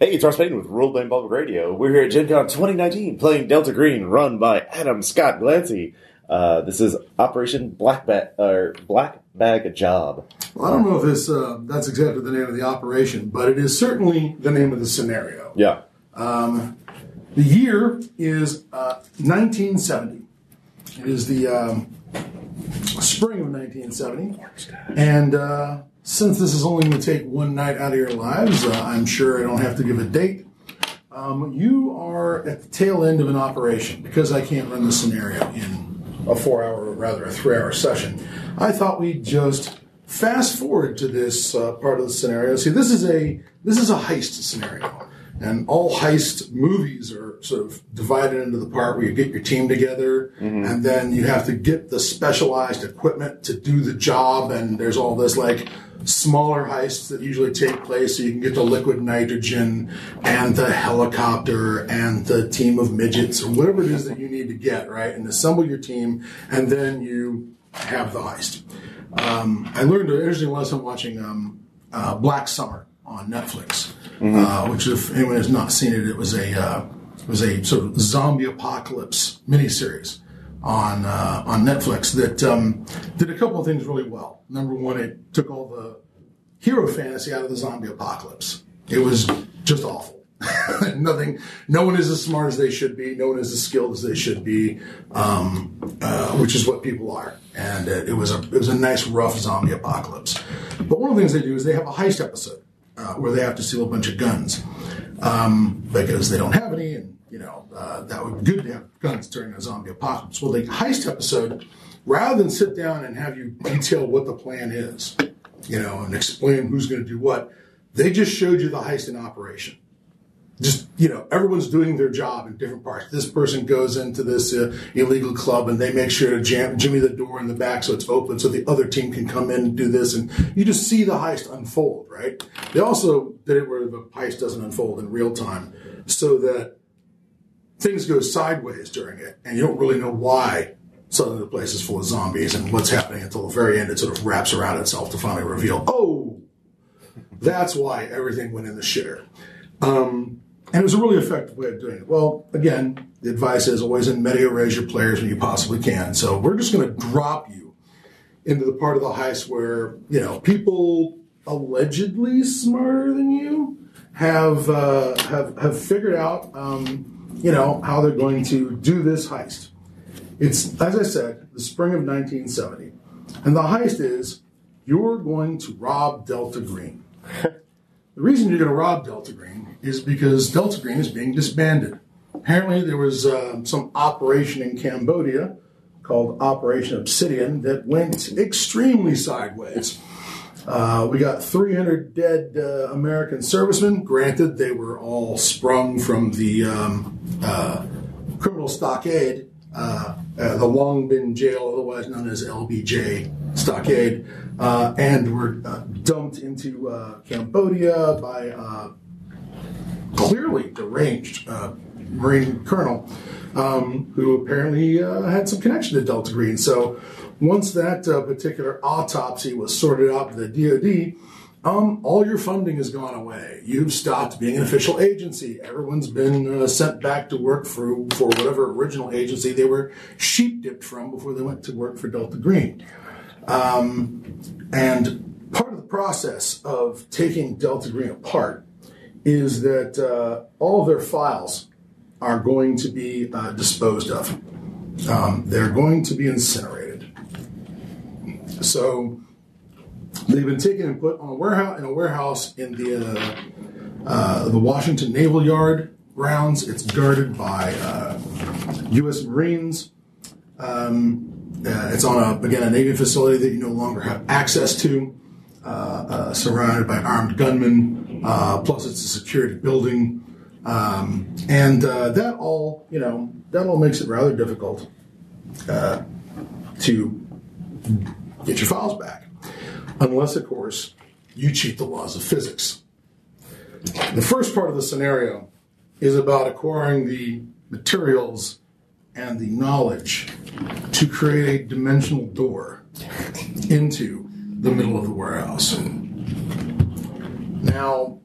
Hey, it's Ross Payton with World Name Public Radio. We're here at Gen Con 2019 playing Delta Green, run by Adam Scott Glancy. Uh, this is Operation Black Bag, or Black Bag Job. Well, I don't know if this, uh, that's exactly the name of the operation, but it is certainly the name of the scenario. Yeah. The year is uh, 1970. It is the um, spring of 1970. And uh, since this is only going to take one night out of your lives, uh, I'm sure I don't have to give a date. Um, you are at the tail end of an operation because I can't run the scenario in a four hour, or rather, a three hour session. I thought we'd just fast forward to this uh, part of the scenario. See, this is a this is a heist scenario, and all heist movies are sort of divided into the part where you get your team together, and then you have to get the specialized equipment to do the job. And there's all this like smaller heists that usually take place, so you can get the liquid nitrogen and the helicopter and the team of midgets or whatever it is that you need to get right, and assemble your team, and then you have the heist. Um, I learned an interesting lesson watching um, uh, Black Summer on Netflix, uh, which if anyone has not seen it, it was a uh, it was a sort of zombie apocalypse miniseries on uh, on Netflix that um, did a couple of things really well. Number one, it took all the hero fantasy out of the zombie apocalypse. It was just awful. Nothing. No one is as smart as they should be. No one is as skilled as they should be, um, uh, which is what people are. And uh, it was a it was a nice rough zombie apocalypse. But one of the things they do is they have a heist episode uh, where they have to steal a bunch of guns um, because they don't have any, and you know uh, that would be good to have guns during a zombie apocalypse. Well, the heist episode, rather than sit down and have you detail what the plan is, you know, and explain who's going to do what, they just showed you the heist in operation just you know everyone's doing their job in different parts this person goes into this uh, illegal club and they make sure to jam jimmy the door in the back so it's open so the other team can come in and do this and you just see the heist unfold right they also did it where the heist doesn't unfold in real time so that things go sideways during it and you don't really know why suddenly the place is full of zombies and what's happening until the very end it sort of wraps around itself to finally reveal oh that's why everything went in the shitter and it was a really effective way of doing it. Well, again, the advice is always in media raise your players when you possibly can. So we're just going to drop you into the part of the heist where, you know, people allegedly smarter than you have uh, have, have figured out, um, you know, how they're going to do this heist. It's, as I said, the spring of 1970. And the heist is you're going to rob Delta Green. The reason you're going to rob Delta Green is because Delta Green is being disbanded. Apparently, there was uh, some operation in Cambodia called Operation Obsidian that went extremely sideways. Uh, we got 300 dead uh, American servicemen. Granted, they were all sprung from the um, uh, criminal stockade, uh, uh, the Long Bin Jail, otherwise known as LBJ Stockade, uh, and were uh, dumped into uh, Cambodia by uh, clearly deranged uh, Marine colonel um, who apparently uh, had some connection to Delta Green. So once that uh, particular autopsy was sorted out by the DoD, um, all your funding has gone away. You've stopped being an official agency. Everyone's been uh, sent back to work for for whatever original agency they were sheep dipped from before they went to work for Delta Green. Um, and part of the process of taking Delta Green apart is that uh, all of their files are going to be uh, disposed of. Um, they're going to be incinerated. So they've been taken and put on a warehouse in a warehouse in the uh, uh, the Washington Naval Yard grounds. It's guarded by uh, U.S. Marines. Um, uh, it's on a again a Navy facility that you no longer have access to uh, surrounded by armed gunmen. Uh, plus, it's a secured building, um, and uh, that all you know that all makes it rather difficult uh, to get your files back, unless, of course, you cheat the laws of physics. The first part of the scenario is about acquiring the materials and the knowledge to create a dimensional door into the middle of the warehouse. Now,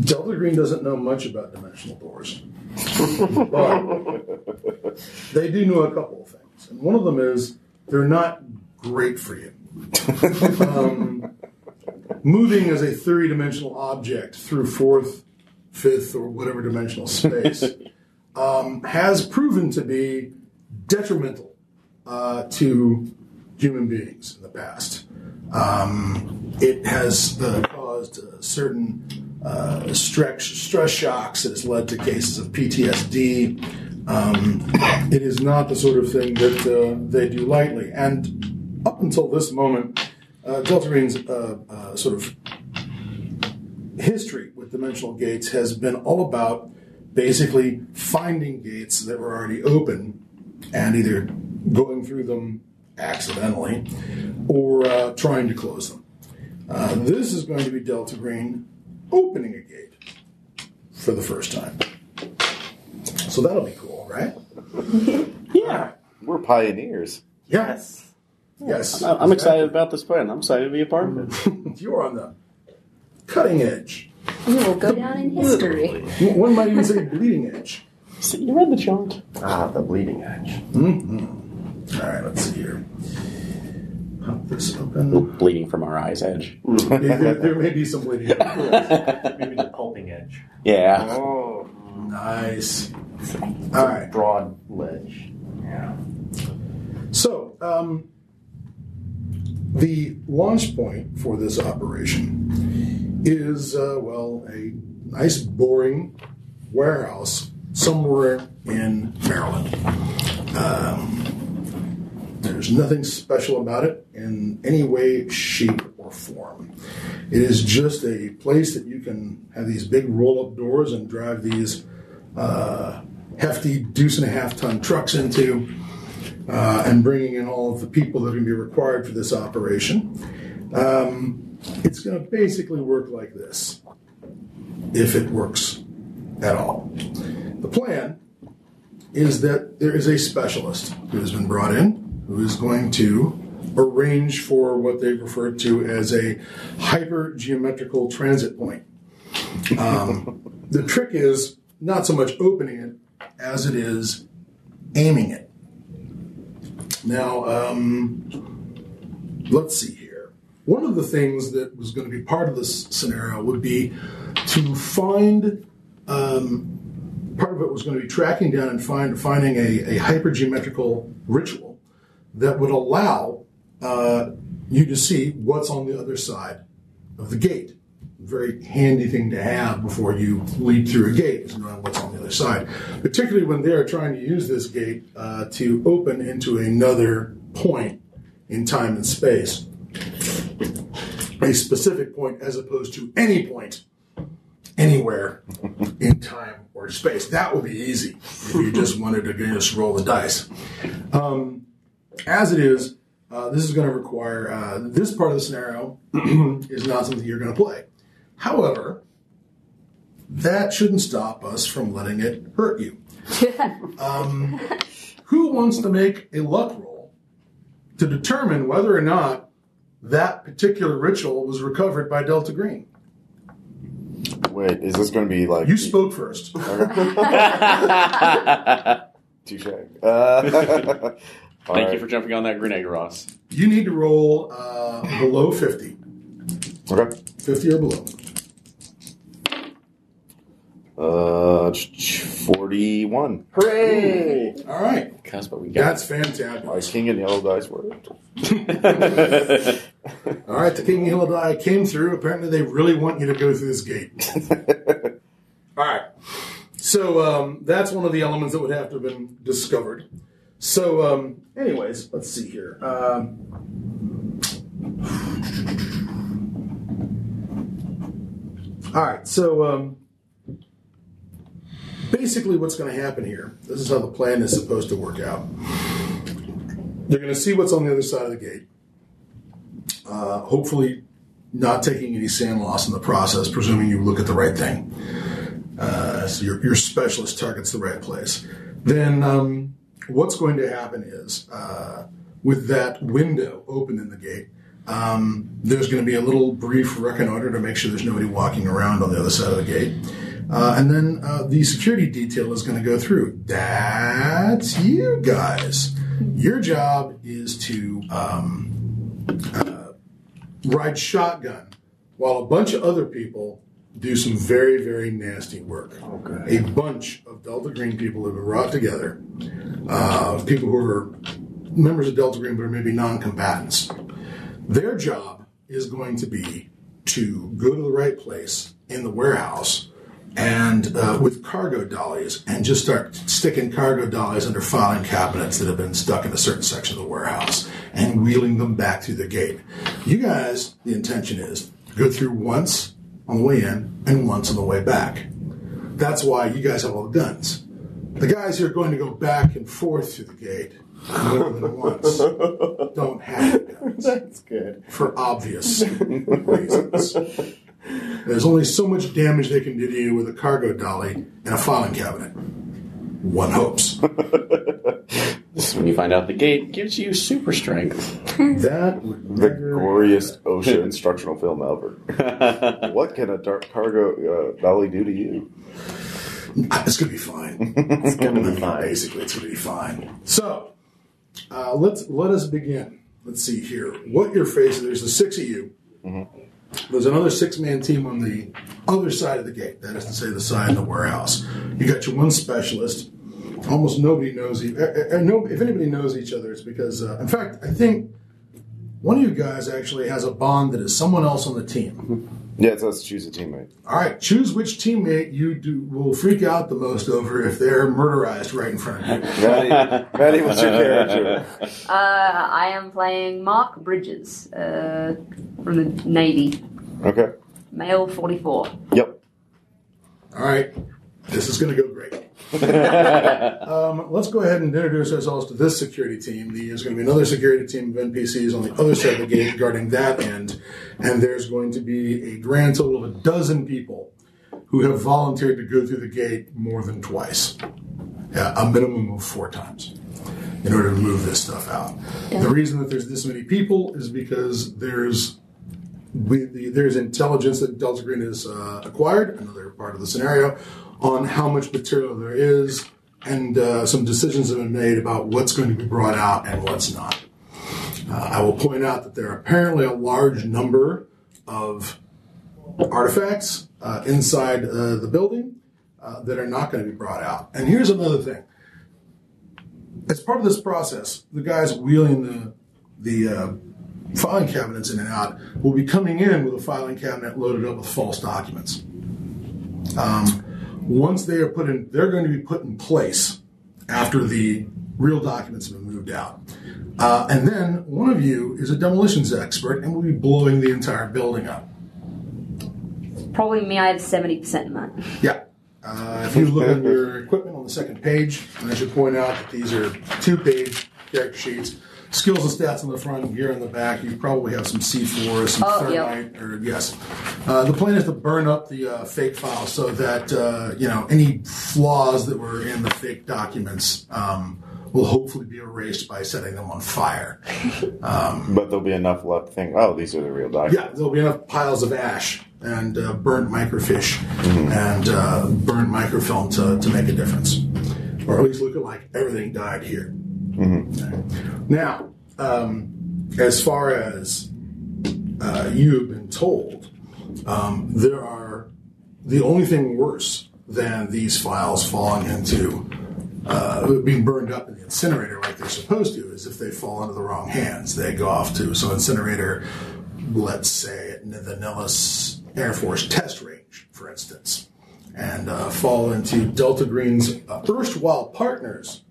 Delta Green doesn't know much about dimensional doors, but they do know a couple of things, and one of them is they're not great for you. Um, moving as a three-dimensional object through fourth, fifth, or whatever dimensional space um, has proven to be detrimental uh, to human beings in the past. Um, it has uh, caused uh, certain uh, stress, stress shocks. It has led to cases of PTSD. Um, it is not the sort of thing that uh, they do lightly. And up until this moment, uh, Deltarines uh, uh, sort of history with dimensional gates has been all about basically finding gates that were already open and either going through them accidentally or uh, trying to close them. Uh, this is going to be Delta Green opening a gate for the first time. So that'll be cool, right? Yeah. We're pioneers. Yeah. Yes. Yes. I- I'm excited about this plan. I'm excited to be a part of it. You're on the cutting edge. We will go down in history. One might even say bleeding edge. See, you read the chart. Ah, the bleeding edge. All right, let's see here. Pop this We're open. bleeding from our eyes edge. Yeah, there, there may be some bleeding. Maybe the pulping edge. Yeah. Oh. nice. All right. Broad ledge. So, um, the launch point for this operation is, uh, well, a nice, boring warehouse somewhere in Maryland. Um, there's nothing special about it in any way, shape, or form. It is just a place that you can have these big roll up doors and drive these uh, hefty deuce and a half ton trucks into uh, and bringing in all of the people that are going to be required for this operation. Um, it's going to basically work like this, if it works at all. The plan is that there is a specialist who has been brought in who is going to arrange for what they refer to as a hypergeometrical transit point. Um, the trick is not so much opening it as it is aiming it. Now, um, let's see here. One of the things that was going to be part of this scenario would be to find. Um, part of it was going to be tracking down and find finding a, a hypergeometrical ritual that would allow uh, you to see what's on the other side of the gate. Very handy thing to have before you lead through a gate is knowing what's on the other side, particularly when they are trying to use this gate uh, to open into another point in time and space, a specific point as opposed to any point anywhere in time or space. That would be easy if you just wanted to just roll the dice. Um, As it is, uh, this is going to require uh, this part of the scenario is not something you're going to play. However, that shouldn't stop us from letting it hurt you. um, who wants to make a luck roll to determine whether or not that particular ritual was recovered by Delta Green? Wait, is this going to be like You spoke first. touche? Uh, Thank you for jumping on that grenade, Ross. You need to roll uh, below 50. for okay. 50 or below. Uh, ch- ch- forty-one. Hooray! All right. That's what we got. That's fantastic. My king and yellow dice were. All right, the King Hill die came through. Apparently, they really want you to go through this gate. All right. So um, that's one of the elements that would have to have been discovered. So, um, anyways, let's see here. Um, all right. So um, basically, what's going to happen here? This is how the plan is supposed to work out. They're going to see what's on the other side of the gate uh, hopefully not taking any sand loss in the process, presuming you look at the right thing. Uh, so your, your specialist targets the right place. Then um, what's going to happen is uh, with that window open in the gate, Um, there's going to be a little brief reconnoiter to make sure there's nobody walking around on the other side of the gate. Uh, and then uh, the security detail is going to go through. That's you guys. Your job is to um, uh, ride shotgun while a bunch of other people do some very, very nasty work. Okay. A bunch of Delta Green people have been brought together, uh, people who are members of Delta Green but are maybe non combatants. Their job is going to be to go to the right place in the warehouse and uh, with cargo dollies and just start sticking cargo dollies under filing cabinets that have been stuck in a certain section of the warehouse and wheeling them back through the gate. You guys, the intention is go through once on the way in and once on the way back. That's why you guys have all the guns. The guys who are going to go back and forth through the gate more than once don't have guns That's good. for obvious reasons. There's only so much damage they can do to you with a cargo dolly and a filing cabinet. One hopes. This is when you find out the gate gives you super strength. That would The never- glorious OSHA Oh, instructional film, Albert. what can a dark cargo uh, dolly do to you? Ah, It's gonna be fine. It's gonna I mean, Basically, it's gonna be fine. So, uh, let's let us begin. Let's see here. What you're facing? There's the six of you. There's another six-man team on the other side of the gate. That is to say, the side of the warehouse. You got your one specialist. Almost nobody knows. E- uh, uh, no, if anybody knows each other, it's because. Uh, in fact, I think one of you guys actually has a bond that is someone else on the team. Yeah, it's us choose a teammate. All right, choose which teammate you do will freak out the most over if they're murderized right in front of you. Maddie, Maddie what's your character? Uh, I am playing Mark Bridges uh, from the Navy, Okay. male 44. Yep. All right, this is going to go great. Um, let's go ahead and introduce ourselves to this security team. There's going to be another security team of NPCs on the other side of the gate guarding that end, and there's going to be a grand total of a dozen people who have volunteered to go through the gate more than twice, yeah, a minimum of four times. in order to move this stuff out. The reason that there's this many people is because there's we, the, there's intelligence that Delta Green has uh, acquired. Another part of the scenario on how much material there is, and uh, some decisions have been made about what's going to be brought out and what's not. Uh, I will point out that there are apparently a large number of artifacts uh, inside uh, the building uh, that are not going to be brought out. And here's another thing as part of this process, the guys wheeling the the uh, filing cabinets in and out will be coming in with a filing cabinet loaded up with false documents. Um, once they are put in, they're going to be put in place after the real documents have been moved out. Uh, and then one of you is a demolitions expert and will be blowing the entire building up. Probably me, I have 70% in that. Yeah. Uh, if you look at your equipment on the second page, and I should point out that these are two page character sheets. Skills and stats on the front, gear on the back. You probably have some C4, some Oh, yeah. thermite, or yes. Uh, the plan is to burn up the uh, fake file so that uh, you know any flaws that were in the fake documents um, will hopefully be erased by setting them on fire. But there'll be enough left to think, oh, these are the real Yeah, documents. there'll be enough piles of ash and uh, burnt microfiche and uh, burnt microfilm to, to make a difference. Or at least look at like everything died here. Now, um, as far as uh, you've been told, um, there are the only thing worse than these files falling into uh, being burned up in the incinerator like they're supposed to is if they fall into the wrong hands. They go off to some incinerator, let's say at the Nellis Air Force Test Range, for instance, and uh, fall into Delta Green's uh, erstwhile partners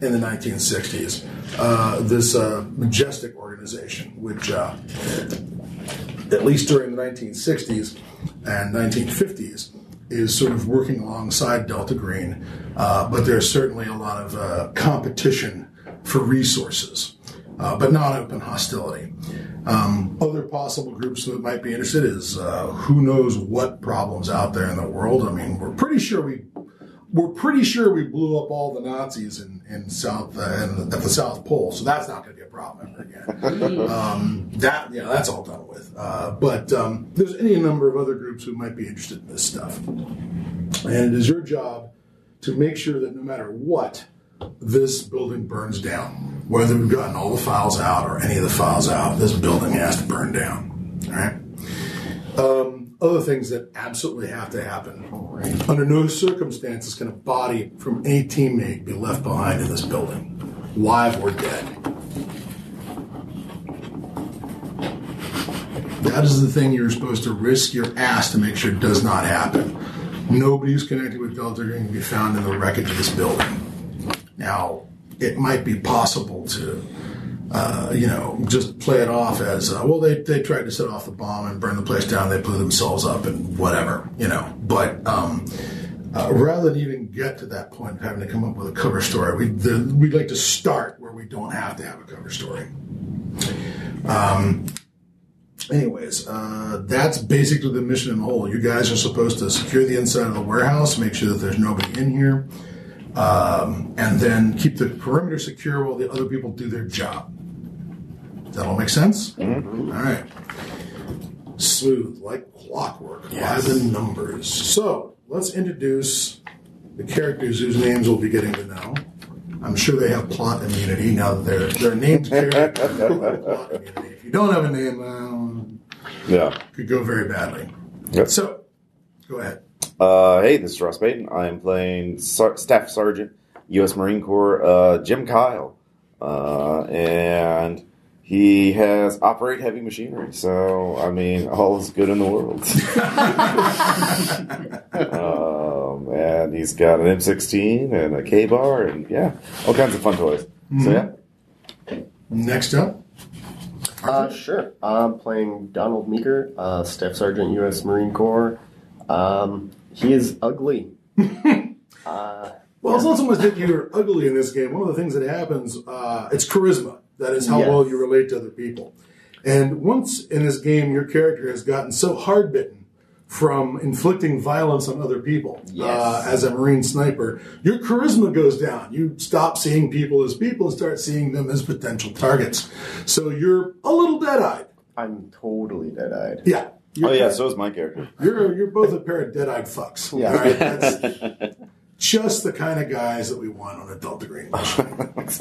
in the 1960s, uh, this uh, majestic organization, which uh, at least during the 1960s and 1950s, is sort of working alongside Delta Green, uh, but there's certainly a lot of uh, competition for resources, uh, but not open hostility. Um, other possible groups that might be interested is uh, who knows what problems out there in the world. I mean, we're pretty sure we we're pretty sure we blew up all the Nazis in, in south uh, in, at the South Pole, so that's not going to be a problem ever again. um, that yeah, that's all done with. Uh, but um, there's any number of other groups who might be interested in this stuff, and it is your job to make sure that no matter what, this building burns down. Whether we've gotten all the files out or any of the files out, this building has to burn down. All right other things that absolutely have to happen. Under no circumstances can a body from any teammate be left behind in this building, live or dead. That is the thing you're supposed to risk your ass to make sure it does not happen. Nobody who's connected with Delta Green can be found in the wreckage of this building. Now, it might be possible to uh, you know, just play it off as uh, well. They they tried to set off the bomb and burn the place down. They blew themselves up and whatever, you know. But um, uh, rather than even get to that point of having to come up with a cover story, we the, we'd like to start where we don't have to have a cover story. Um, anyways, uh, that's basically the mission in whole. You guys are supposed to secure the inside of the warehouse, make sure that there's nobody in here. Um, and then keep the perimeter secure while the other people do their job. That all make sense? All right. Smooth, like clockwork, by the numbers. So let's introduce the characters whose names we'll be getting to know. I'm sure they have plot immunity now that their their names characters have plot immunity. If you don't have a name, well, Yeah. it could go very badly. Yep. So go ahead. Uh, hey, this is Ross Payton. I am playing Sar- Staff Sergeant, U.S. Marine Corps, uh, Jim Kyle. Uh, and he has operate heavy machinery. So, I mean, all is good in the world. um, and he's got an M16 and a K bar and, yeah, all kinds of fun toys. So, yeah. Next up. Uh, sure. I'm playing Donald Meeker, uh, Staff Sergeant, U.S. Marine Corps. Um, he is ugly. Well, it's not so much that you're ugly in this game. One of the things that happens, uh, it's charisma. That is how Yes. well you relate to other people. And once in this game, your character has gotten so hard bitten from inflicting violence on other people uh, Yes. as a Marine sniper, your charisma goes down. You stop seeing people as people and start seeing them as potential targets. So you're a little dead eyed. I'm totally dead eyed. Yeah. You're Oh, yeah, so is my character. you're you're both a pair of dead-eyed fucks. Yeah. All right? That's just the kind of guys that we want on a Delta Green mission.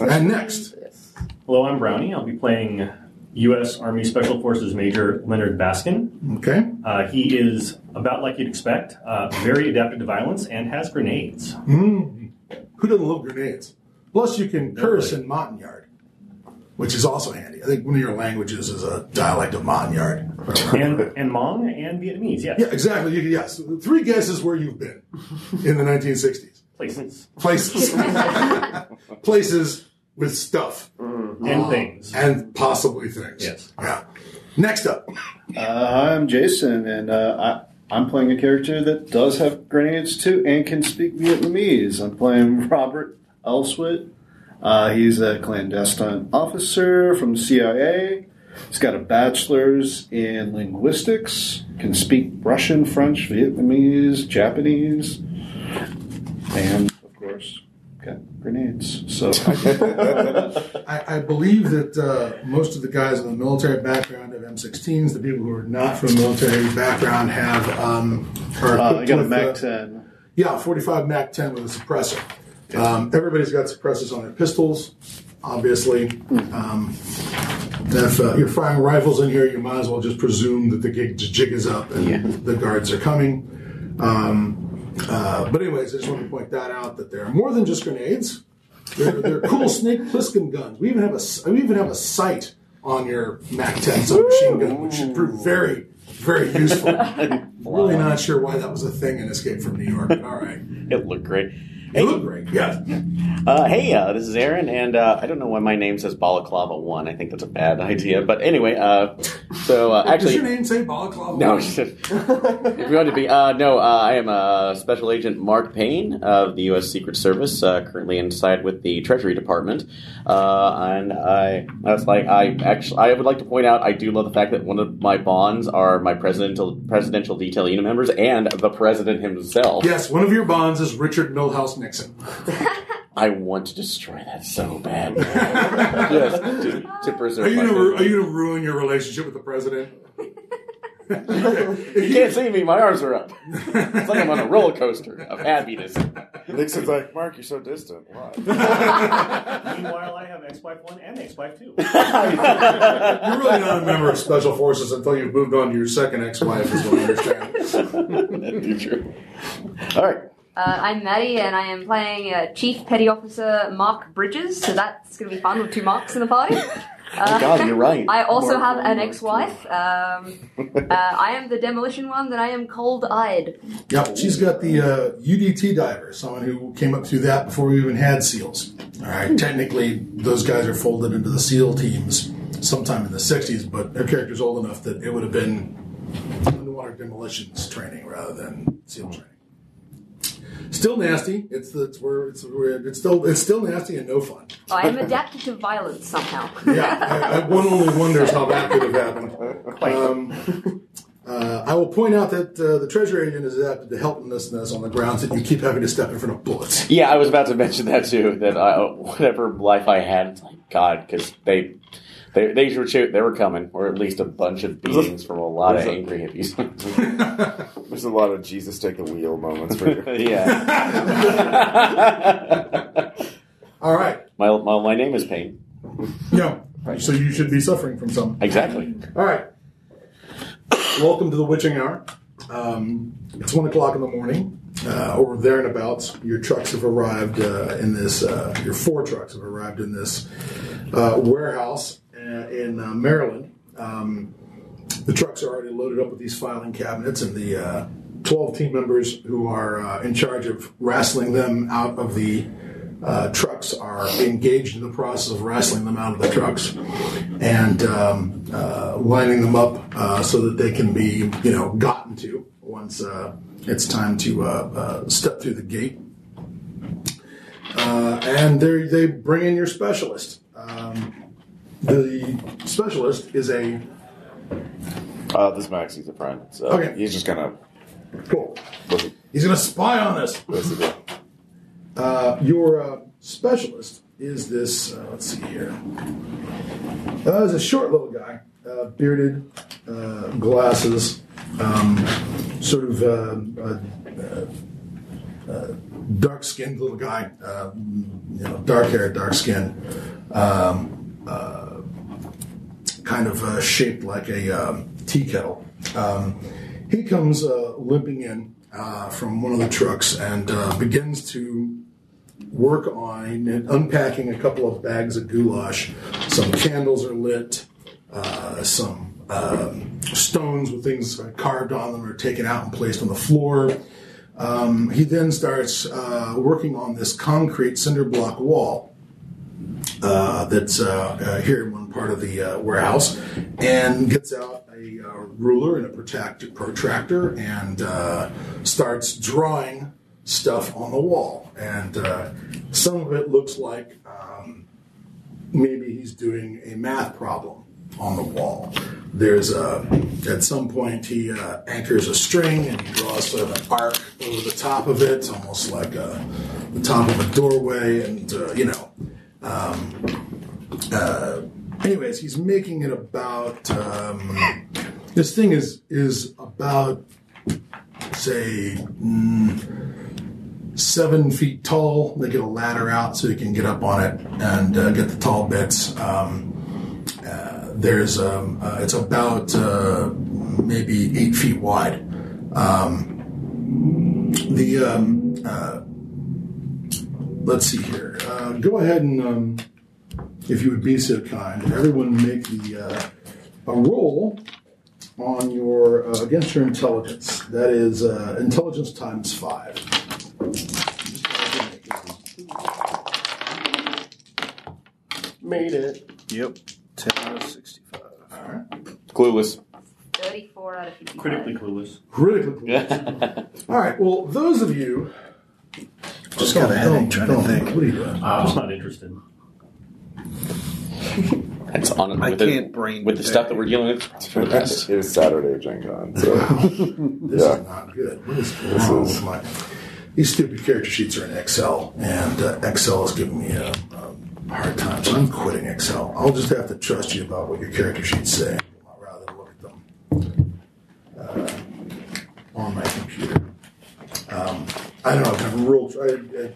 and next, Yes. Hello, I'm Brownie. I'll be playing U.S. Army Special Forces Major Leonard Baskin. okay, Uh, he is about like you'd expect, uh, very adapted to violence, and has grenades. who doesn't love grenades? Plus, you can curse in Mountain Yard, which is also handy. I think one of your languages is a dialect of Mountain Yard. And and Hmong and Vietnamese, yes. Yeah, exactly. You, yes, three guesses where you've been in the 1960s. Places Places, places with stuff and things. and possibly things. Yes. Yeah. Next up. Uh, hi, I'm Jason, and uh, I, I'm playing a character that does have grenades too and can speak Vietnamese. I'm playing Robert Elswit. Uh, he's a clandestine officer from CIA. He's got a bachelor's in linguistics, can speak Russian, French, Vietnamese, Japanese, and of course, got grenades. So uh, I, I believe that uh, most of the guys with a military background have M16s. The people who are not from a military background have um, are uh, I equipped got a with, Mac uh, 10. Yeah, 45 Mac 10 with a suppressor. Um, everybody's got suppressors on their pistols, obviously. Um, if uh, you're firing rifles in here, you might as well just presume that the gig, jig is up and the guards are coming. Um, uh, but anyways, I just want to point that out that there are more than just grenades. They're, they're cool snake pliskin guns. We even have a s- we even have a sight on your Mac 10 submachine gun, which should prove very very useful. really not sure why that was a thing in Escape from New York. but All right, It looked great. you look great. Yeah, Uh, hey, uh, this is Aaron, and uh, I don't know why my name says Balaclava 1. I think that's a bad idea. But anyway, uh, so uh, does your actually. name say balaclava? No, if you want to be. Uh, no, uh, I am uh, Special Agent Mark Payne of the U.S. Secret Service, uh, currently inside with the Treasury Department. Uh, and I, I was like, I actually, I would like to point out, I do love the fact that one of my bonds are my presidential presidential detail unit members and the president himself. Yes, one of your bonds is Richard Milhouse Nixon. I want to destroy that so bad. now. Just to, to preserve Are you my gonna ru- business. are you gonna ruin your relationship with the president? You can't see me. My arms are up. It's like I'm on a roller coaster of happiness. Nixon's like, Mark, you're so distant. Why? Meanwhile, I have ex-wife one and ex-wife two. You're really not a member of Special Forces until you've moved on to your second ex-wife, is what I understand. That'd be true. All right. Uh, I'm Maddie, and I am playing uh, Chief Petty Officer Mark Bridges, so that's going to be fun with two marks in the party. Uh, Oh God, you're right. I also Mark have one, an Mark ex wife. Um, uh, I am the demolition one, and I am cold eyed. Yep, she's got the uh, UDT diver, someone who came up through that before we even had SEALs. All right, technically, those guys are folded into the SEAL teams sometime in the 60s, but her character's old enough that it would have been underwater demolitions training rather than SEAL training. Still nasty. It's it's where it's where it's still it's still nasty and no fun. Oh, I am adapted to violence somehow. Yeah, I, I, one only wonders how that could have happened. Um, uh, I will point out that uh, the treasure agent is adapted to helplessness on the grounds that you keep having to step in front of bullets. Yeah, I was about to mention that too. That I, whatever life I had, it's like God, because they, they, they were shoot, they were coming, or at least a bunch of beatings from a lot of angry hippies. There's a lot of Jesus take the wheel moments for you. yeah. All right. My, my my name is Pain. No. So you should be suffering from some. Exactly. All right. Welcome to the witching hour. Um, it's one o'clock in the morning. Uh, over there and abouts, your trucks have arrived uh, in this. Uh, your four trucks have arrived in this uh, warehouse uh, in uh, Maryland. Um, the trucks are already loaded up with these filing cabinets, and the uh, twelve team members who are uh, in charge of wrestling them out of the uh, trucks are engaged in the process of wrestling them out of the trucks and um, uh, lining them up uh, so that they can be, you know, gotten to once uh, it's time to uh, uh, step through the gate. Uh, and they they bring in your specialist. Um, the specialist is a Uh, this Maxie's a friend, so Okay. he's just gonna. cool. He's going to spy on us. Basically, Uh, your uh, specialist is this. Uh, let's see here. Uh, he's a short little guy, uh, bearded, uh, glasses, um, sort of uh, uh, dark skinned little guy, uh, you know, dark hair, dark skin, um, uh, kind of uh, shaped like a um, tea kettle. Um, he comes uh, limping in uh, from one of the trucks and uh, begins to work on and unpacking a couple of bags of goulash. Some candles are lit, uh, some um, stones with things carved on them are taken out and placed on the floor. Um, he then starts uh, working on this concrete cinder block wall uh, that's uh, uh, here in one part of the uh, warehouse and gets out a uh, ruler and a protract- protractor and uh, starts drawing stuff on the wall. And uh, some of it looks like um, maybe he's doing a math problem on the wall. There's a, at some point he uh, anchors a string and he draws sort of an arc over the top of it, almost like a, the top of a doorway, and uh, you know. Anyways, he's making it about um, this thing is is about say mm, seven feet tall. They get a ladder out so he can get up on it and uh, get the tall bits. Um, uh, there's um, uh, it's about uh, maybe eight feet wide. Um, the um, uh, let's see here. Uh, go ahead and. Um, if you would be so kind, everyone make the uh, a roll on your uh, against your intelligence. That is uh, intelligence times five. Made it. Yep. 10 out of 65. All right. Clueless. 34 out of 55. Critically clueless. Critically. All right. Well, those of you Just got a headache trying to think. What are you doing? I'm just not interested. That's on I with the- can't brain with the that. stuff that we're dealing with. It's for the best. it is Saturday Gen Con, so This Yeah. is not good. What is This wrong is- with my? These stupid character sheets are in Excel, and uh, Excel is giving me a, a hard time, so I'm quitting Excel. I'll just have to trust you about what your character sheets say rather than look at them uh, on my computer. Um, I don't know. I've never rolled. I,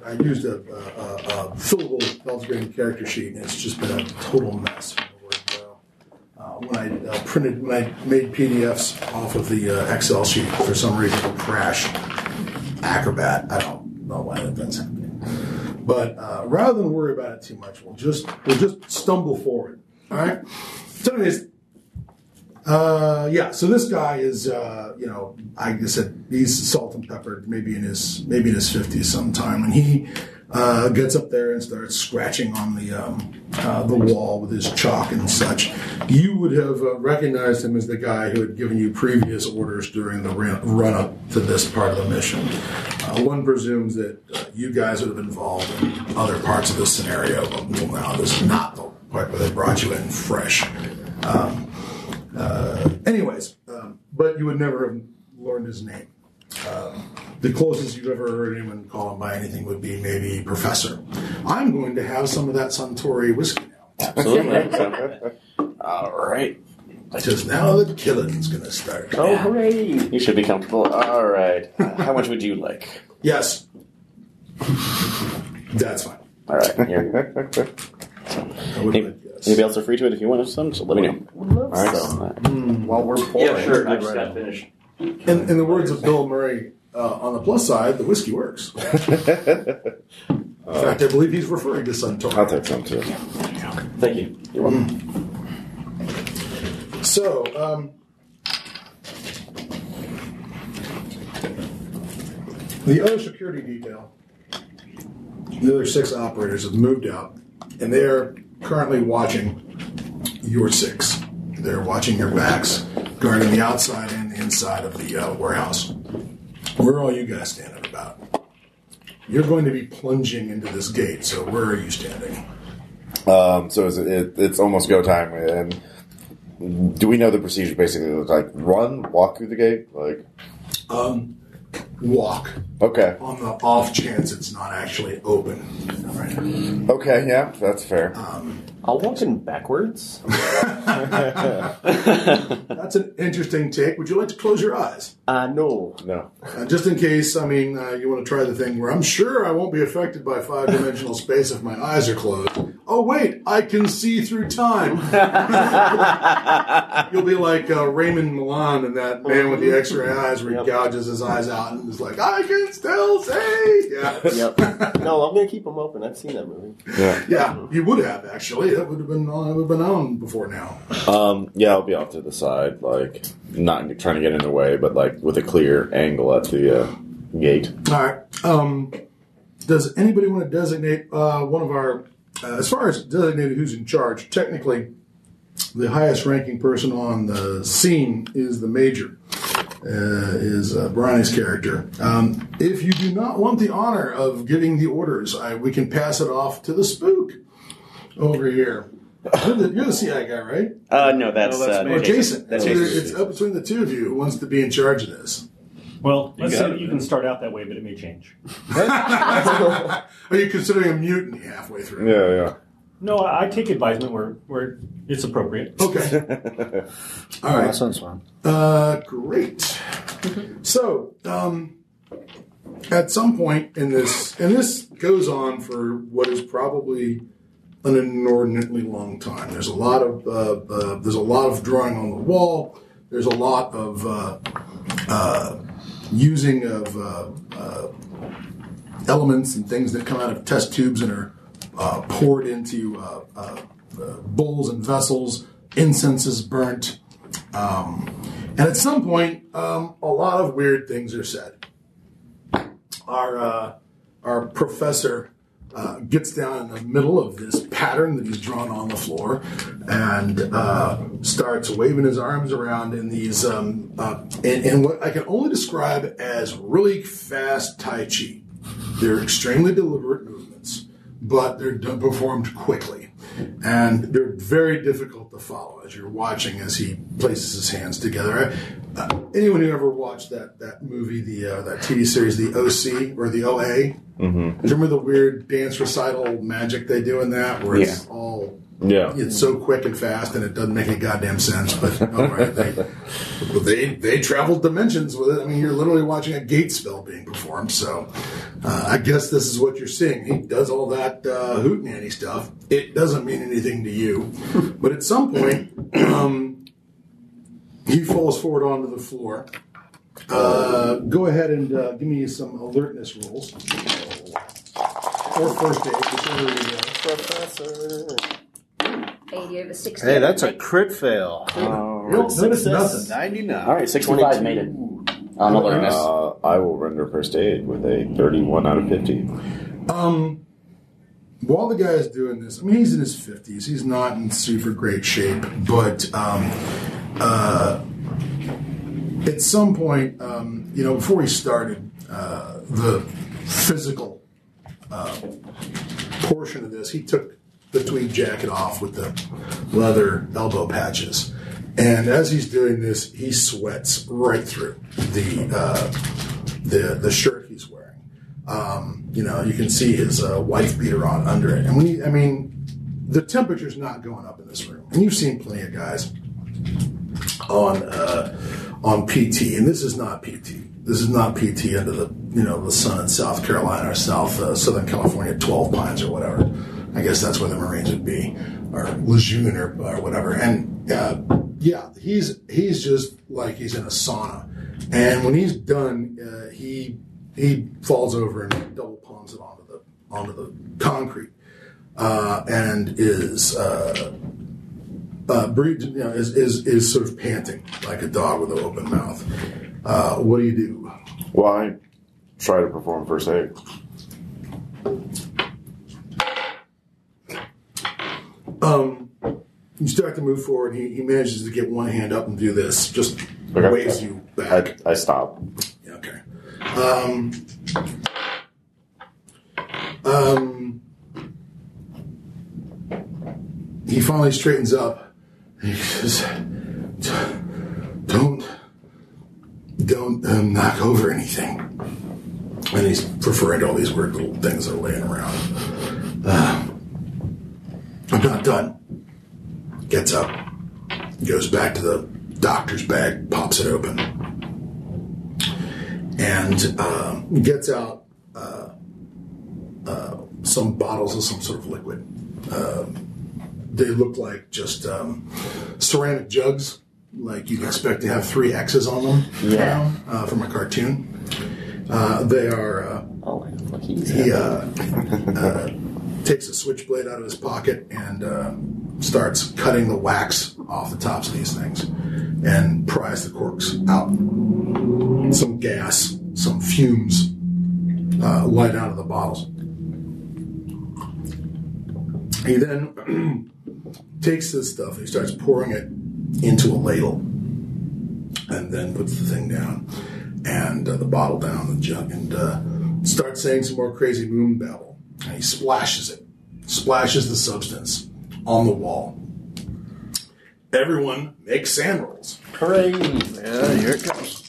I, I used a, a, a, a fillable Belzgrade character sheet, and it's just been a total mess. from the word go. Uh, when I uh, printed, when I made PDFs off of the uh, Excel sheet, for some reason, it would crash Acrobat. I don't know why that's happening. But uh, rather than worry about it too much, we'll just we'll just stumble forward. All right. So, anyways, uh, yeah. So this guy is, uh, you know, I said he's salt and peppered, maybe in his maybe in his fifties sometime, and he uh, gets up there and starts scratching on the um, uh, the wall with his chalk and such. You would have uh, recognized him as the guy who had given you previous orders during the run up to this part of the mission. Uh, one presumes that uh, you guys would have been involved in other parts of this scenario, but until now, this is not the part where they brought you in fresh. Um, anyways, um, but you would never have learned his name. Um, the closest you've ever heard anyone call him by anything would be maybe Professor. I'm going to have some of that Suntory whiskey now. Absolutely. All right. Just now the killing's going to start. Oh, hooray! You should be comfortable. All right. How much would you like? Yes. That's fine. All right. You're, I would Any- like, yes. anybody else are free to it if you want some. So let me know. All All right. So, So, uh, while we're pouring, Yeah, sure. I I'd just write got up- finished. In, in the words of Bill Murray, uh, on the plus side, the whiskey works. In fact, I believe he's referring to I'll Suntory. take some too. thank you. You're welcome. So, um, the other security detail, the other six operators have moved out, and they are currently watching your six. They're watching your backs, guarding the outside and the inside of the uh, warehouse. Where are all you guys standing about? You're going to be plunging into this gate, so where are you standing? Um, so is it, it, it's almost go time. And do we know the procedure? Basically, It's like run, walk through the gate. Like Walk okay, on the off chance it's not actually open. Right. okay, yeah, that's fair. I'll walk in backwards. That's an interesting take. Would you like to close your eyes? Uh, no. No, Uh, just in case, I mean, uh, you want to try the thing where I'm sure I won't be affected by five dimensional space if my eyes are closed. Oh, wait, I can see through time. You'll be like uh, Raymond Milan and that man with the x ray eyes where he gouges his eyes out and is like, I can still see. Yeah. Yep. no, I'm gonna keep them open. I've seen that movie. yeah, Yeah, you would have actually. That would have been all I would have been on before now. um, yeah, I'll be off to the side, like not trying to get in the way, but like with a clear angle at the uh, gate. All right. Um, does anybody want to designate uh, one of our, uh, as far as designated who's in charge, technically the highest ranking person on the scene is the major, uh, is uh, Bronny's character. Um, if you do not want the honor of giving the orders, I, we can pass it off to the spook over here. You're the, you're the CI guy, right? Uh, no, that's, No, that's uh, me. Or Jason. Jason. That's So Jason. It's up between the two of you who wants to be in charge of this. Well, let's got say it, that you man. can start out that way, but it may change. Are you considering a mutiny halfway through? Yeah, yeah. No, I, I take advisement where where it's appropriate. Okay. All right. sounds fun. Uh, great. So, um, at some point in this, and this goes on for what is probably an inordinately long time. There's a lot of uh, uh, there's a lot of drawing on the wall. There's a lot of uh, uh, using of uh, uh, elements and things that come out of test tubes and are uh, poured into uh, uh, uh, bowls and vessels. Incense is burnt. um, And at some point, um, a lot of weird things are said. Our uh, our professor uh, gets down in the middle of this pattern that he's drawn on the floor and uh, starts waving his arms around in these um, uh, in, in what I can only describe as really fast tai chi. They're extremely deliberate movements, but they're done, performed quickly. And they're very difficult to follow as you're watching as he places his hands together. Uh, anyone who ever watched that that movie, the uh, that TV series, the OC or the OA, Mm-hmm. do you remember the weird dance recital magic they do in that, where it's all Yeah. it's so quick and fast, and it doesn't make any goddamn sense. But oh, all right, they, but they they traveled dimensions with it. I mean, you're literally watching a gate spell being performed. So uh, I guess this is what you're seeing. He does all that uh, hootenanny stuff. It doesn't mean anything to you, but at some point, um, he falls forward onto the floor. Uh, go ahead and uh, give me some alertness rolls. Or first aid, whichever you want. Professor. 80 over 60. Hey, that's a crit fail. Nope, notice Nothing. nothing. 99. All right, 65 made it. On alertness. Uh, I will render first aid with a 31 out of 50. Um, while the guy is doing this, I mean, he's in his 50s. He's not in super great shape, but um, uh, at some point, um, you know, before he started, uh, the physical uh, portion of this, he took the tweed jacket off with the leather elbow patches. And as he's doing this, he sweats right through the uh, the the shirt he's wearing. Um, you know, you can see his uh, wife beater on under it. And when you, I mean, the temperature's not going up in this room. And you've seen plenty of guys on uh, on PT, and this is not PT. This is not PT under the you know the sun in South Carolina or South uh, Southern California, Twelve Pines or whatever. I guess that's where the Marines would be, or Lejeune or, or whatever. And uh, yeah, he's he's just like he's in a sauna, and when he's done, uh, he he falls over and double palms it onto the onto the concrete, uh, and is. Uh, uh, breed, you know, is, is is sort of panting like a dog with an open mouth. Uh, what do you do? Well, I try to perform first aid. Um, you start to move forward. He, he manages to get one hand up and do this, just Okay. waves you I, back. I stop. Yeah, okay. Um, um, he finally straightens up. He says, "Don't, don't um, knock over anything." And he's referring to all these weird little things that are laying around. Uh, I'm not done. Gets up, goes back to the doctor's bag, pops it open and um, gets out uh, uh, some bottles of some sort of liquid. Um they look like just um, ceramic jugs, like you'd expect to have three X's on them you know, uh, from a cartoon. Uh, they are. Uh, Oh, look, he's he uh, uh, takes a switchblade out of his pocket and uh, starts cutting the wax off the tops of these things and pries the corks out. Some gas, some fumes uh, light out of the bottles. He then takes this stuff and he starts pouring it into a ladle and then puts the thing down and uh, the bottle down the jug and uh, starts saying some more crazy moon babble. And he splashes it, splashes the substance on the wall. Everyone makes sand rolls. Hooray! Yeah, here it comes.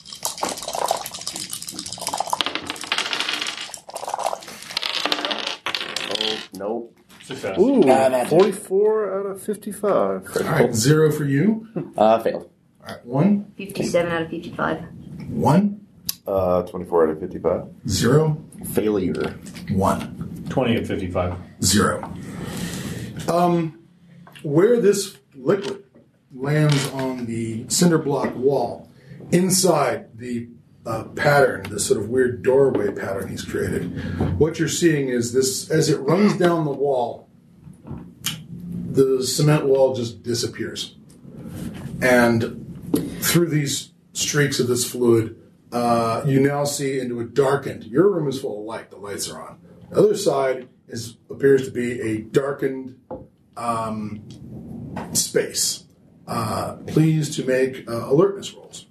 Oh, nope. Success. Ooh, Got it. 44 out of 55. All right, zero for you. Uh, failed. All right, one, 57 out of 55. one, Uh, 24 out of 55. zero, Failure. one. 20 of 55. zero. Um, where this liquid lands on the cinder block wall, inside the uh, pattern, this sort of weird doorway pattern he's created, what you're seeing is this as it runs down the wall, the cement wall just disappears. And through these streaks of this fluid, uh, you now see into a darkened. Your room is full of light; the lights are on. The other side is appears to be a darkened um, space. Uh, please to make uh, alertness rolls.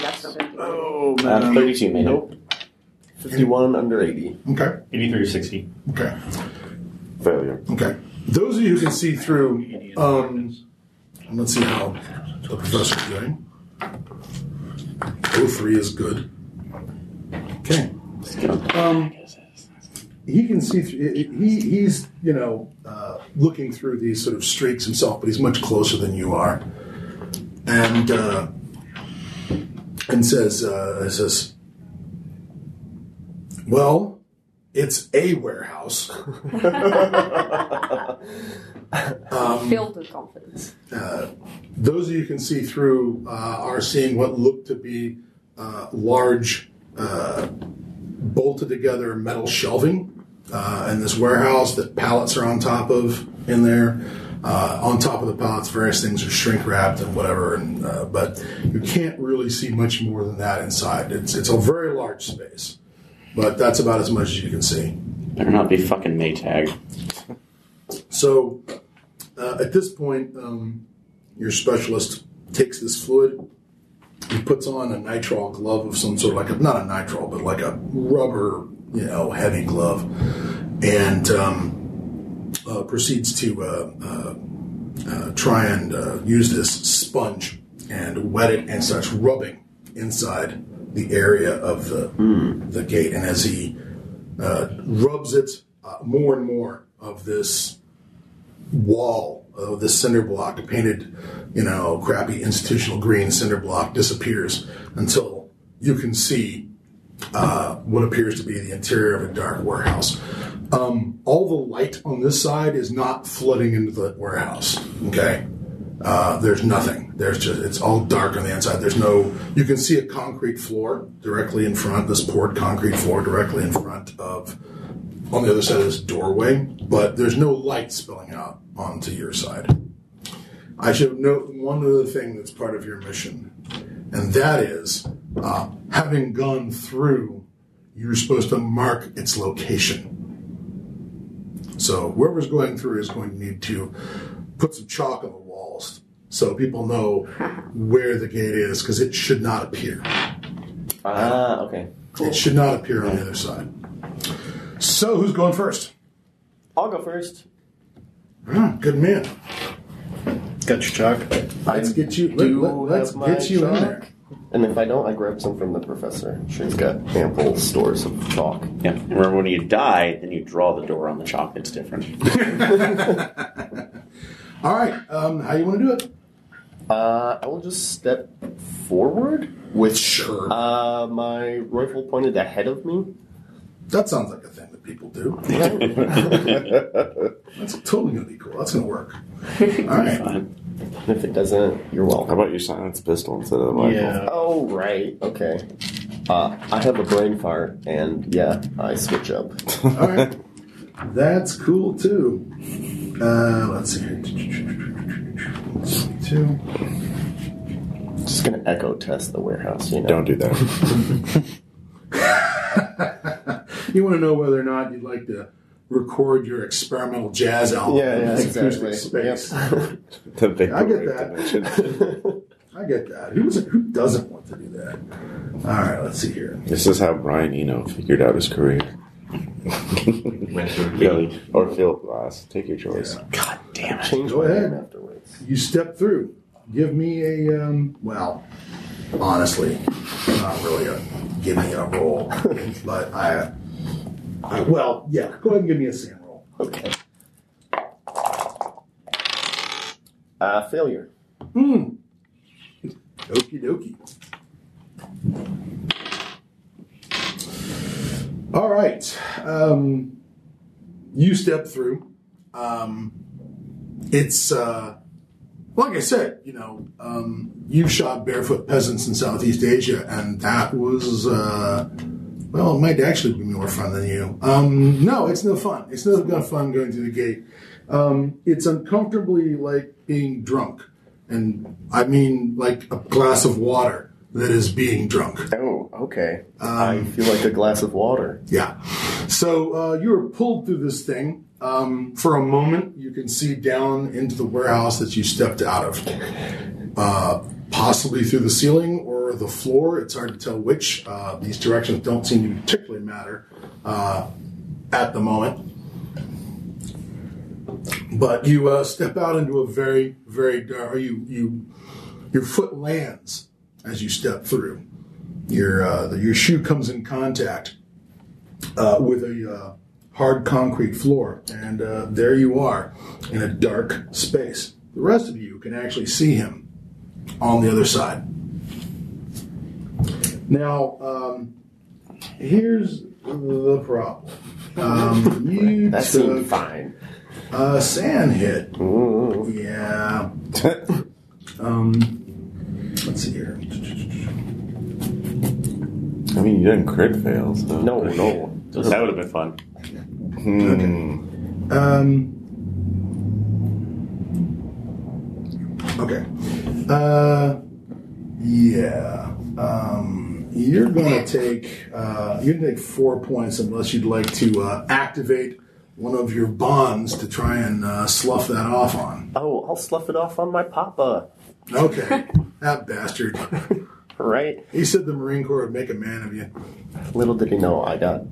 that's not very good. Oh, Uh, 32 made it. Nope. 51 under 80. Okay. 83 or 60. Okay. Failure. Okay. Those of you who can see through, um, And let's see how the professor's doing. O three is good. Okay. Um, he can see through. He he's you know uh, looking through these sort of streaks himself, but he's much closer than you are, and uh, and says uh, says, well, it's a warehouse. Filled with confidence. Those of you who can see through uh, are seeing what look to be uh, large, uh, bolted together metal shelving uh, in this warehouse that pallets are on top of in there. Uh, on top of the pallets, various things are shrink wrapped and whatever, and, uh, but you can't really see much more than that inside. It's, it's a very large space, but that's about as much as you can see. Better not be fucking Maytag. So uh, at this point, um, your specialist takes this fluid. He puts on a nitrile glove of some sort, like a, not a nitrile, but like a rubber, you know, heavy glove, and um, uh, proceeds to uh, uh, uh, try and uh, use this sponge and wet it, and starts rubbing inside the area of the the gate. And as he uh, rubs it uh, more and more of this wall of the cinder block, painted, you know, crappy institutional green cinder block, disappears until you can see uh, what appears to be the interior of a dark warehouse. Um, all the light on this side is not flooding into the warehouse. Okay, uh, there's nothing. There's just it's all dark on the inside. There's no. You can see a concrete floor directly in front. This poured concrete floor directly in front of on the other side of this doorway, but there's no light spilling out onto your side. I should note one other thing that's part of your mission, and that is uh, having gone through, you're supposed to mark its location. So whoever's going through is going to need to put some chalk on the walls so people know where the gate is because it should not appear. Ah, okay. It should not appear on the other side. So who's going first? I'll go first. Ah, good man. Got your chalk. Let's get you. Let, do us have my get you in chalk. there. And if I don't, I grab some from the professor. She's got ample stores of chalk. Yeah. Remember, when you die, then you draw the door on the chalk. It's different. All right. Um, how you want to do it? Uh, I will just step forward with Sure. uh, my rifle pointed ahead of me. That sounds like a thing that people do. That's totally gonna be cool. That's gonna work. All right. Fine. And if it doesn't, you're How welcome. about your silenced pistol instead of a rifle? Yeah. Oh right, okay. Uh, I have a brain fart, and yeah, I switch up. All right. That's cool too. Uh, let's see here. Two. Just gonna echo test the warehouse, you know. Don't do that. You want to know whether or not you'd like to record your experimental jazz album? Yeah, yeah, in this acoustic exactly. Yep. space. The Victor I get Wave that. dimension. I get that. Who, is, who doesn't want to do that? All right, let's see here. This is how Brian Eno figured out his career. Really? Or field glass. Take your choice. God damn it. Change Go my ahead. name afterwards. You step through. Give me a um, well. Honestly, not really a give me a roll, but I, I- Well, yeah. Go ahead and give me a sand roll. Okay. Uh, failure. Hmm. Okie dokie. All right. Um, you step through. Um, it's uh, like I said, you know, um, you shot barefoot peasants in Southeast Asia, and that was uh, well, it might actually be more fun than you. Um, no, it's no fun. It's no no fun going through the gate. Um, it's uncomfortably like being drunk, and I mean like a glass of water that is being drunk. Oh, okay. I feel like a glass of water. Yeah. So uh, you were pulled through this thing. Um, for a moment, you can see down into the warehouse that you stepped out of, uh, possibly through the ceiling or the floor. It's hard to tell which. Uh, these directions don't seem to particularly matter uh, at the moment. But you uh, step out into a very, very dark. You you your foot lands as you step through. Your uh, the, your shoe comes in contact uh, with a uh, hard concrete floor, and uh, there you are in a dark space. The rest of you can actually see him on the other side. Now, um, here's the problem. Um, you That took seemed fine. a sand hit. Ooh. Yeah. um, let's see here. I mean, you didn't crit fail, so. No, no. That would have been fun. Hmm. Um, okay. Uh, yeah. Um, you're gonna take uh, you're gonna take four points unless you'd like to uh, activate one of your bonds to try and uh, slough that off on. Oh, I'll slough it off on my papa. Okay. that bastard. Right? He said the Marine Corps would make a man of you. Little did he know I got All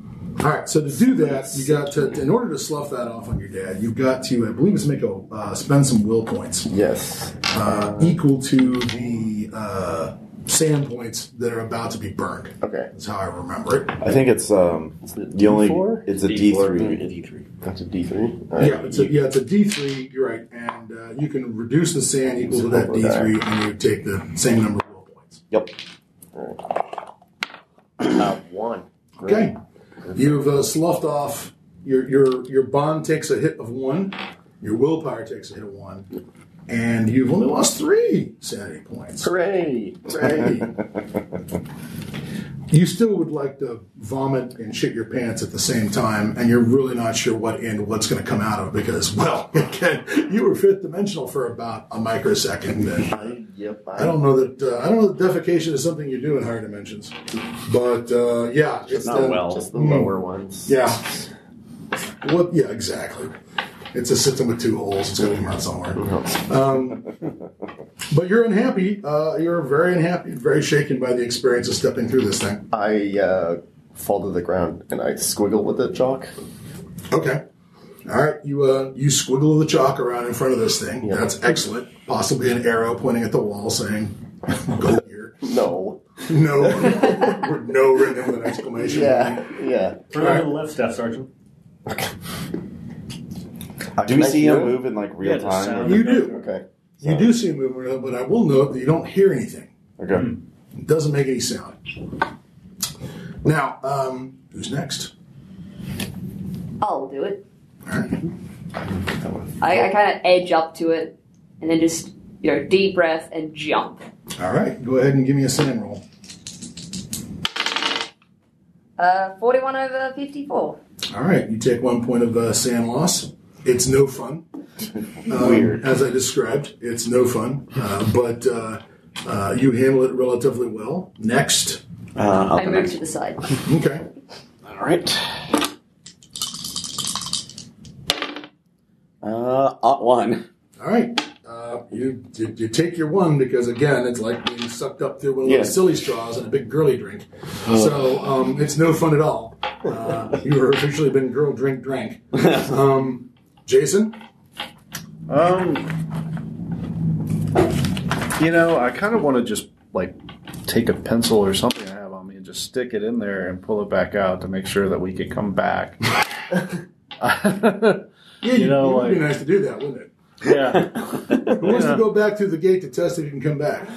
right, so to do that, you got to, in order to slough that off on your dad, you've got to, I believe it's make a, uh, spend some will points yes. uh, equal to the uh, sand points that are about to be burned. Okay. That's how I remember it. I think it's, um, the only. D4? It's a Mm, D3. That's a D three. Yeah, it's a, yeah, it's a D3, you're right, and uh, you can reduce the sand equal to that D3 and you take the same number of will points. Yep. uh, one. Great. Okay. You've uh, sloughed off, your, your, your bond takes a hit of one, your willpower takes a hit of one, and you've only lost three sanity points. Hooray! Hey. you still would like to vomit and shit your pants at the same time, and you're really not sure what end what's going to come out of because, well, again, you were fifth dimensional for about a microsecond. And I, yep. I don't know that uh, I don't know that defecation is something you do in higher dimensions, but uh, yeah, it's Not the- well. Just the Mm. lower ones. Yeah. What? Yeah, exactly. It's a system with two holes. It's going to come out somewhere. Mm-hmm. Um, but you're unhappy. Uh, you're very unhappy, very shaken by the experience of stepping through this thing. I uh, fall to the ground and I squiggle with the chalk. Okay. All right. You uh, you squiggle the chalk around in front of this thing. Yeah. That's excellent. Possibly an arrow pointing at the wall saying, "Go here." No. No, With no written with an exclamation. Yeah. Yeah. Turn over to the left, Staff Sergeant. Do we Can I see him hear? move in, like, real Yeah, the time? sound. You do. Okay. You do see a movement, but I will note that you don't hear anything. Hmm. Okay. It doesn't make any sound. Now, um, who's next? I'll do it. All right. I, I kind of edge up to it and then just, you know, deep breath and jump. All right. Go ahead and give me a sand roll. Uh, 41 over 54. All right. You take one point of uh, sand loss. It's no fun. Um, Weird. As I described, it's no fun, uh, but uh, uh, you handle it relatively well. Next. Uh, I'll I go move next. to the side. Okay. All right. Uh, ot one. All right. Uh, you, you you take your one because again it's like being sucked up through one of Yeah. those silly straws and a big girly drink, so um, it's no fun at all. Uh, you have officially been girl drink drank. Um, Jason, Um, you know, I kind of want to just like take a pencil or something I have on me and just stick it in there and pull it back out to make sure that we can come back. yeah, You know, it would be like- nice to do that, wouldn't it? yeah, Who wants Yeah. to go back through the gate to test if you can come back?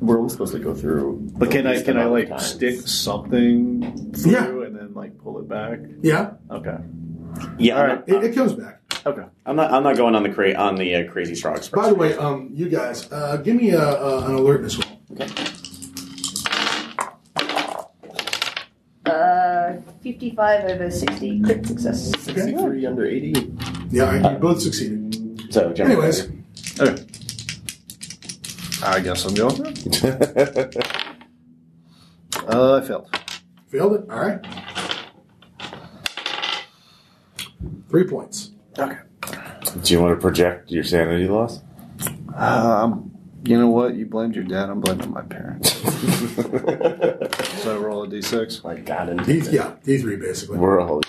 We're only supposed to go through. but the can I least can I amount of like times. stick something through Yeah. and then like pull it back? Yeah, Okay, Yeah, All I'm, right. not, it, it comes back. okay. I'm not. I'm not going on the cra- on the uh, crazy straw express. By the way, um, you guys, uh, give me a, a, an alertness roll. Uh, 55 over 60, crit success. Sixty-three under eighty. Yeah, all right, you both succeeded. So, jump Anyways, Okay. I guess I'm going. through. Uh, I failed. failed it. All right, three points. Okay. Do you want to project your sanity loss? Um, you know what? You blamed your dad. I'm blaming my parents. so I roll a d6. I got him. D, yeah, D three basically. We're all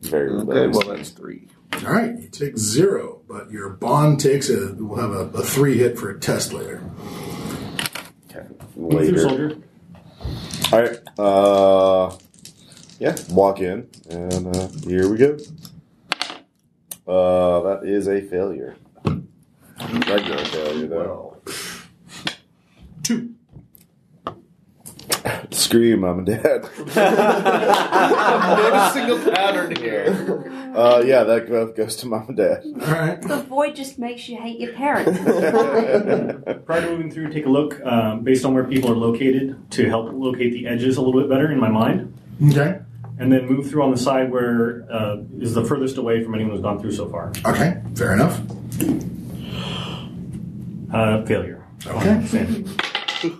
very Okay, okay, well that's three. All right, you take zero, but your bond takes a. We'll have a, a three hit for a test later. Through Later. soldier. All right. Uh, yeah, walk in, and uh, here we go. Uh, that is a failure. Regular failure, though. Two. Screw you, mom and dad. Not a single pattern here. Uh, yeah, that both goes to mom and dad. All right. The void just makes you hate your parents. Prior to moving through, take a look um, based on where people are located to help locate the edges a little bit better in my mind, Okay. and then move through on the side where uh, is the furthest away from anyone who's gone through so far. Okay. Fair enough. Uh, failure. Okay. Sanity.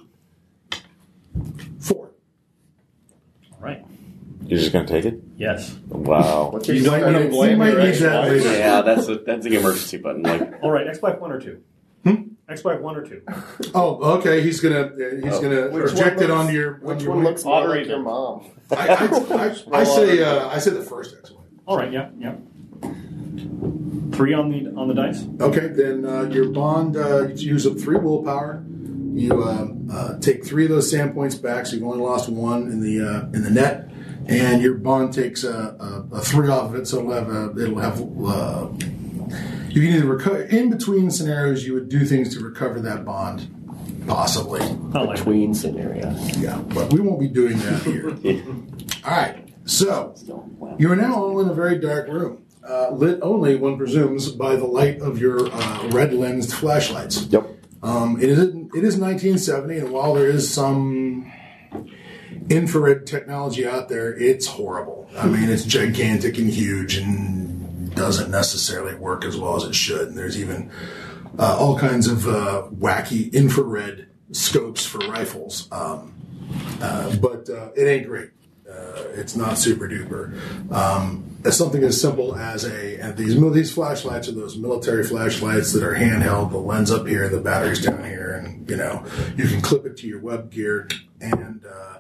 Four. All right. You're just gonna take it? Yes. Wow. What's You might kind of need, blame you might your need that ex-wife? later. Yeah, that's a, that's the emergency button. Like, All right. X black one or two. Hmm? X black one or two. Oh, okay. He's gonna uh, he's gonna Oh. Which project one it looks- onto your. Which onto your one wing. looks more like Moderated. your mom? I, I, I, I say uh, I say the first actually. All right. Yeah. Yeah. Three on the on the dice. Okay, then uh, your bond, uh, you use up three willpower. You uh, uh, take three of those sand points back, so you've only lost one in the uh, in the net, and your bond takes a, a, a three off of it, so it'll have a, it'll have. Uh, you can either recover in between scenarios. You would do things to recover that bond, possibly. Not like Between scenarios. Yeah, but we won't be doing that here. All right, so you are now all in a very dark room, uh, lit only, one presumes, by the light of your uh, red lensed flashlights. Yep. Um, it is it is 1970, and while there is some infrared technology out there, it's horrible. I mean, it's gigantic and huge, and doesn't necessarily work as well as it should. And there's even uh, all kinds of uh, wacky infrared scopes for rifles. Um, uh, but uh, it ain't great. Uh, it's not super duper. Um, it's something as simple as a and these mil- these flashlights are those military flashlights that are handheld. The lens up here, the battery's down here, and you know you can clip it to your web gear and uh,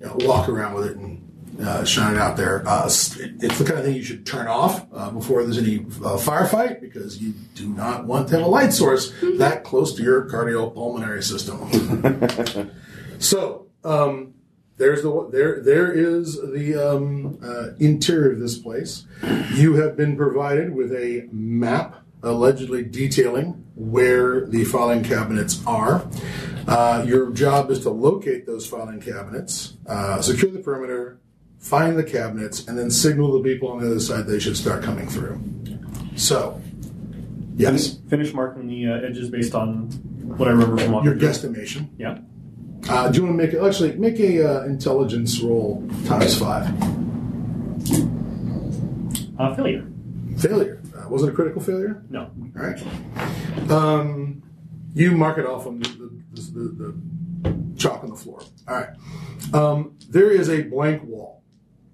you know, walk around with it and. Uh, shine it out there. Uh, s- it- it's the kind of thing you should turn off uh, before there's any uh, firefight because you do not want to have a light source that close to your cardiopulmonary system. So um, there's the there there is the um, uh, interior of this place. You have been provided with a map allegedly detailing where the filing cabinets are. Uh, your job is to locate those filing cabinets, uh, secure the perimeter, find the cabinets, and then signal the people on the other side they should start coming through. So, yes, finish marking the uh, edges based on what I remember from walking. your through. guesstimation. Yeah. Uh, do you want to make actually make a uh, intelligence roll times five? Uh, failure. Failure. Uh, was it a critical failure? No. All right. Um, you mark it off on the, the, the, the chalk on the floor. All right. Um, there is a blank wall.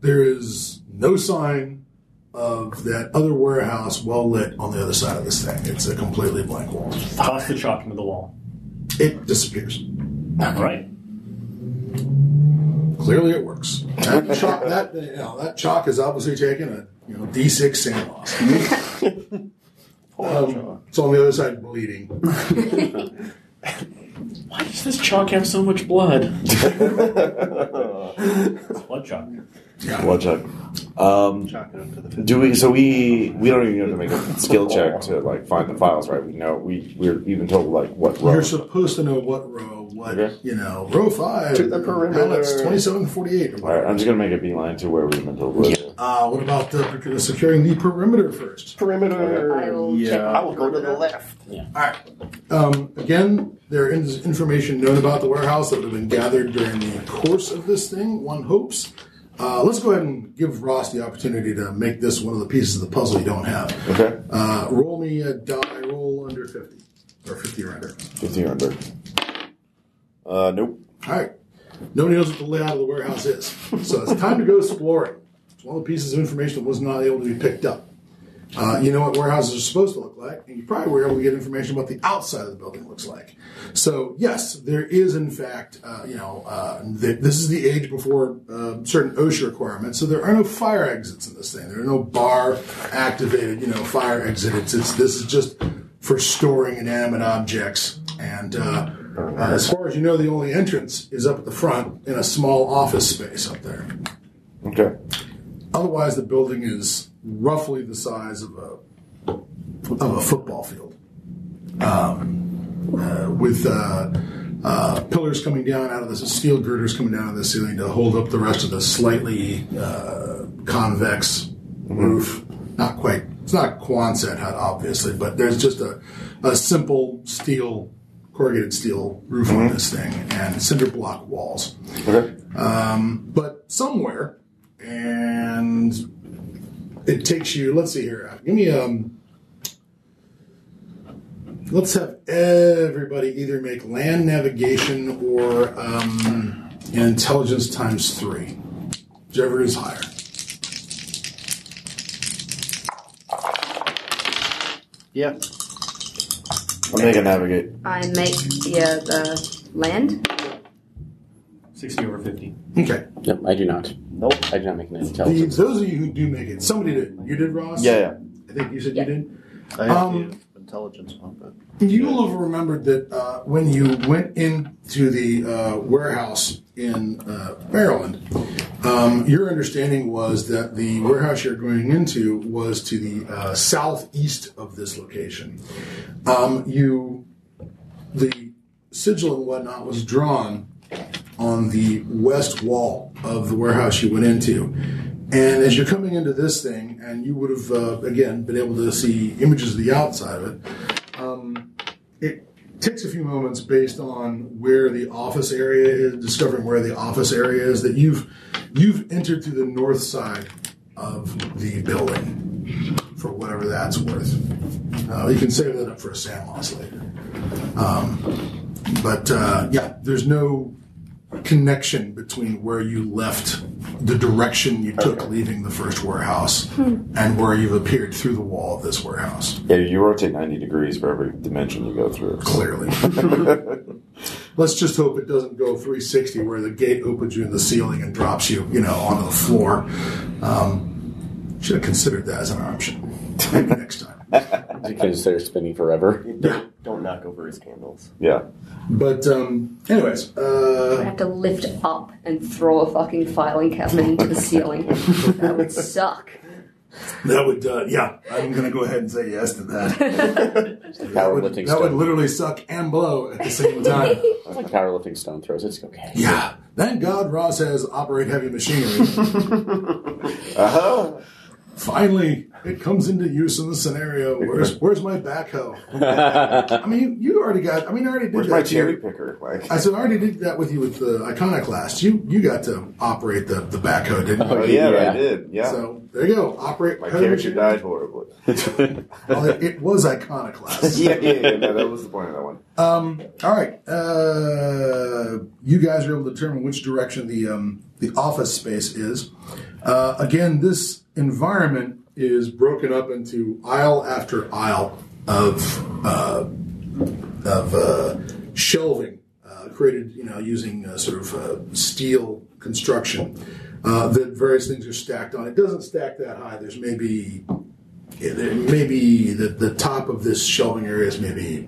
There is no sign of that other warehouse well lit on the other side of this thing. It's a completely blank wall. Toss the chalk into the wall. It disappears. All right. Clearly, it works. That chalk, that, you know, that chalk is obviously taking a you know D6 sand loss. Um, it's on the other side, bleeding. why does this chalk have so much blood? It's blood chalk. Well check. Um, do we? So we we don't even have to make a skill check to like find the files, right? We know we we're even told like what row. You're supposed to know what row, what Okay. you know, row five. To the perimeter. pallets, twenty-seven to forty-eight. All right, I'm just gonna make a beeline to where we've been told. what- Uh, what about the, the securing the perimeter first? Perimeter. I will check yeah. I will go to the perimeter. left. All right. Um, again, there is information known about the warehouse that would have been gathered during the course of this thing. One hopes. Uh, let's go ahead and give Ross the opportunity to make this one of the pieces of the puzzle you don't have. Okay, Uh, roll me a die. Roll under fifty or fifty or under. fifteen under. Uh, nope. All right. Nobody knows what the layout of the warehouse is. So it's time to go exploring. It's one of the pieces of information that was not able to be picked up. Uh, you know what warehouses are supposed to look like, and you probably were able to get information about the outside of the building looks like. So yes, there is in fact, uh, you know, uh, th- this is the age before uh, certain OSHA requirements. So there are no fire exits in this thing. There are no bar activated, you know, fire exits. It's this is just for storing inanimate objects. And uh, uh, as far as you know, the only entrance is up at the front in a small office space up there. Okay. Otherwise, the building is roughly the size of a of a football field, um, uh, with uh, uh, pillars coming down out of the steel girders coming down out of the ceiling to hold up the rest of the slightly uh, convex roof. Not quite. It's not Quonset hut, obviously, but there's just a, a simple steel, corrugated steel roof on this thing, and cinder block walls Okay. but somewhere, and it takes you. Let's see here. Give me um. Let's have everybody either make land navigation or um, intelligence times three, whichever is higher. Yeah. I'm making navigate. I make the, uh, the land. 60 over 50. Okay. Yep, I do not. Nope. I do not make an The, intelligence. those of you who do make it, somebody did. You did, Ross. Yeah, yeah. I think you said Yeah. you did. I have Um, the intelligence one, but You'll have remembered that uh, when you went into the uh, warehouse in uh, Maryland, um, your understanding was that the warehouse you're going into was to the uh, southeast of this location. Um, you, the sigil and whatnot was drawn on the west wall of the warehouse you went into. And as you're coming into this thing, and you would have uh, again been able to see images of the outside of it um, it takes a few moments based on where the office area is, discovering where the office area is that you've you've entered through the north side of the building for whatever that's worth. Uh, you can save that up for a sand loss later. Um, but uh, yeah, there's no connection between where you left, the direction you took leaving the first warehouse, and where you've appeared through the wall of this warehouse. Yeah, you rotate 90 degrees for every dimension you go through. clearly. Let's just hope it doesn't go 360 where the gate opens you in the ceiling and drops you, you know, onto the floor. Um, should have considered that as an option. Maybe next time. I consider spinning forever. don't, don't knock over his candles. Yeah. But, um, anyways, I uh, have to lift up and throw a fucking filing cabinet into the ceiling. that would suck. that would, uh, yeah, I'm going to go ahead and say yes to that. That would, Powerlifting that would stone. literally suck and blow at the same time. It's like powerlifting stone throws. It's okay. Yeah. Thank God Ross has operate heavy machinery. Uh-huh. Finally, it comes into use in the scenario. Where's where's my backhoe? I mean, you already got. I mean, I already did Where's that. my to you. cherry picker? Like, I said I already did that with you with the iconoclast. You you got to operate the the backhoe, didn't you? oh, yeah, yeah. I did. Yeah. So there you go. Operate. my heavy character machinery. died horribly. Although It was iconoclast. yeah, yeah, yeah. No, that was the point of that one. Um, all right. Uh, you guys are able to determine which direction the um, the office space is. Uh, again, this environment is broken up into aisle after aisle of uh, of uh, shelving uh, created, you know, using uh, sort of uh, steel construction. Uh, that various things are stacked on. It doesn't stack that high. There's maybe yeah, there- maybe the, the top of this shelving area is maybe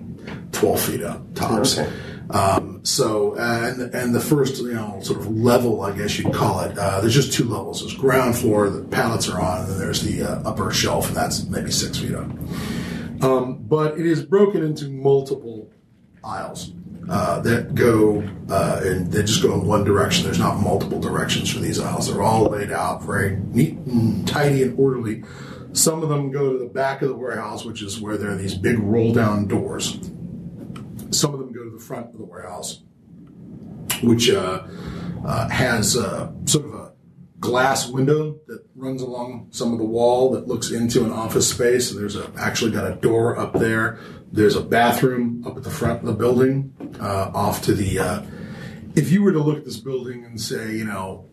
12 feet up tops. Um, so uh, and and the first you know sort of level I guess you'd call it. Uh, there's just two levels. There's ground floor the pallets are on, and then there's the uh, upper shelf, and that's maybe six feet up. Um, but it is broken into multiple aisles uh, that go uh, and they just go in one direction. There's not multiple directions for these aisles. They're all laid out very neat and tidy and orderly. Some of them go to the back of the warehouse, which is where there are these big roll down doors. Some of them go to the front of the warehouse, which uh, uh, has uh, sort of a glass window that runs along some of the wall that looks into an office space. And there's a, actually got a door up there. There's a bathroom up at the front of the building, uh, off to the. Uh, if you were to look at this building and say, you know,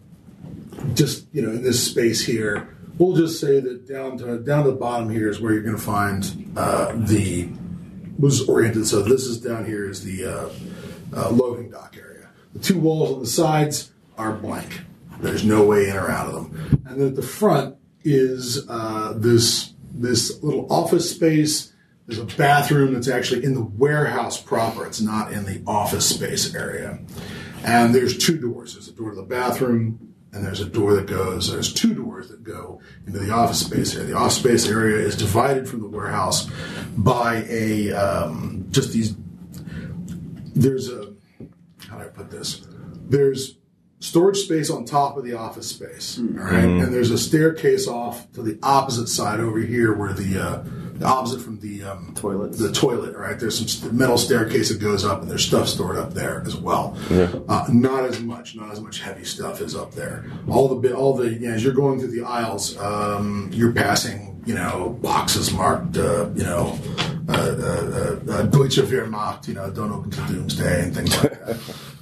just you know, in this space here, We'll just say that down to down to the bottom here is where you're going to find uh, the was oriented. So this is down here is the uh, uh, loading dock area. The two walls on the sides are blank. There's no way in or out of them. And then at the front is uh, this this little office space. There's a bathroom that's actually in the warehouse proper. It's not in the office space area. And there's two doors. There's a door to the bathroom, and there's a door that goes. There's two doors that go into the office space area. The office space area is divided from the warehouse by a um, just these. There's a how do I put this? There's storage space on top of the office space, all right? and there's a staircase off to the opposite side over here where the. Uh, the opposite from the um, Toilets. the toilet, all right? There's some st- metal staircase that goes up, and there's stuff stored up there as well. Uh, not as much, not as much heavy stuff is up there. All the bit, all the you know, as you're going through the aisles, um, you're passing, you know, boxes marked, uh, you know, uh, uh, uh, uh, Deutsche Wehrmacht, you know, don't open till doomsday and things like that.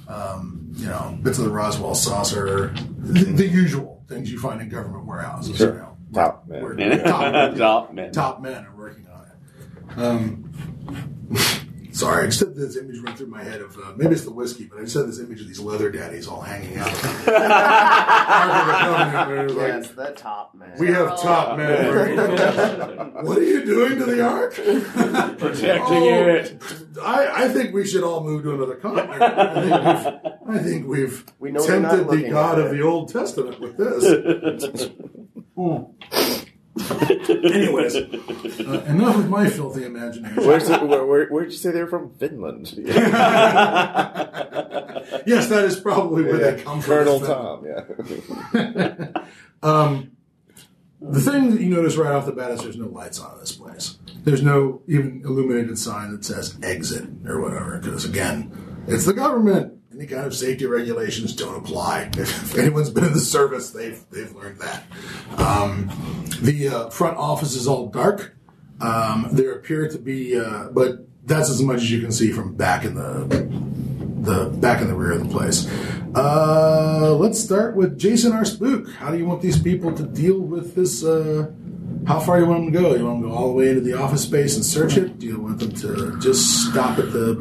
Um, you know, bits of the Roswell saucer, the, the usual things you find in government warehouses. You know, Top man. Where- Top, top man. top men are working on it. Um, sorry, I just had this image run through my head of uh, maybe it's the whiskey, but I just had this image of these leather daddies all hanging out. Yes, Like, the top man. we have top men. working. What are you doing to the ark? Protecting Oh, it. I, I think we should all move to another continent. I think we've, I think we've We know they're not tempted the looking God at of it. the Old Testament with this. Anyways, uh, enough of my filthy imagination. Where's it, where, where, where'd you say they were from? Finland. Yes, that is probably where Yeah. they come from. Colonel is that- Tom. Yeah. The thing that you notice right off the bat is there's no lights on in this place. There's no even illuminated sign that says exit or whatever, because again, it's the government. Any kind of safety regulations don't apply. If anyone's been in the service, they've, they've learned that. Um, the uh, front office is all dark. Um, there appear to be, uh, but that's as much as you can see from back in the the back in the rear of the place. Uh, let's start with Jason R. Spook. How do you want these people to deal with this? Uh, how far you want them to go? You want them to go all the way into the office space and search it? Do you want them to just stop at the?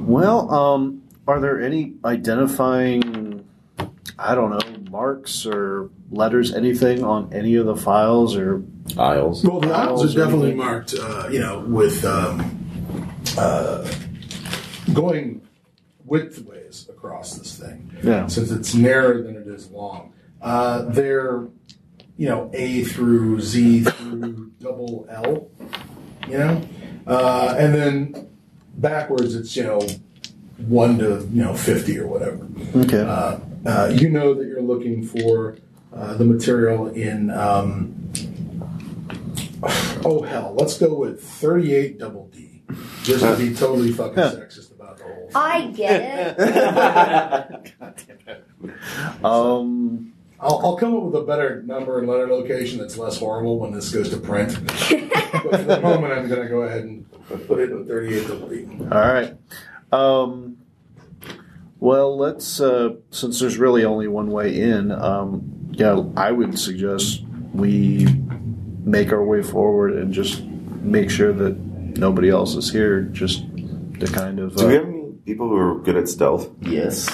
Well, um, are there any identifying, I don't know, marks or letters, anything on any of the files or Isles. Well, the aisles Aisles are or definitely anything? marked. Uh, you know, with um, uh, going widthways across this thing. Yeah. Since it's narrower than it is long, uh, they're you know A through Z through double L. you know, uh, and then backwards it's you know one to you know fifty or whatever. Okay. Uh, uh, you know that you're looking for uh, the material in. Um, oh hell, let's go with thirty-eight double D, just to be totally fucking sexist about the whole. Thing. I get it. Um, I'll, I'll come up with a better number and letter location that's less horrible when this goes to print. but for the moment, I'm going to go ahead and put it in thirty-eight double D. all right. Um, well, let's, uh, since there's really only one way in, um, yeah, I would suggest we make our way forward and just make sure that nobody else is here, just to kind of. Do we Uh, have any people who are good at stealth? Yes.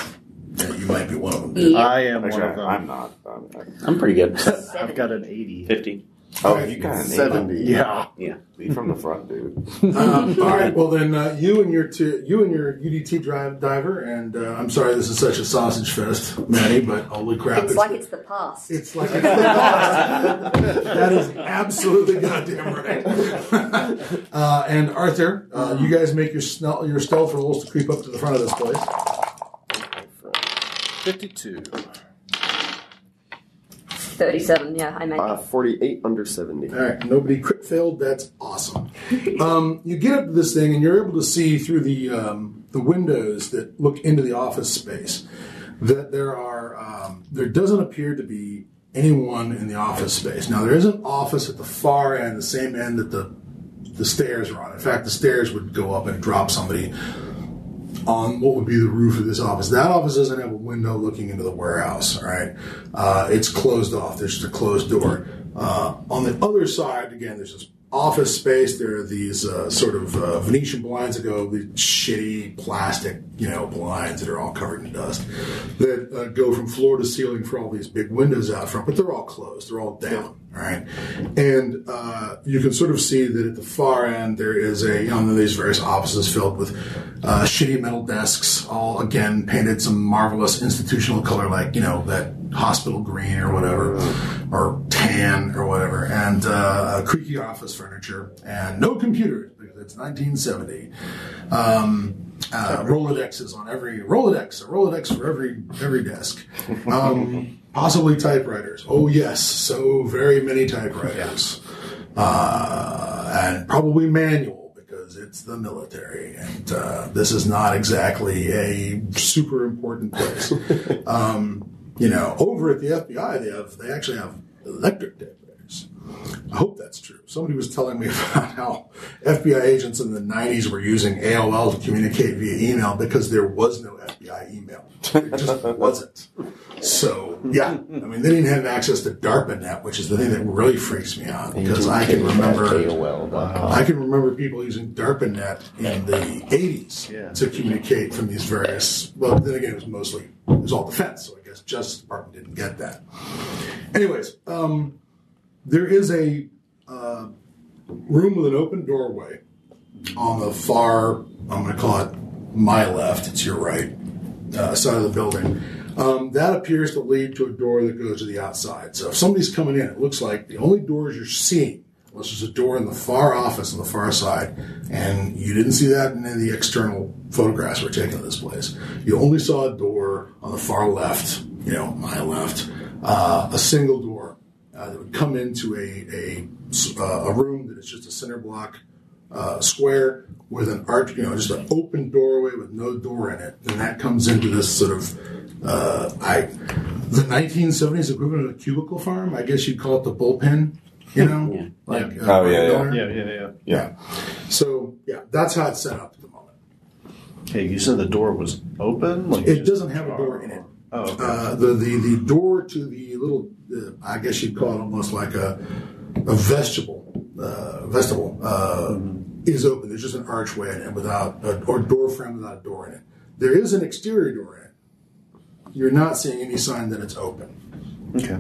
Yeah, you might be one of them. Yeah. I am Actually, one of them. I'm not. I'm not. I'm pretty good. I've got an 80. Fifty. Oh, you got an Seventy. Yeah. Lead from the front, dude. Um, all right. Well, then uh, you and your two, you and your UDT drive diver, and uh, I'm sorry this is such a sausage fest, Maddie, but holy crap! It's like it's the past. It's like it's the best. that is absolutely goddamn right. uh, and Arthur, uh, you guys make your snel- your stealth rolls to creep up to the front of this place. 52. 37, yeah, I made Uh, Forty-eight under seventy. All right, nobody crit failed. That's awesome. Um, you get up to this thing, and you're able to see through the um, the windows that look into the office space that there are um, there doesn't appear to be anyone in the office space. Now there is an office at the far end, the same end that the the stairs are on. In fact, the stairs would go up and drop somebody on what would be the roof of this office. That office doesn't have a window looking into the warehouse. All right, uh, it's closed off. There's just a closed door. Uh, on the other side, again, there's this office space. There are these uh, sort of uh, Venetian blinds that go the shitty plastic, you know, blinds that are all covered in dust that uh, go from floor to ceiling for all these big windows out front, but they're all closed. They're all down. All right, and uh, you can sort of see that at the far end there is a on these various offices filled with uh, shitty metal desks, all again painted some marvelous institutional color, like you know that hospital green or whatever, or tan or whatever, and uh, creaky office furniture and no computers because it's 1970. Um, uh, Rolodexes on every Rolodex, a Rolodex for every every desk. Um, possibly typewriters. Oh yes, so very many typewriters, uh, and probably manual because it's the military, and uh, this is not exactly a super important place. um, you know, over at the FBI, they have they actually have electric typewriters. I hope that's true. Somebody was telling me about how FBI agents in the 90s were using AOL to communicate via email because there was no FBI email. It just wasn't. So, yeah. I mean, they didn't have access to DARPANet, which is the thing that really freaks me out because I can remember I can remember people using DARPANet in the 80s Yeah. to communicate from these various. Well, then again, it was mostly it was all defense, so I guess Justice Department didn't get that. Anyways, um, there is a uh, room with an open doorway on the far. I'm going to call it my left. It's your right uh, side of the building. Um, that appears to lead to a door that goes to the outside. So if somebody's coming in, it looks like the only doors you're seeing, unless there's a door in the far office on the far side, and you didn't see that in any of the external photographs we're taking of this place. You only saw a door on the far left, you know, my left, uh, a single door uh, that would come into a, a, uh, a room that is just a center block uh, square with an arch, you know, just an open doorway with no door in it, and that comes into this sort of, uh, I, the 1970s equivalent of a cubicle farm. I guess you'd call it the bullpen, you know, like uh, Oh, yeah, yeah. donor. Yeah, yeah, yeah. Yeah. So yeah, that's how it's set up at the moment. Hey, you said the door was open. Like It doesn't have a door in it. Oh, okay. Uh, the, the the door to the little, uh, I guess you'd call it almost like a a vegetable uh, vegetable uh, is open. There's just an archway in it without a, or door frame without a door in it. There is an exterior door in it. You're not seeing any sign that it's open. okay.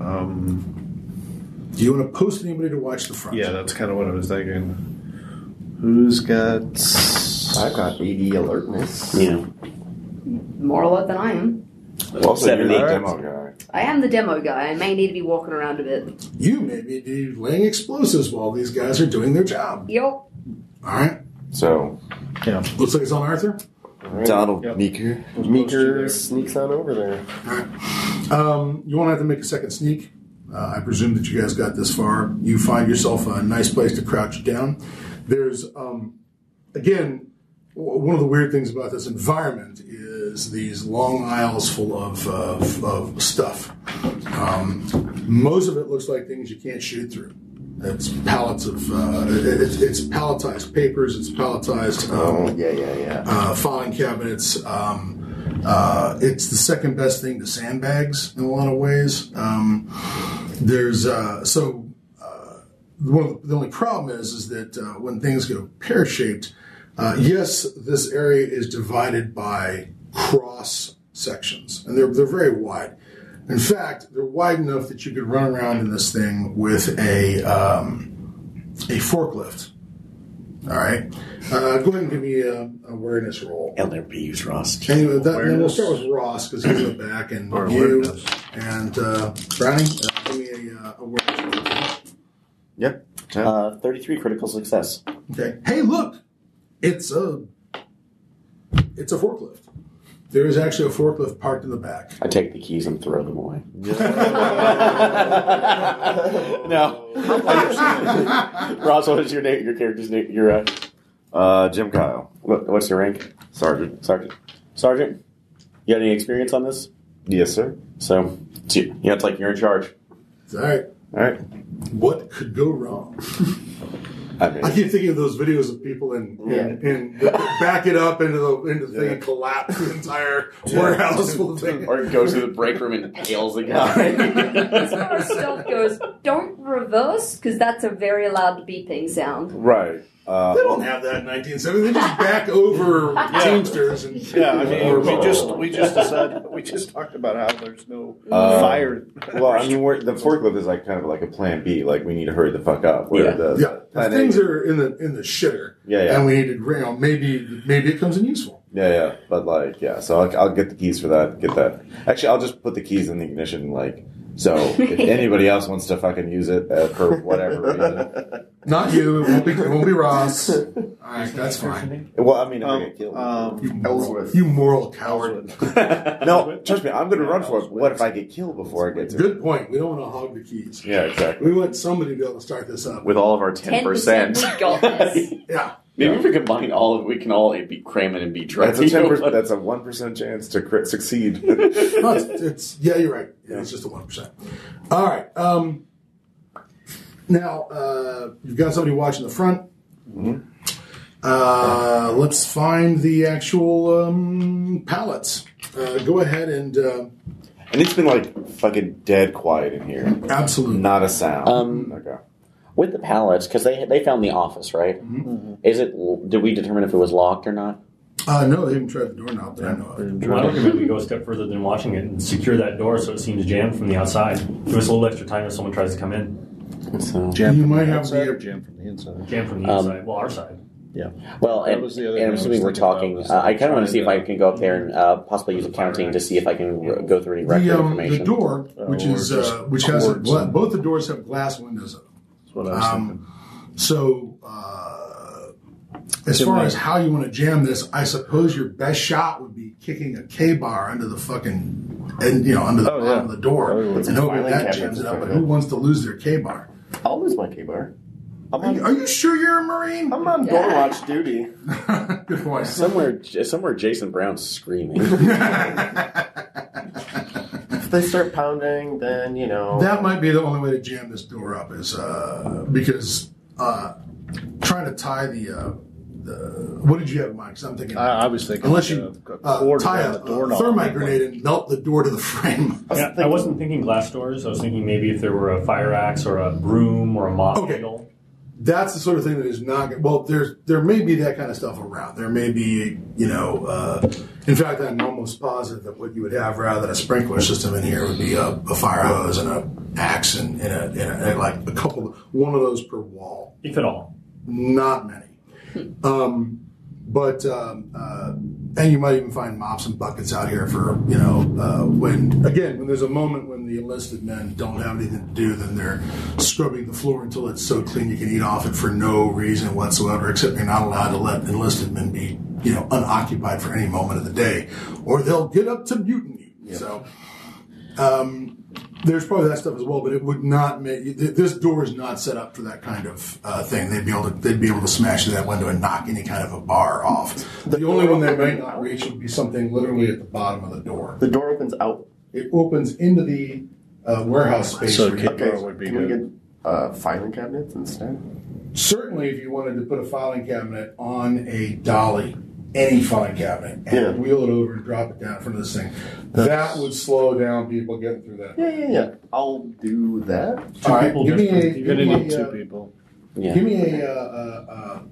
Um, Do you want to post anybody to watch the front? yeah, that's kind of what I was thinking. Who's got? I've got 80 alertness. Yeah. More alert than I am. Also, you're 70. the demo guy. I am the demo guy. I may need to be walking around a bit. You may be laying explosives while these guys are doing their job. Yo, All right. So, Yeah. Looks like it's on Arthur. Donald Yep. Meeker. Meeker sneaks on over there. Um, you won't have to make a second sneak. Uh, I presume that you guys got this far. You find yourself a nice place to crouch down. There's, um, again, w- one of the weird things about this environment is these long aisles full of, of, of stuff. Um, most of it looks like things you can't shoot through. It's pallets of, uh, it, it's- it's palletized papers, it's palletized um, Yeah, yeah, yeah. uh, filing cabinets. Um, uh, it's the second best thing to sandbags in a lot of ways. Um, there's uh, so uh, one of the, the only problem is is that uh, when things go pear shaped, uh, yes, this area is divided by cross sections, and they're they're very wide. In fact, they're wide enough that you could run around in this thing with a um, a forklift. All right, uh, go ahead and give me a awareness roll. LRP's Rust. Anyway, that, then we'll Awareness. start with Ross because he's in the back, and Or you awareness. and uh, Brownie. Uh, give me a uh, awareness. Yep. Uh, 33 critical success. Okay. Hey, look, it's a it's a forklift. There is actually a forklift parked in the back. I take the keys and throw them away. no. Ross, what is your name? Your character's name? Your uh, Uh, Jim Kyle. what, what's your rank, Sergeant. sergeant? Sergeant, you got any experience on this? Yes, sir. So, it's you you know, it's like you're in charge. All right. All right. What could go wrong? I mean, I keep thinking of those videos of people and and, and back it up into the into the thing and collapse the entire warehouse full of things. Or goes to the break room and hails a guy. As far as stealth goes, don't reverse because that's a very loud beeping sound. right. Uh, They don't have that in 1970. They just back over Teamsters and Yeah, I mean, we Or- just we just decided we just talked about how there's no Uh, fire. well, I mean, we're, the forklift is like kind of like a plan B. Like we need to hurry the fuck up. Where Yeah. the yeah, plan A- things are in the in the shitter. Yeah, yeah. and we need to you know, maybe maybe it comes in useful. Yeah, yeah, but like, yeah. So I'll, I'll get the keys for that. Get that. Actually, I'll just put the keys in the ignition. Like, so if anybody else wants to fucking use it uh, for whatever reason, Not you. It won't be it won't be Ross. All right, that's fine. well, I mean, if I Um, get killed. um, Ellsworth. You moral coward. no, trust me, I'm gonna run for it. What if I get killed before I get to? it? Good point. We don't want to hog the keys. Yeah, exactly. We want somebody to be able to start this up. With all of our 10%. 10%. We got this. Yeah, Maybe if we combine all of we can all be Kramen and be Trey. That's a ten percent. That's a one percent chance to crit succeed. no, it's, it's yeah. You're right. It's just a one percent. All right. Um, now uh, you've got somebody watching the front. Mm-hmm. Uh, let's find the actual um, pallets. Uh, go ahead and uh, and it's been like fucking dead quiet in here. absolutely. Not a sound. Um, okay. With the pallets, because they they found the office, right? Mm-hmm. Is it? Did we determine if it was locked or not? Uh, no, they haven't tried the doorknob that I know of. Well, I don't recommend we go a step further than watching it and secure that door so it seems jammed from the outside. Give us a little extra time if someone tries to come in. So, jam You from might the have outside the- or jam from the inside. Jam from the Um, inside. Well, our side. Yeah, well, That and, was the other and thing I'm I was assuming we're thinking about talking. was, Uh, like, I kind of want to trying see if I to- can go up there and uh, possibly use a counting to see if I can r- go through any record The, um, the information. door, Uh, which or is just uh, which has a, cords gla- and- both the doors have glass windows in them. that's what I was Um, thinking. So, uh, as Tim, far uh, as how you want to jam this, I suppose your best shot would be kicking a K bar under the fucking, and you know, under the Oh, bottom yeah. of the door, Probably would. and hoping Filing that cabinets jams it is up. pretty But good. who wants to lose their K bar? I'll lose my K bar. I'm Are you, on, are you sure you're a Marine? I'm on door watch duty. Oh. Good point. Somewhere, J- somewhere, Jason Brown's screaming. If they start pounding, then you know. That might be the only way to jam this door up is uh, because uh, trying to tie the, uh, the what did you have, Mike? 'Cause I'm thinking. I, I was thinking Unless like you a- a uh, cord tie around a, the doorknob. a thermite grenade and melt the door to the frame. I was Yeah, I thinking- wasn't thinking glass doors. I was thinking maybe if there were a fire axe or a broom or a mop Okay. handle. that's the sort of thing that is not gonna- well there's there may be that kind of stuff around there may be you know uh, in fact i'm almost positive that what you would have rather than a sprinkler system in here would be a, a fire hose and a axe and, and, a, and, a, and like a couple one of those per wall If at all. not many um, but um, uh, and you might even find mops and buckets out here for you know uh, when again when there's a moment when the enlisted men don't have anything to do then they're scrubbing the floor until it's so clean you can eat off it for no reason whatsoever except you're not allowed to let enlisted men be you know unoccupied for any moment of the day or they'll get up to mutiny so um, there's probably that stuff as well, but it would not make th- this door is not set up for that kind of uh, thing. They'd be able to they'd be able to smash through that window and knock any kind of a bar off. The only one they might not reach would be something literally at the bottom of the door. the door opens out. It opens into the uh, warehouse space. So where it you- can't- Okay, Door would be can we good. get uh, filing cabinets instead? certainly, if you wanted to put a filing cabinet on a dolly, any filing cabinet, and Yeah. wheel it over and drop it down in front of this thing, that would slow down people getting through that. Yeah, yeah, yeah. I'll do that. All right, people give me different. a, give You're You're me gonna a, need two uh, people. yeah. Give me a uh, uh, uh,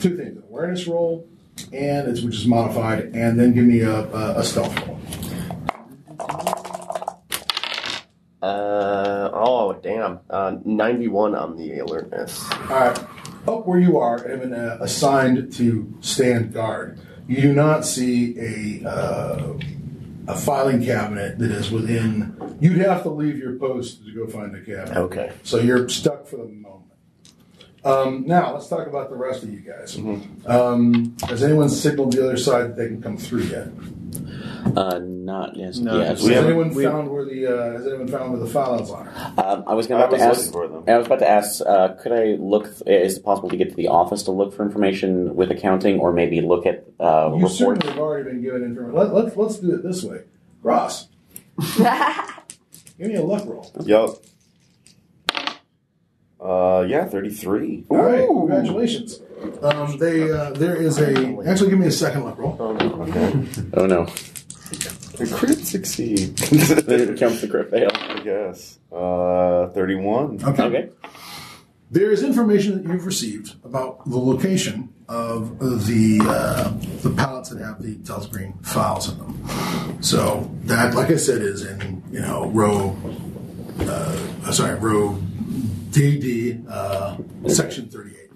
two things: an awareness roll, and it's which is modified, and then give me a, a, a stealth roll. Uh, oh, damn. Uh, 91 on the alertness. All right, up where you are, and been uh, assigned to stand guard. You do not see a uh, a filing cabinet that is within. You'd have to leave your post to go find the cabinet. Okay. So you're stuck for the moment. Um, now let's talk about the rest of you guys. Um, has anyone signaled the other side that they can come through yet? Uh, not yes. No. yes. So We has haven't- anyone we- found where the uh, has anyone found where the files are? Um, I was I going to was ask. looking for them. I was about to ask. Uh, could I look? Is it possible to get to the office to look for information with accounting, or maybe look at uh, You reports? certainly have already been given information. Let, let's let's do it this way. Ross, give me a luck roll. Yo. Uh, yeah, 33. All right, congratulations. Um, they uh, there is a actually give me a second luck roll. Okay. Oh no. The crit succeed. It counts the crit fail. I guess. Uh, 31. Okay. Okay. There is information that you've received about the location of the uh, the pallets that have the Delta Green files in them. So that, like I said, is in you know row, uh, sorry, row DD uh, section thirty eight.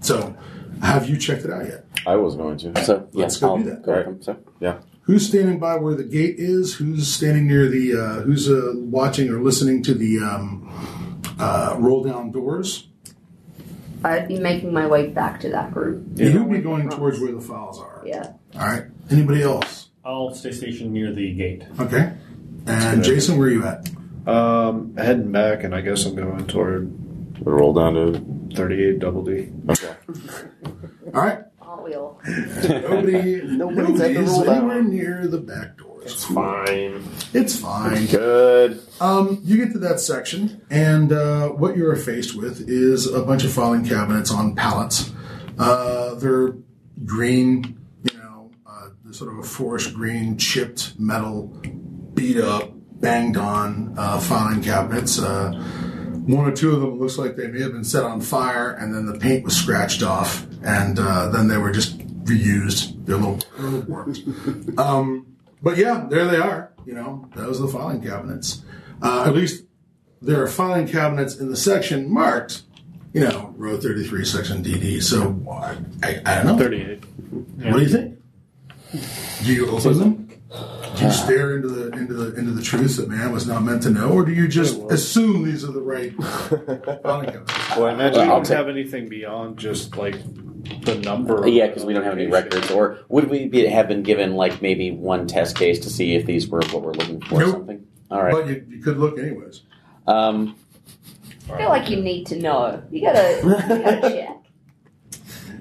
So, have you checked it out yet? I was going to. So yeah, Let's go I'll do that. Go with All him, so. yeah. Who's standing by where the gate is? Who's standing near the? Uh, who's uh, watching or listening to the um, uh, roll down doors? I'd be making my way back to that group. You'll be going towards where the files are. Yeah. All right. Anybody else? I'll stay stationed near the gate. Okay. And Jason, where are you at? Um, heading back, and I guess I'm going toward We roll down to. 38 double D. Okay. All right. Aren't we all? Nobody. Nobody's at the nobody's roll down. anywhere near the back doors. It's Fine. It's fine. Good. Um, you get to that section, and uh, what you are faced with is a bunch of filing cabinets on pallets. Uh, they're green, you know, uh, they're sort of a forest green, chipped metal, beat up, banged on uh, filing cabinets. Uh, one or two of them looks like they may have been set on fire, and then the paint was scratched off, and uh, then they were just reused. They're a little, they're a little warped. Um, But yeah, there they are. You know, those are the filing cabinets. Uh, at least there are filing cabinets in the section marked, you know, row 33, section DD. So I, I, I don't know. 38. What do you think? Do you open them? Do you stare into the into the into the truth that man was not meant to know, or do you just assume these are the right filing cabinets? Well, I imagine Well, we I'll don't take- have anything beyond just like the number. Uh, Yeah, because we don't have any records, or would we be, have been given like maybe one test case to see if these were what we're looking for or Nope. something? All right. But you, you could look anyways. Um, I feel like you need to know. You gotta, you gotta check.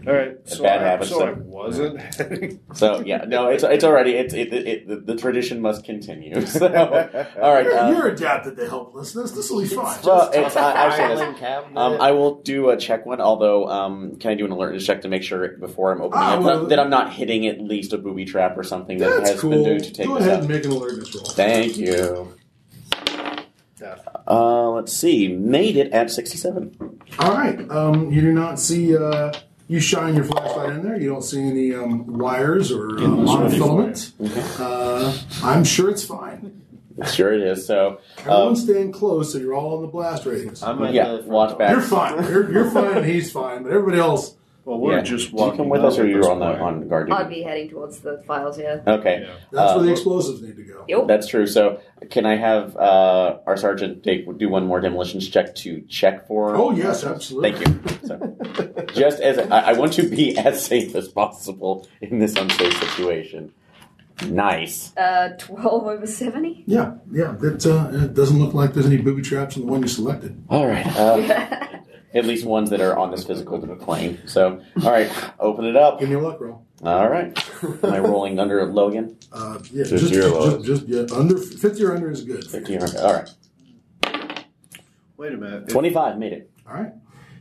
All right, so, bad I, habits so I there. wasn't heading. so yeah, no, it's it's already it's it, it, it the, the tradition must continue. So all right. You're, Um, you're adapted to helplessness. This will be fine. well, it's, I, I've said this. Filing cabinet. Um, I will do a check one, although um, can I do an alertness check to make sure before I'm opening Ah, up well- that I'm not hitting at least a booby trap or something that That's has cool. been due to take Go this ahead out. and make an alertness roll. Thank you. Yeah. Uh, let's see. Made it at 67. All right. Um, you do not see. Uh, you shine your flashlight in there. You don't see any um, wires or uh, monofilament. Uh, I'm sure it's fine. Sure it is. So, Everyone um, staying close, so you're all on the blast radius. I'm at yeah, the front watch door. back. You're fine. You're, you're fine. and He's fine. But everybody else, Well, we're Yeah. just Did you walking. come with up us or at you're this on the point. on guard I'd duty? be heading towards the files, yeah. Okay. Yeah. that's Uh, where the explosives need to go. Yep. That's true. So, can I have uh, our sergeant take, do one more demolitions check to check for? Oh yes, absolutely. Thank you. So, just as I, I want to be as safe as possible in this unsafe situation. Nice. Uh, 12 over 70? Yeah, yeah. That uh, it doesn't look like there's any booby traps in the one you selected. All right. Uh, Yeah. at least ones that are on this physical plane. So, all right. Open it up. Give me a luck roll. All right. Am I rolling under Logan? Uh, yeah, Just just, zero. just, just, yeah, under fifty or under is good. 1500. All right. Wait a minute. If 25. Made it. All right.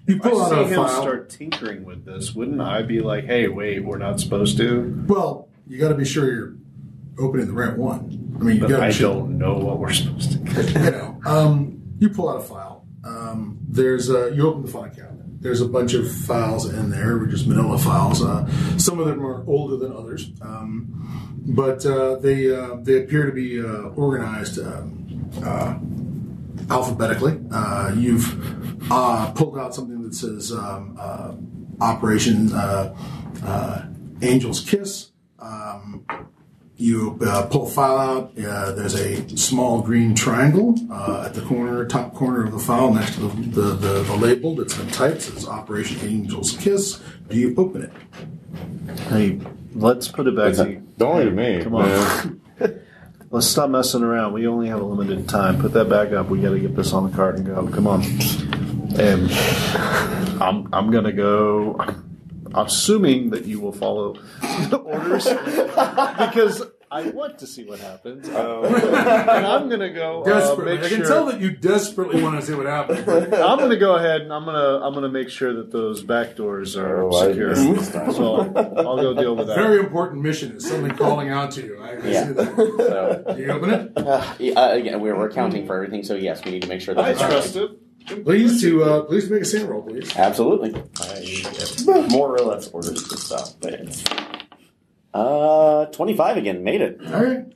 You I pull out see a him file. start tinkering with this. Wouldn't I be like, "Hey, wait, we're not supposed to"? Well, you got to be sure you're opening the right one. I mean, you But got I to sure. don't know what we're supposed to. do. You know, um, you pull out a file. Um, there's a, you open the file cabinet. There's a bunch of files in there, which is Manila files. Uh, some of them are older than others, um, but uh, they uh, they appear to be uh, organized um, uh, alphabetically. Uh, you've uh, pulled out something that says um, uh, Operation uh, uh, Angel's Kiss. You uh, pull a file out. Uh, there's a small green triangle uh, at the corner, top corner of the file, next to the, the, the, the label that's been typed. Says Operation Angel's Kiss. Do you open it? Hey, let's put it back. to- Don't leave me. Come on. man. Let's stop messing around. We only have a limited time. Put that back up. We got to get this on the card and go. Come on. And I'm I'm gonna go. I'm assuming that you will follow the orders because I want to see what happens. Oh. and I'm gonna go uh, Desperately, make I can sure. tell that you desperately want to see what happens. I'm gonna go ahead and I'm gonna I'm gonna make sure that those back doors are Oh, I secure. missed this time. So I'll go deal with that. Very important mission is something calling out to you. I, I Yeah. see that. So, Do you open it? uh, yeah, uh, yeah, we're, we're accounting for everything, so yes, we need to make sure that I it's- trust it. Please to uh, please make a sand roll, please. Absolutely. I more or less orders to stop, but it's Uh, 25 again, made it. All right.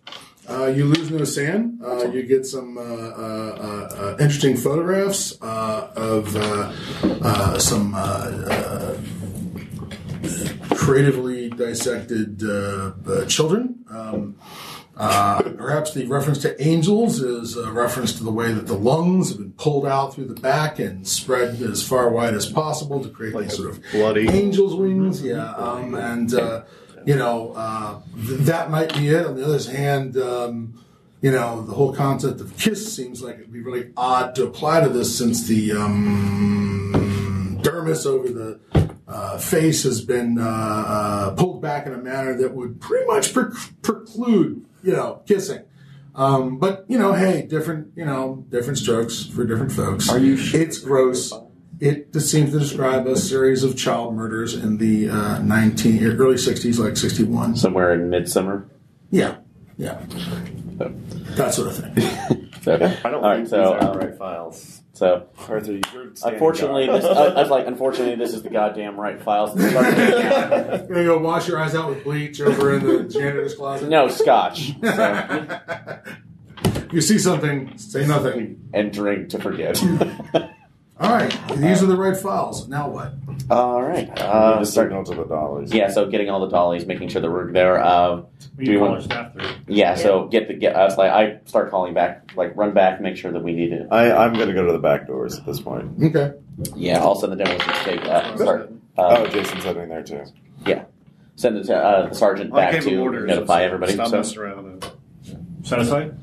Uh, you lose no sand. Uh, you get some uh, uh, uh, uh, interesting photographs uh, of uh, uh, some uh, uh, creatively dissected uh, uh, children. Um, uh, perhaps the reference to angels is a reference to the way that the lungs have been pulled out through the back and spread as far wide as possible to create these sort of bloody- angels' wings. Yeah, um, and uh, you know uh, th- that might be it. On the other hand, um, you know the whole concept of kiss seems like it'd be really odd to apply to this since the um, dermis over the uh, face has been uh, uh, pulled back in a manner that would pretty much pre- preclude you know kissing. Um, but you know, hey, different you know different strokes for different folks. Are you sure? It's gross. It just seems to describe a series of child murders in the uh, nineteen early sixties, like sixty one. Somewhere in midsummer. Yeah, yeah, So, that sort of thing. so. I don't All think right, so, these are um, right files. so Arthur, you're standing unfortunately, guard. this, uh, I, I was like, unfortunately, this is the goddamn right files. You're gonna go wash your eyes out with bleach over in the janitor's closet. no scotch so, You see something, say nothing. and drink to forget. All right, these are the right files. Now what? All right. I need Uh, to start- signal to the dollars. yeah, so getting all the dollies, making sure that we're there. Uh, Do We need you to call want- our staff through. yeah, so get the get us like I start calling back, like run back, make sure that we need it. I, I'm going to go to the back doors at this point. Okay. Yeah, I'll send the demolition state uh, start. Oh, Uh, Jason's heading there too. send the, uh, the sergeant I back gave him to orders. notify everybody. Stop So, messing around. Satisfied?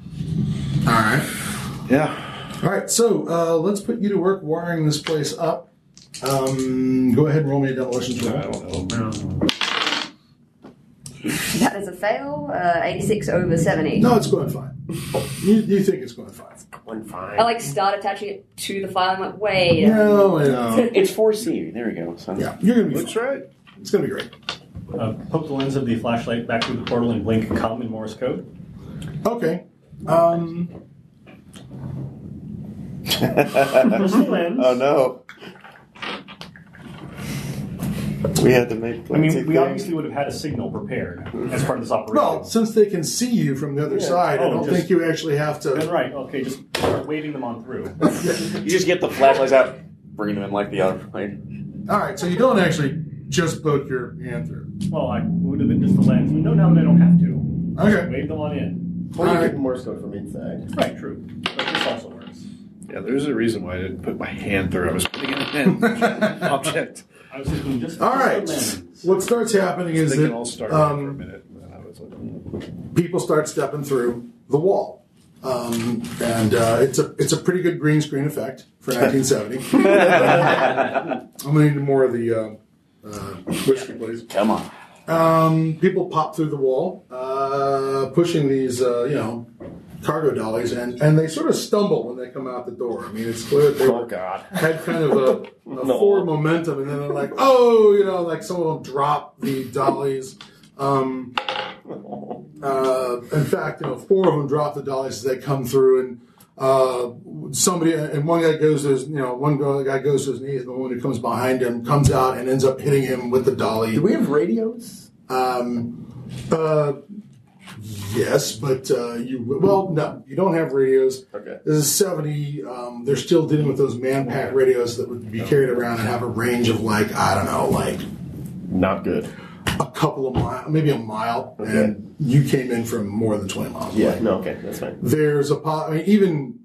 All right. Yeah. All right, so uh, let's put you to work wiring this place up. Um, go ahead and roll me a demolition I roll. don't know. That is a fail. Uh, 86 over 70. No, it's going fine. You, you think it's going fine? one fine. I like start attaching it to the file. I'm like, wait. No, no. it's four C. There we go. So. Yeah, you're gonna be. Looks Fine. right. It's gonna be great. Uh, poke the lens of the flashlight back through the portal and blink come in Morse code. Okay. Um, Push the lens. Oh no. We had to make I mean, plenty we things. obviously would have had a signal prepared as part of this operation. well, since they can see you from the other side, I Oh, don't just- think you actually have Then to. right, okay, just start waving them on through. You just get the flashlights out, bring them in like the other plane. All right, so you don't actually just poke your hand through. Well, I would have been just the lens. No, now that I don't have to. Okay. Wave them on in. Or you Alright. could Morse code from inside. Right, true. But this also works. Yeah, there's a reason why I didn't put my hand through. I was putting it in an object. I was thinking just All just right. the lens. What starts happening is they can that all start for a um, minute. And then I was like, mm. people start stepping through the wall. Um, and uh, it's a it's a pretty good green screen effect for 1970. I'm gonna need more of the uh, uh, whiskey, please. Come on. Um, people pop through the wall, uh, pushing these uh, you know cargo dollies, and and they sort of stumble when they come out the door. I mean, it's clear that they Oh were god. had kind of a, a forward momentum, and then they're like, oh, you know, like some of them drop the dollies. Um, uh, in fact, you know, four of them drop the dollies as they come through, and uh, somebody and one guy goes to his, you know, one guy guy goes to his knees, and the one who comes behind him comes out and ends up hitting him with the dolly. Do we have radios? Um, uh, yes, but uh, you well, no, you don't have radios. Okay. This is seventy. Um, they're still dealing with those man pack radios that would be carried around and have a range of like I don't know, like Not good. a couple of miles, maybe a mile, and you came in from more than twenty miles. Yeah. No. Okay. That's fine. There's a po- I mean, even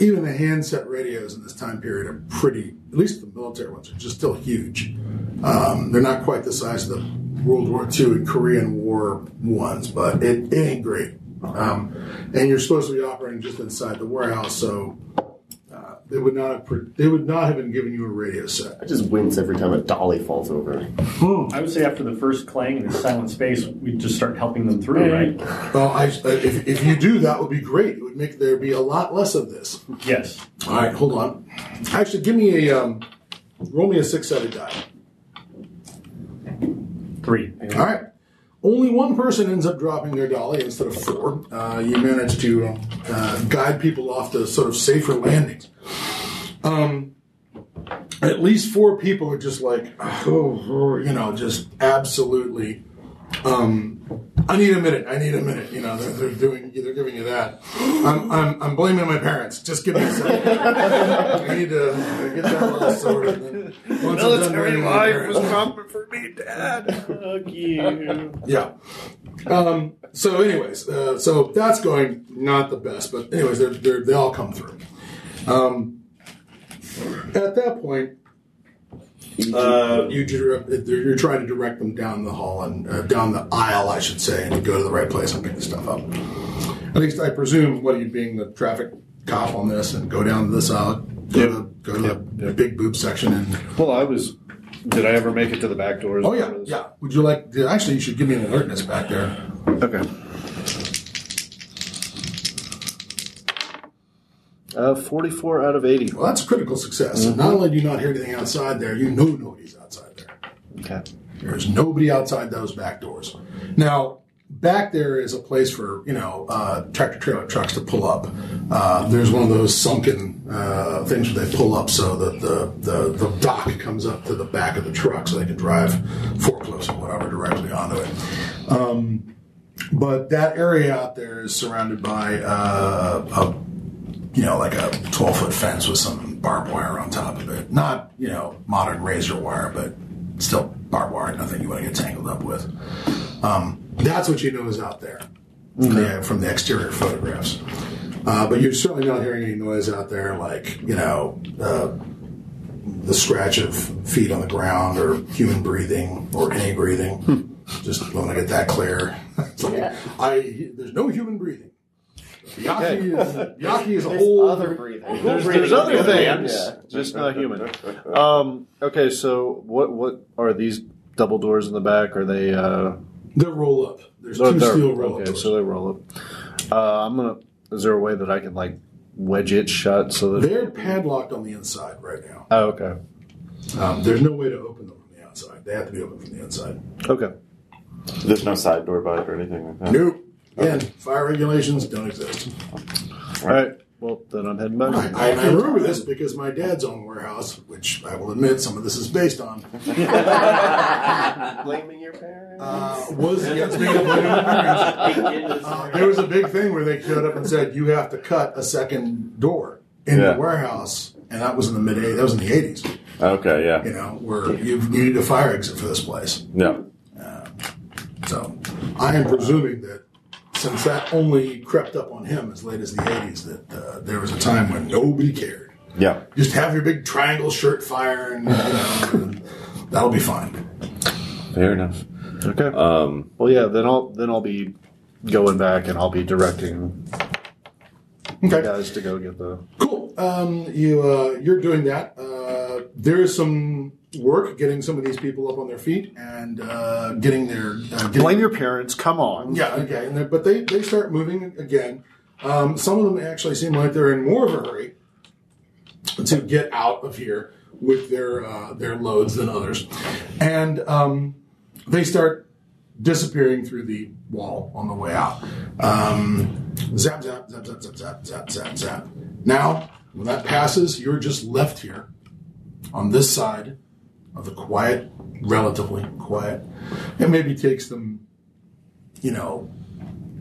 even the handset radios in this time period are pretty. At least the military ones are just still huge. Um, they're not quite the size of the World War II and Korean War ones, but it, it ain't great. Um, and you're supposed to be operating just inside the warehouse, so uh, They would not have. pro- They would not have been giving you a radio set. I just wince every time a dolly falls over. I would say after the first clang in the silent space, we just start helping them through, right? Well, I, if, if you do, that would be great. It would make there be a lot less of this. Yes. All right, hold on. Actually, give me a um, roll me a six-sided die. Three. All right. Only one person ends up dropping their dolly instead of four. Uh, you manage to uh, guide people off to sort of safer landings. Um, at least four people are just like, oh, oh, you know, just absolutely. Um, I need a minute. I need a minute. You know, they're, they're doing. They're giving you that. I'm, I'm, I'm blaming my parents. Just give me a second. I need to get that all sorted. Once I'm done blaming my parents- coming for me, Dad. Fuck you. yeah. Um, so, anyways, uh, so that's going not the best, but anyways, they're, they're, they all come through. Um, at that point, uh, you direct, you're trying to direct them down the hall and uh, down the aisle, I should say, and to go to the right place and pick the stuff up. At least I presume. What are you being the traffic cop on this and go down this aisle, go to, go to the big boob section and Well, I was. Did I ever make it to the back doors? oh yeah, yeah. Would you like? Actually, you should give me an alertness back there. Okay. Uh, 44 out of Mm-hmm. 80. Well, that's a critical success. Not only do you not hear anything outside there, you know nobody's outside there. Okay. There's nobody outside those back doors. Now, back there is a place for, you know, uh, tractor trailer trucks to pull up. Uh, there's one of those sunken uh, things where they pull up so that the, the, the dock comes up to the back of the truck so they can drive forklifts or whatever directly onto it. Um, but that area out there is surrounded by uh, a you know, like a 12 foot fence with some barbed wire on top of it. Not, you know, modern razor wire, but still barbed wire, nothing you want to get tangled up with. Um, that's what you know is out there from, Mm-hmm. the, from the exterior photographs. Uh, but you're certainly not hearing any noise out there, like, you know, uh, the scratch of feet on the ground or human breathing or any breathing. Hmm. Just want to get that clear. It's like, Yeah. I, there's no human breathing. Yaki is, Yaki is a There's whole other breathing. There's, there's other things, Yeah. just not human. Um, okay, so what what are these double doors in the back? Are they uh, They're roll up. There's they're- two they're- steel roll up Okay, so they roll up. Uh, I'm gonna. Is there a way that I can like wedge it shut so that? They're padlocked on the inside right now. Oh, okay, Um, there's no way to open them from the outside. They have to be opened from the inside. okay. There's no side door by it or anything like that. Nope. Again, fire regulations don't exist. All right. Well, then I'm heading back. I, I remember this because my dad's own warehouse, which I will admit some of this is based on, Blaming your parents. uh, was yeah, speaking of my own parents, uh, there was a big thing where they showed up and said you have to cut a second door in Yeah. the warehouse, and that was in the mid that was in the eighties. Okay, yeah. You know, where you needed a fire exit for this place. Yeah. So I am presuming that since that only crept up on him as late as the 80s, that uh, there was a time when nobody cared. Yeah. Just have your big triangle shirt fire and, you know, and that'll be fine. Fair enough. Okay. Um. Well, yeah. Then I'll then I'll be going back and I'll be directing Okay. guys to go get the. Cool. Um, you uh, you're doing that. Uh, there is some work getting some of these people up on their feet and uh, getting their uh, getting, Blame your parents. Come on. Yeah, okay. And they're- but they, they start moving again. Um, some of them actually seem like they're in more of a hurry to get out of here with their uh, their loads than others, and um, they start disappearing through the wall on the way out. Um, zap, zap, zap, zap, zap, zap, zap, zap, zap. Now, when that passes, you're just left here on this side of the quiet, relatively quiet. It maybe takes them you know,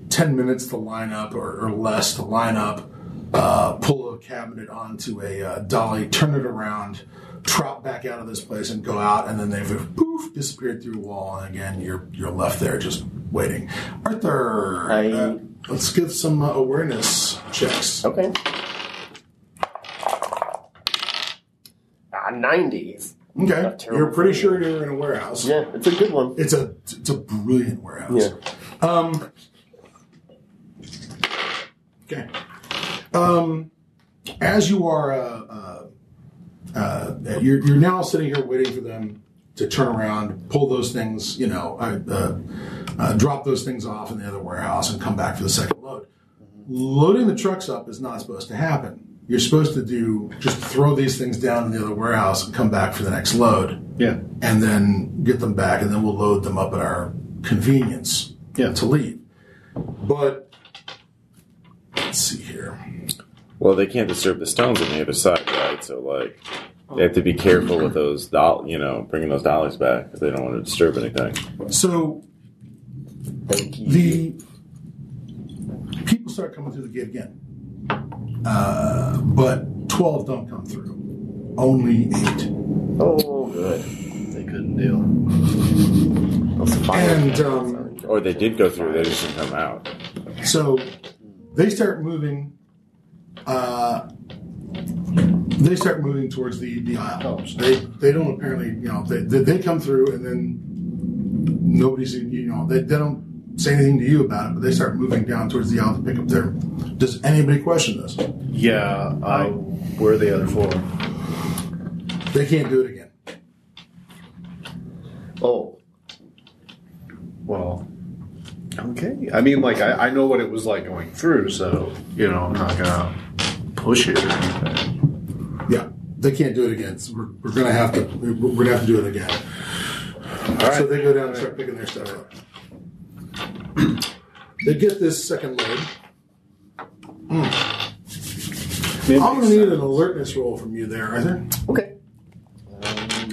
10 minutes to line up or, or less to line up, uh, pull a cabinet onto a uh, dolly, turn it around, trot back out of this place and go out, and then they've poof disappeared through a wall, and again, you're you're left there just waiting. Arthur, I- Oh, uh, let's give some uh, awareness checks. Okay. Ah, 90s. Okay, Not terrible. you're pretty sure you're in a warehouse. Yeah, it's a good one. It's a it's a brilliant warehouse. Yeah. Um, okay. Um, as you are, uh, uh, uh, you're, you're now sitting here waiting for them to turn around, pull those things, you know, uh, uh, uh, drop those things off in the other warehouse and come back for the second load. Loading the trucks up is not supposed to happen. You're supposed to do just throw these things down in the other warehouse and come back for the next load Yeah. and then get them back, and then we'll load them up at our convenience Yeah. to leave. But let's see here. Well, they can't disturb the stones on the other side, right? So, like, they have to be careful with those doll, you know, bringing those dollars back because they don't want to disturb anything. So Thank you. the people start coming through the gate again, uh, but twelve don't come through. Only eight. oh, good. They couldn't deal. That's fine. And, um, Or they did go through; they just didn't come out. So they start moving. Uh, they start moving towards the, the aisle. They they don't apparently you know they, they, they come through and then nobody's even- you know they, they don't say anything to you about it, but they start moving down towards the aisle to pick up their. Does anybody question this? Yeah. I, where are the other four? They can't do it again. oh, Well. Okay. I mean, like, I, I know what it was like going through, so, you know, I'm not gonna push it or anything. Yeah, they can't do it again. So we're, we're gonna have to we're gonna have to do it again. So they go down and start picking their stuff up. They get this second load. Maybe I'm gonna need an alertness roll from you there, Arthur. okay.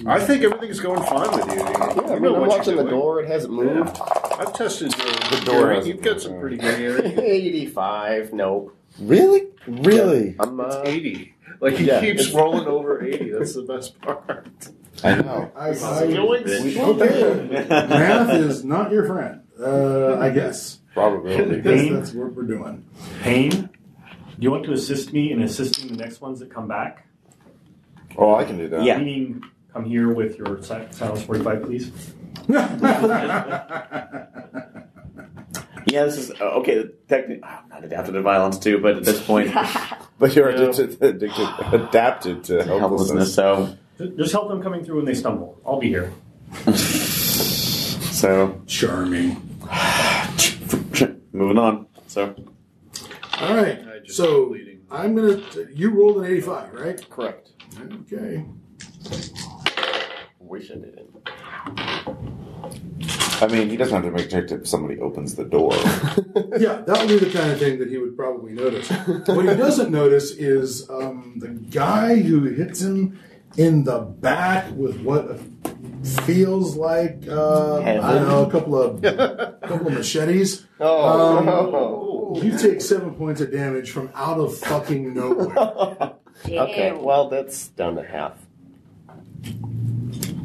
I think everything's going fine with you. Yeah, I you mean, know I'm what watching you're the doing. door. It hasn't moved. I've tested the, door door. hasn't You've got some moved. pretty good hearing. 85. No. Really, really. I'm It's uh, 80. Like, he Yeah. keeps rolling over 80. That's the best part. I know. I, I, Well, math is not your friend. Uh, I guess. Probability. That's, that's what we're doing. Pain, do you want to assist me in assisting the next ones that come back? Oh, I can do that. Yeah. Meaning, come here with your si- silence 45, please. Yeah, this is uh, okay. Technically, I'm not adapted to violence too, but at this point, But you're Yeah. addicted, addicted, adapted to helplessness. helplessness. So, Just just help them coming through when they stumble. I'll be here. so Charming. moving on. So All right. I just keep So bleeding. I'm gonna. You rolled an 85, right? correct. Okay. Wish I didn't. I mean, he doesn't have to make check if somebody opens the door. Yeah, that would be the kind of thing that he would probably notice. what he doesn't notice is um, the guy who hits him in the back with what feels like uh, I don't know a couple of couple of machetes. Oh, Um, no. You take seven points of damage from out of fucking nowhere. Okay, Ew. well, that's down to half.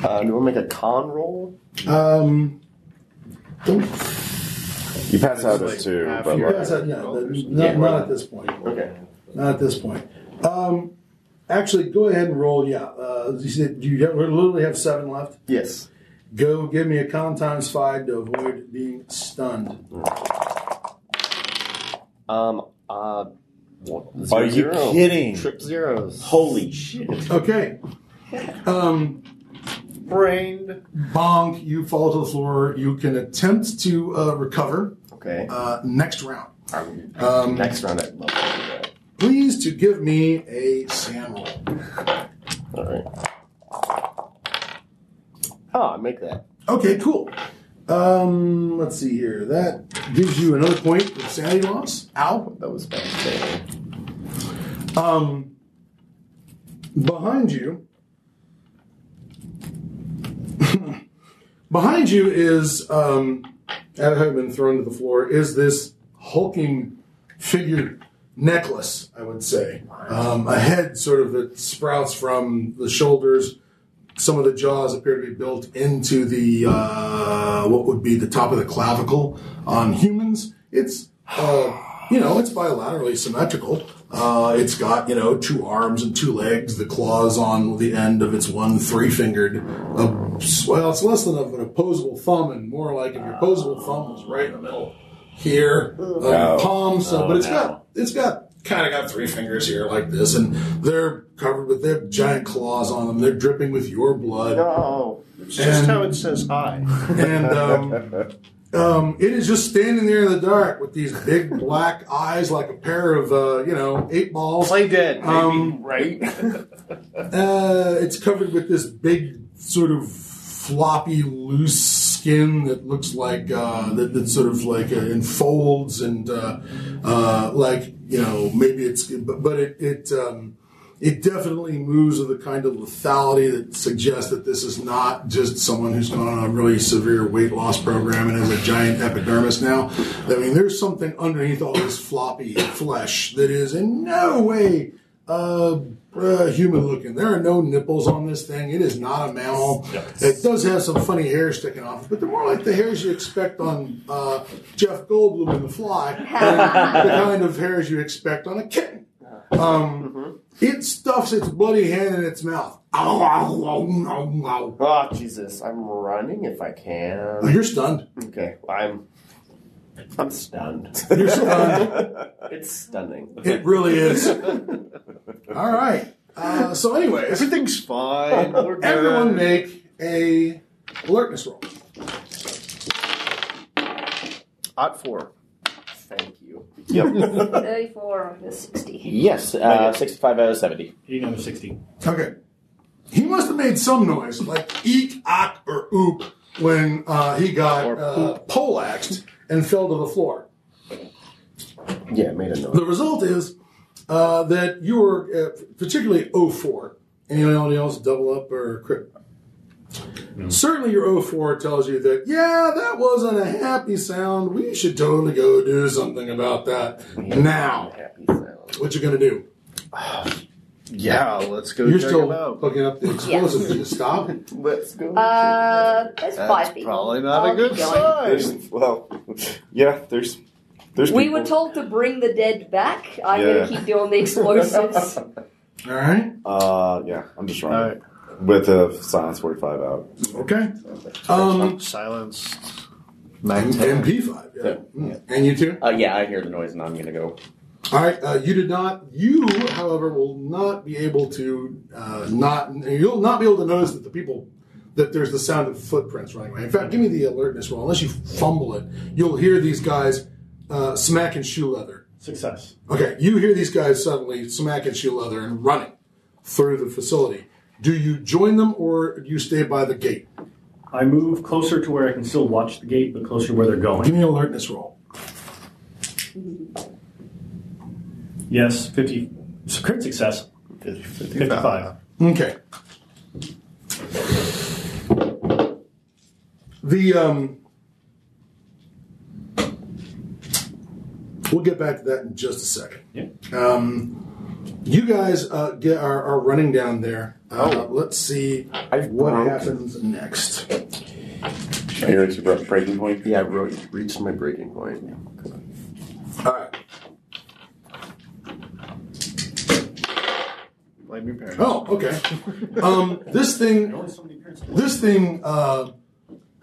Uh, do we make a con roll? Um, don't You pass out at It's like two, half but your- like, that's not, yeah, that- Yeah. not, not at this point. Okay. Not at this point. Um, actually, go ahead and roll. Yeah, uh, you said you have- we literally have seven left. Yes. Go give me a con times five to avoid being stunned. Um. Uh. one- Are you kidding? Trip zeros. holy shit! Okay. Um, Brained. bonk, you fall to the floor. You can attempt to uh, recover Okay. uh, next round. Um, Um, next round at level. yeah. Please to give me a sand roll. All right. Oh, I make that. Okay, cool. Um, let's see here. That gives you another point of sanity loss. Ow. That was bad. Um, behind you, behind you is um, that had been thrown to the floor. Is this hulking figure necklace? I would say um, a head sort of that sprouts from the shoulders. Some of the jaws appear to be built into the uh, what would be the top of the clavicle on humans. It's uh, you know it's bilaterally symmetrical. Uh, it's got you know two arms and two legs. The claws on the end of its one three fingered. well, it's less than of an opposable thumb and more like if your opposable thumb was right in the middle here, uh, palm. So, but it's got it's got kind of got three fingers here like this, and they're covered with their giant claws on them. They're dripping with your blood. No, It's just And- how it says hi. and um, um, it is just standing there in the dark with these big black eyes, like a pair of uh, you know eight balls. Play dead, maybe, Um, right? Uh, it's covered with this big sort of floppy, loose skin that looks like uh, that, that sort of like uh, enfolds and uh, uh, like you know maybe it's but, but it it. Um, it definitely moves with a kind of lethality that suggests that this is not just someone who's gone on a really severe weight loss program and has a giant epidermis now. I mean, there's something underneath all this floppy flesh that is in no way uh, uh, human looking. There are no nipples on this thing. It is not a mammal. It does have some funny hair sticking off, but they're more like the hairs you expect on uh, Jeff Goldblum in The Fly than the kind of hairs you expect on a kitten. Um, It stuffs its bloody hand in its mouth. Ow, ow, ow, ow, ow. Oh Jesus! I'm running if I Oh, can. You're stunned. Okay, I'm. I'm stunned. You're stunned. It's stunning. it really is. All right. Uh, so, anyways, Everything's fine. We're good. everyone make a alertness roll. Ot four. Thank you. 34 over 60. Yes, uh, 65 out of 70. Eating another 60. Okay. He must have made some noise, like eek, ock, or oop, when uh, he got uh, poleaxed and fell to the floor. Yeah, it made a noise. The result is uh, that you were uh, particularly 04. Anyone else double up or crit? Certainly, your 04 tells you that, yeah, that wasn't a happy sound. We should totally go do something about that now. Happy sound. What you gonna do? Yeah, let's go You're check still it out. hooking up the explosive. Did you stop? Let's go. Uh, that's, That's five people. probably not I'll a good keep going. sign. There's, well, yeah, there's there's We people. were told to bring the dead back. I'm Yeah. going to keep doing the explosives. All right. uh, yeah, I'm just All running right. with a silence 45 out. Okay. Um, Silence. and MP5. Yeah. Hmm. And you too? Uh, yeah, I hear the noise and I'm going to go. All right, uh, you did not. You, however, will not be able to uh, not. You'll not be able to notice that the people that there's the sound of footprints running away. In fact, give me the alertness roll. Unless you fumble it, you'll hear these guys uh, smacking shoe leather. Success. Okay, you hear these guys suddenly smacking shoe leather and running through the facility. Do you join them or do you stay by the gate? I move closer to where I can still watch the gate, but closer to where they're Give going. me an alertness roll. Yes, 50. It's a Crit success. 55. Okay. The um we'll get back to that in just a second. Yeah. Um you guys uh, get, are, are running down there. Oh. Uh, let's see what happens next. Are you ready to break- breaking point? Yeah, I wrote, reached my breaking point. All right. Blame your parents. Oh, okay. Um, this thing Only so many parents do. this thing uh,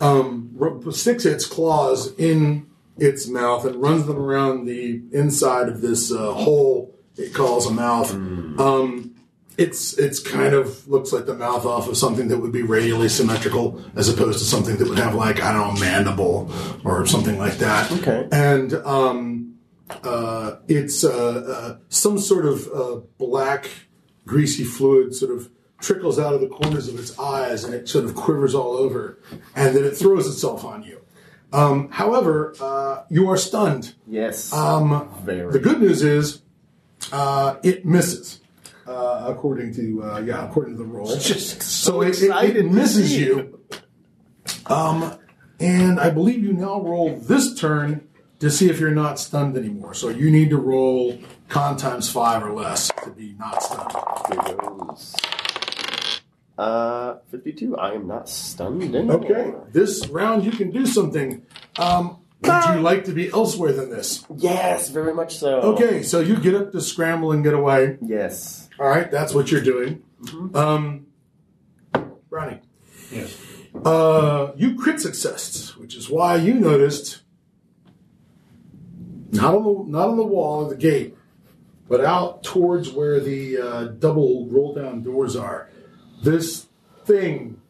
um, r- sticks its claws in its mouth and runs them around the inside of this uh, hole it calls a mouth. Um, it's it's kind of looks like the mouth off of something that would be radially symmetrical as opposed to something that would have like I don't know mandible or something like that. Okay. and. Um, uh, it's uh, uh, some sort of uh, black, greasy fluid sort of trickles out of the corners of its eyes and it sort of quivers all over, and then it throws itself on you. Um, however, uh, you are stunned. Yes. Um, Very. the good news is uh, it misses, uh, according to uh, yeah, according to the roll. Just so it, it, it misses you. Um, and I believe you now roll this turn to see if you're not stunned anymore. So you need to roll con times five or less to be not stunned. Here goes. Uh, 52. I am not stunned anymore. Okay, this round you can do something. Um, would you like to be elsewhere than this? Yes, very much so. Okay, so you get up to scramble and get away. Yes. All right, that's what you're doing. Um, Ronnie. Yes. Uh, you crit success, which is why you noticed not on the not on the wall of the gate, but out towards where the uh, double roll down doors are, this thing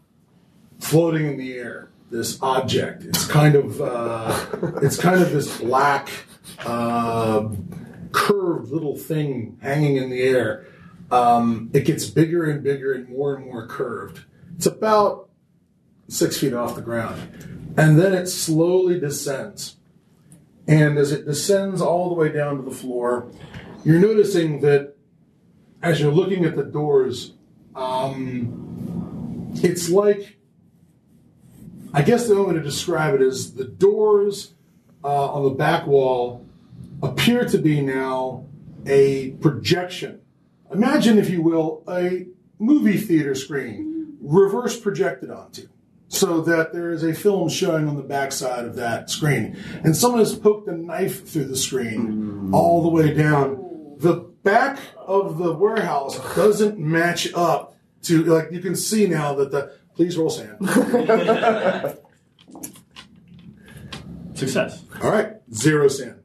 floating in the air, this object. It's kind of uh, it's kind of this black uh, curved little thing hanging in the air. Um, it gets bigger and bigger and more and more curved. It's about six feet off the ground, and then it slowly descends. And as it descends all the way down to the floor, you're noticing that as you're looking at the doors, um, it's like I guess the only way to describe it is the doors uh, on the back wall appear to be now a projection. Imagine, if you will, a movie theater screen reverse projected onto. So that there is a film showing on the backside of that screen. And someone has poked a knife through the screen all the way down. The back of the warehouse doesn't match up to, like, you can see now that the. Please roll sand. Success. All right, zero sin.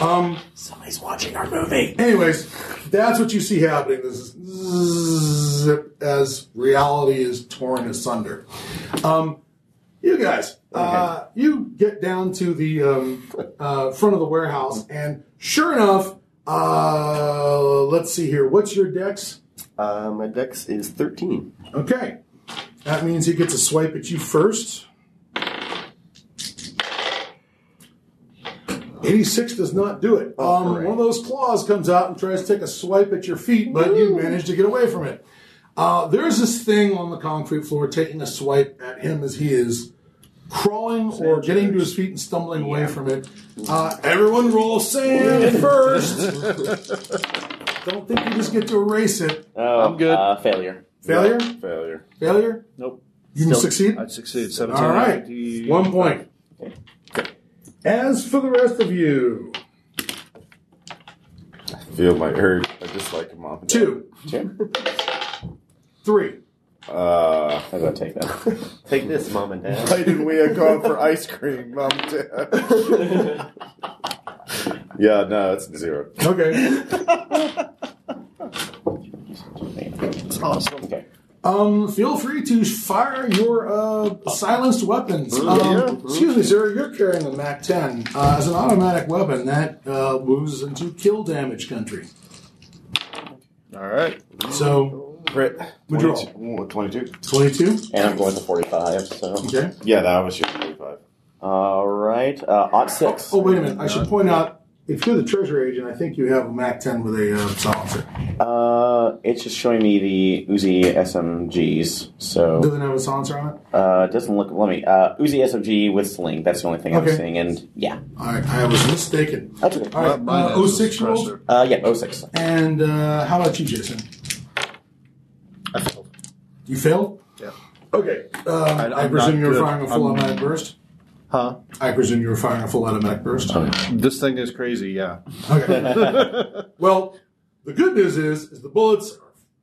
Um, Somebody's watching our movie. anyways, that's what you see happening. This is zip as reality is torn asunder. Um, you guys, uh, you get down to the um, uh, front of the warehouse, and sure enough, uh, let's see here. What's your dex? Uh, my dex is 13. Okay, that means he gets a swipe at you first. 86 does not do it. Oh, um, great. one of those claws comes out and tries to take a swipe at your feet, but you manage to get away from it. Uh, there's this thing on the concrete floor taking a swipe at him as he is crawling or getting to his feet and stumbling away from it. Uh, everyone roll sand first. Don't think you just get to erase it. Oh, I'm good. Uh, failure. Failure? Failure. Failure? Nope. You Still- succeed? I succeeded. 17. All right. D- One point. As for the rest of you, Feel my urge. I just like him off. two, Jim, three. Uh, I'm gonna take that. Take this, mom and dad. why didn't we have gone for ice cream, Mom? and Dad? yeah, no, it's zero. Okay. It's awesome. Okay. Um, feel free to fire your uh, silenced weapons. Um, excuse me, sir. You're carrying a MAC-10 uh, as an automatic weapon that uh, moves into kill damage country. All right. So Crit. Would you 22. 22. twenty-two. And I'm going to 45. So. Okay. Yeah, that was shooting 25. All right. Uh, odd six. Oh wait a minute. I should point out if you're the treasure agent, I think you have a MAC-10 with a uh, silencer. Uh, it's just showing me the Uzi SMGs. So Doesn't have a silencer on it. uh, it doesn't look. Let me. Uh, Uzi SMG with sling. That's the only thing Okay. I'm seeing. And yeah, All right. I was mistaken. that's okay. All right. Mine Uh, has oh a six year old. suppressor. Uh, Oh, yeah, 06. And uh, how about you, Jason? I failed. You failed? Yeah. Okay. Um, I'm I, presume not you were good. firing a full I'm- automatic burst? Huh? I presume you were firing a full automatic burst. This thing is crazy, yeah. Okay. well, the good news is, is the bullets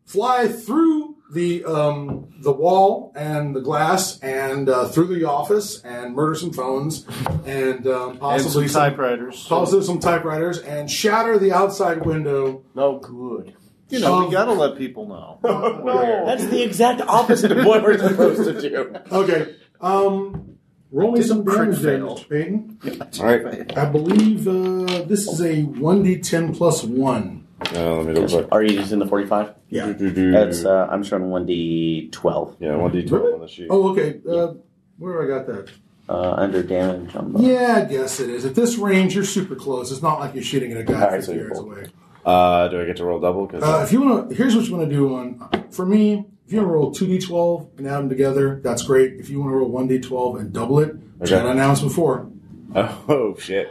fly through the um, the wall and the glass and uh, through the office and murder some phones and um, possibly and some typewriters. possibly some typewriters and shatter the outside window. No good. you know, Um, we gotta let people know. That's the exact opposite of what we're supposed to do. Okay. Um, roll me some crit damage, there, fail. Mr. Payton. All right. I believe uh, this is a 1d10 plus 1. Uh, let me double Are you using the 45? Yeah. check. Do-do-do. That's. Uh, I'm showing 1d12. yeah, 1d12 on the sheet. Oh, okay. Uh, where I got that? Uh, under damage on the. Yeah, I guess it is. At this range, you're super close. It's not like you're shooting at a guy All right, 50 so you're yards bold. away. Uh, do I get to roll double? Cause Uh, if you want to, here's what you want to do on. For me, if you want to roll 2d12 and add them together, that's great. If you want to roll 1d12 and double it, which Okay. I announced before, oh, shit.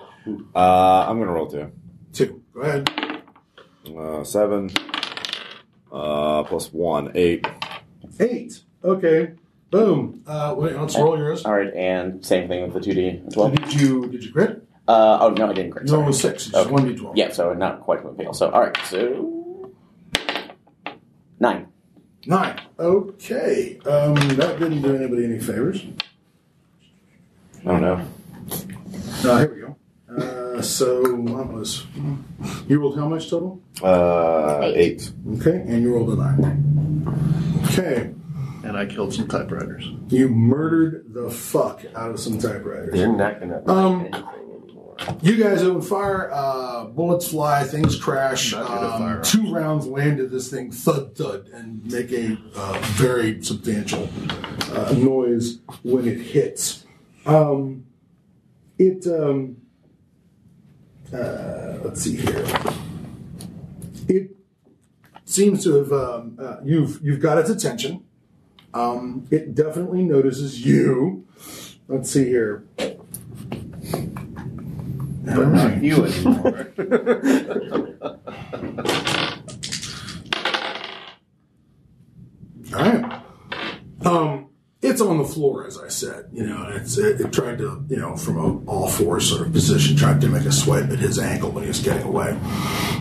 Uh, I'm going to roll two. two. Go ahead. Uh, seven. Uh, plus one, eight. Eight. Okay. Boom. Uh, wait, let's roll yours. All right, and same thing with the 2d12. Did you did you crit? Uh, oh no, I didn't crit. No, it Sorry. was six. It's Okay. 1d12. Yeah, so not quite one fail. So all right, so nine. Nine. Okay. Um, that didn't do anybody any favors. I don't know. Uh, here we go. Uh, Uh, so that was. hmm. You rolled how much total? Uh, Eight. eight. Okay, and you rolled a nine. Okay, And I killed some typewriters. you murdered the fuck out of some typewriters. They're not gonna like Um, anything anymore. You guys open fire. Uh, bullets fly. Things crash. Not good at Um, firearms. two rounds land at this thing, thud thud, and make a uh, very substantial uh, noise when it hits. Um, it. Um, uh, let's see here. It seems to have um, uh, you've you've got its attention. Um, it definitely notices you. Let's see here. All But right. not you anymore. All right. Um, it's on the floor, as I said. You know, and it's, it, it tried to, you know, from a all four sort of position, tried to make a swipe at his ankle when he was getting away.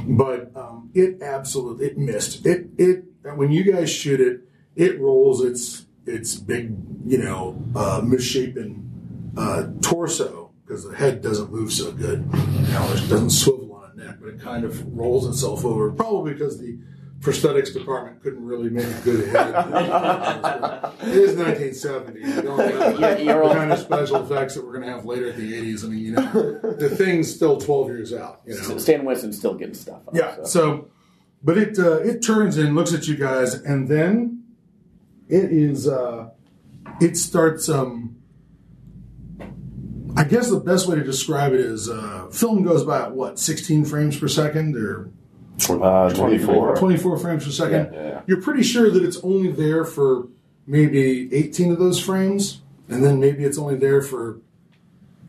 But um, it absolutely it missed. It it when you guys shoot it, it rolls its its big, you know, uh, misshapen uh, torso because the head doesn't move so good. You know, it doesn't swivel on a neck, but it kind of rolls itself over, probably because the prosthetics department couldn't really make a good head. it is 1970. You don't have You're- you're the all- kind of special effects that we're going to have later at the 80s. I mean, you know, the thing's still 12 years out. You know, Stan Winston's still getting stuff. Up, yeah. So, but it uh, it turns and looks at you guys, and then it is uh, it starts. Um, I guess the best way to describe it is uh, film goes by at what sixteen frames per second or Uh, 24. twenty four frames per second. Yeah, yeah. You're pretty sure that it's only there for maybe eighteen of those frames, and then maybe it's only there for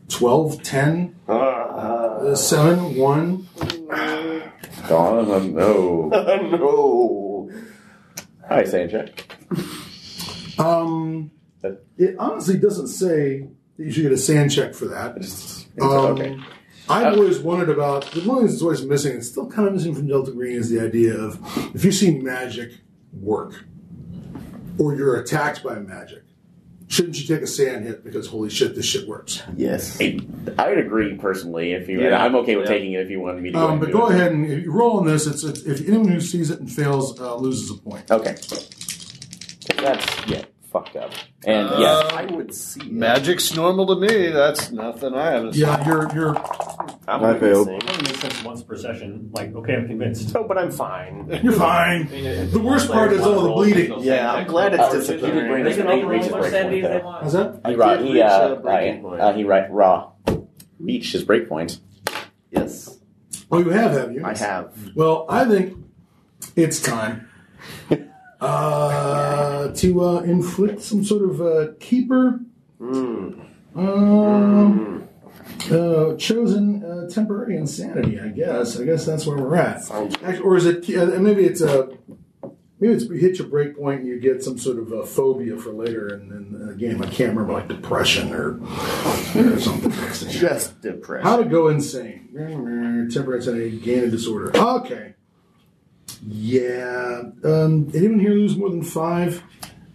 12, 10, Ah. uh, 7, 1. Donovan, no. no. Hi, Sanjay. Um, it honestly doesn't say that you should get a sand check for that. Um, okay. Uh, I've always wondered about the one thing that's always missing, and still kind of missing from Delta Green, is the idea of if you see magic work or you're attacked by magic, shouldn't you take a sand hit because holy shit, this shit works? Yes. I I would agree personally if you. Yeah. and I'm okay with Yeah. taking it if you wanted me to. Um, and but do go it. ahead and if you roll on this. It's, it's if anyone who sees it and fails uh, loses a point. Okay. 'Cause That's yeah, fucked up. And Uh, yes, Um, I would see. it. Magic's normal to me. That's nothing I haven't Yeah, you're you're I'm I failed. witnessing. It only makes sense once per session. Like, okay, I'm convinced. Oh, but I'm fine. you're fine. The worst part is all the bleeding. Yeah, I'm glad it's Oh, so you did bring disappearing. it. They can all roll reaches as much break sandy as point they there. want. How's that? he ra- did he reach, uh, uh, breaking right, point. uh, he right raw reached his break point. Yes, Oh, you have, have you? I have. Well, I think it's time uh, to uh, inflict some sort of uh, keeper. Mm. Um, uh, chosen uh, temporary insanity, I guess. I guess that's where we're at. Actually, or is it? Uh, maybe it's a. Maybe it's you hit your break point and you get some sort of uh phobia for later in, in the game. I can't remember, like depression or, or something. Just depressed. How to go insane. Temperance and a gain of disorder. Okay. Yeah. Um, did anyone here lose more than five?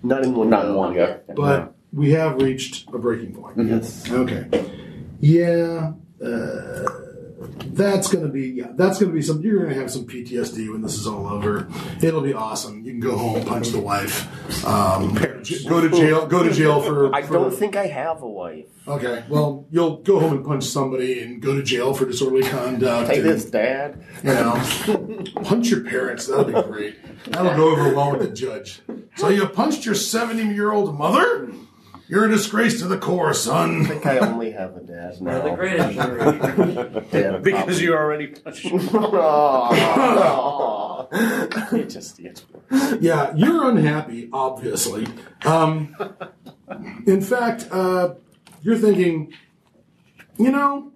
Not in one. Not go. one go. But we have reached a breaking point. Mm-hmm. Yes. Okay. Yeah. Uh, that's gonna be yeah. That's gonna be some. You're gonna have some PTSD when this is all over. It'll be awesome. You can go home, punch the wife, um, j- go to jail. Go to jail for. I for- don't think I have a wife. Okay. Well, you'll go home and punch somebody and go to jail for disorderly conduct. Take and- this, Dad. You know, punch your parents. That'll be great. That'll go over well with the judge. So you punched your 70 year old mother? You're a disgrace to the corps, I son. think I only have a dad They're the now. greatest generation. Dad, Because you already touched Aw. It just it's worse. Yeah, you're unhappy, obviously. Um, in fact, uh, you're thinking, you know,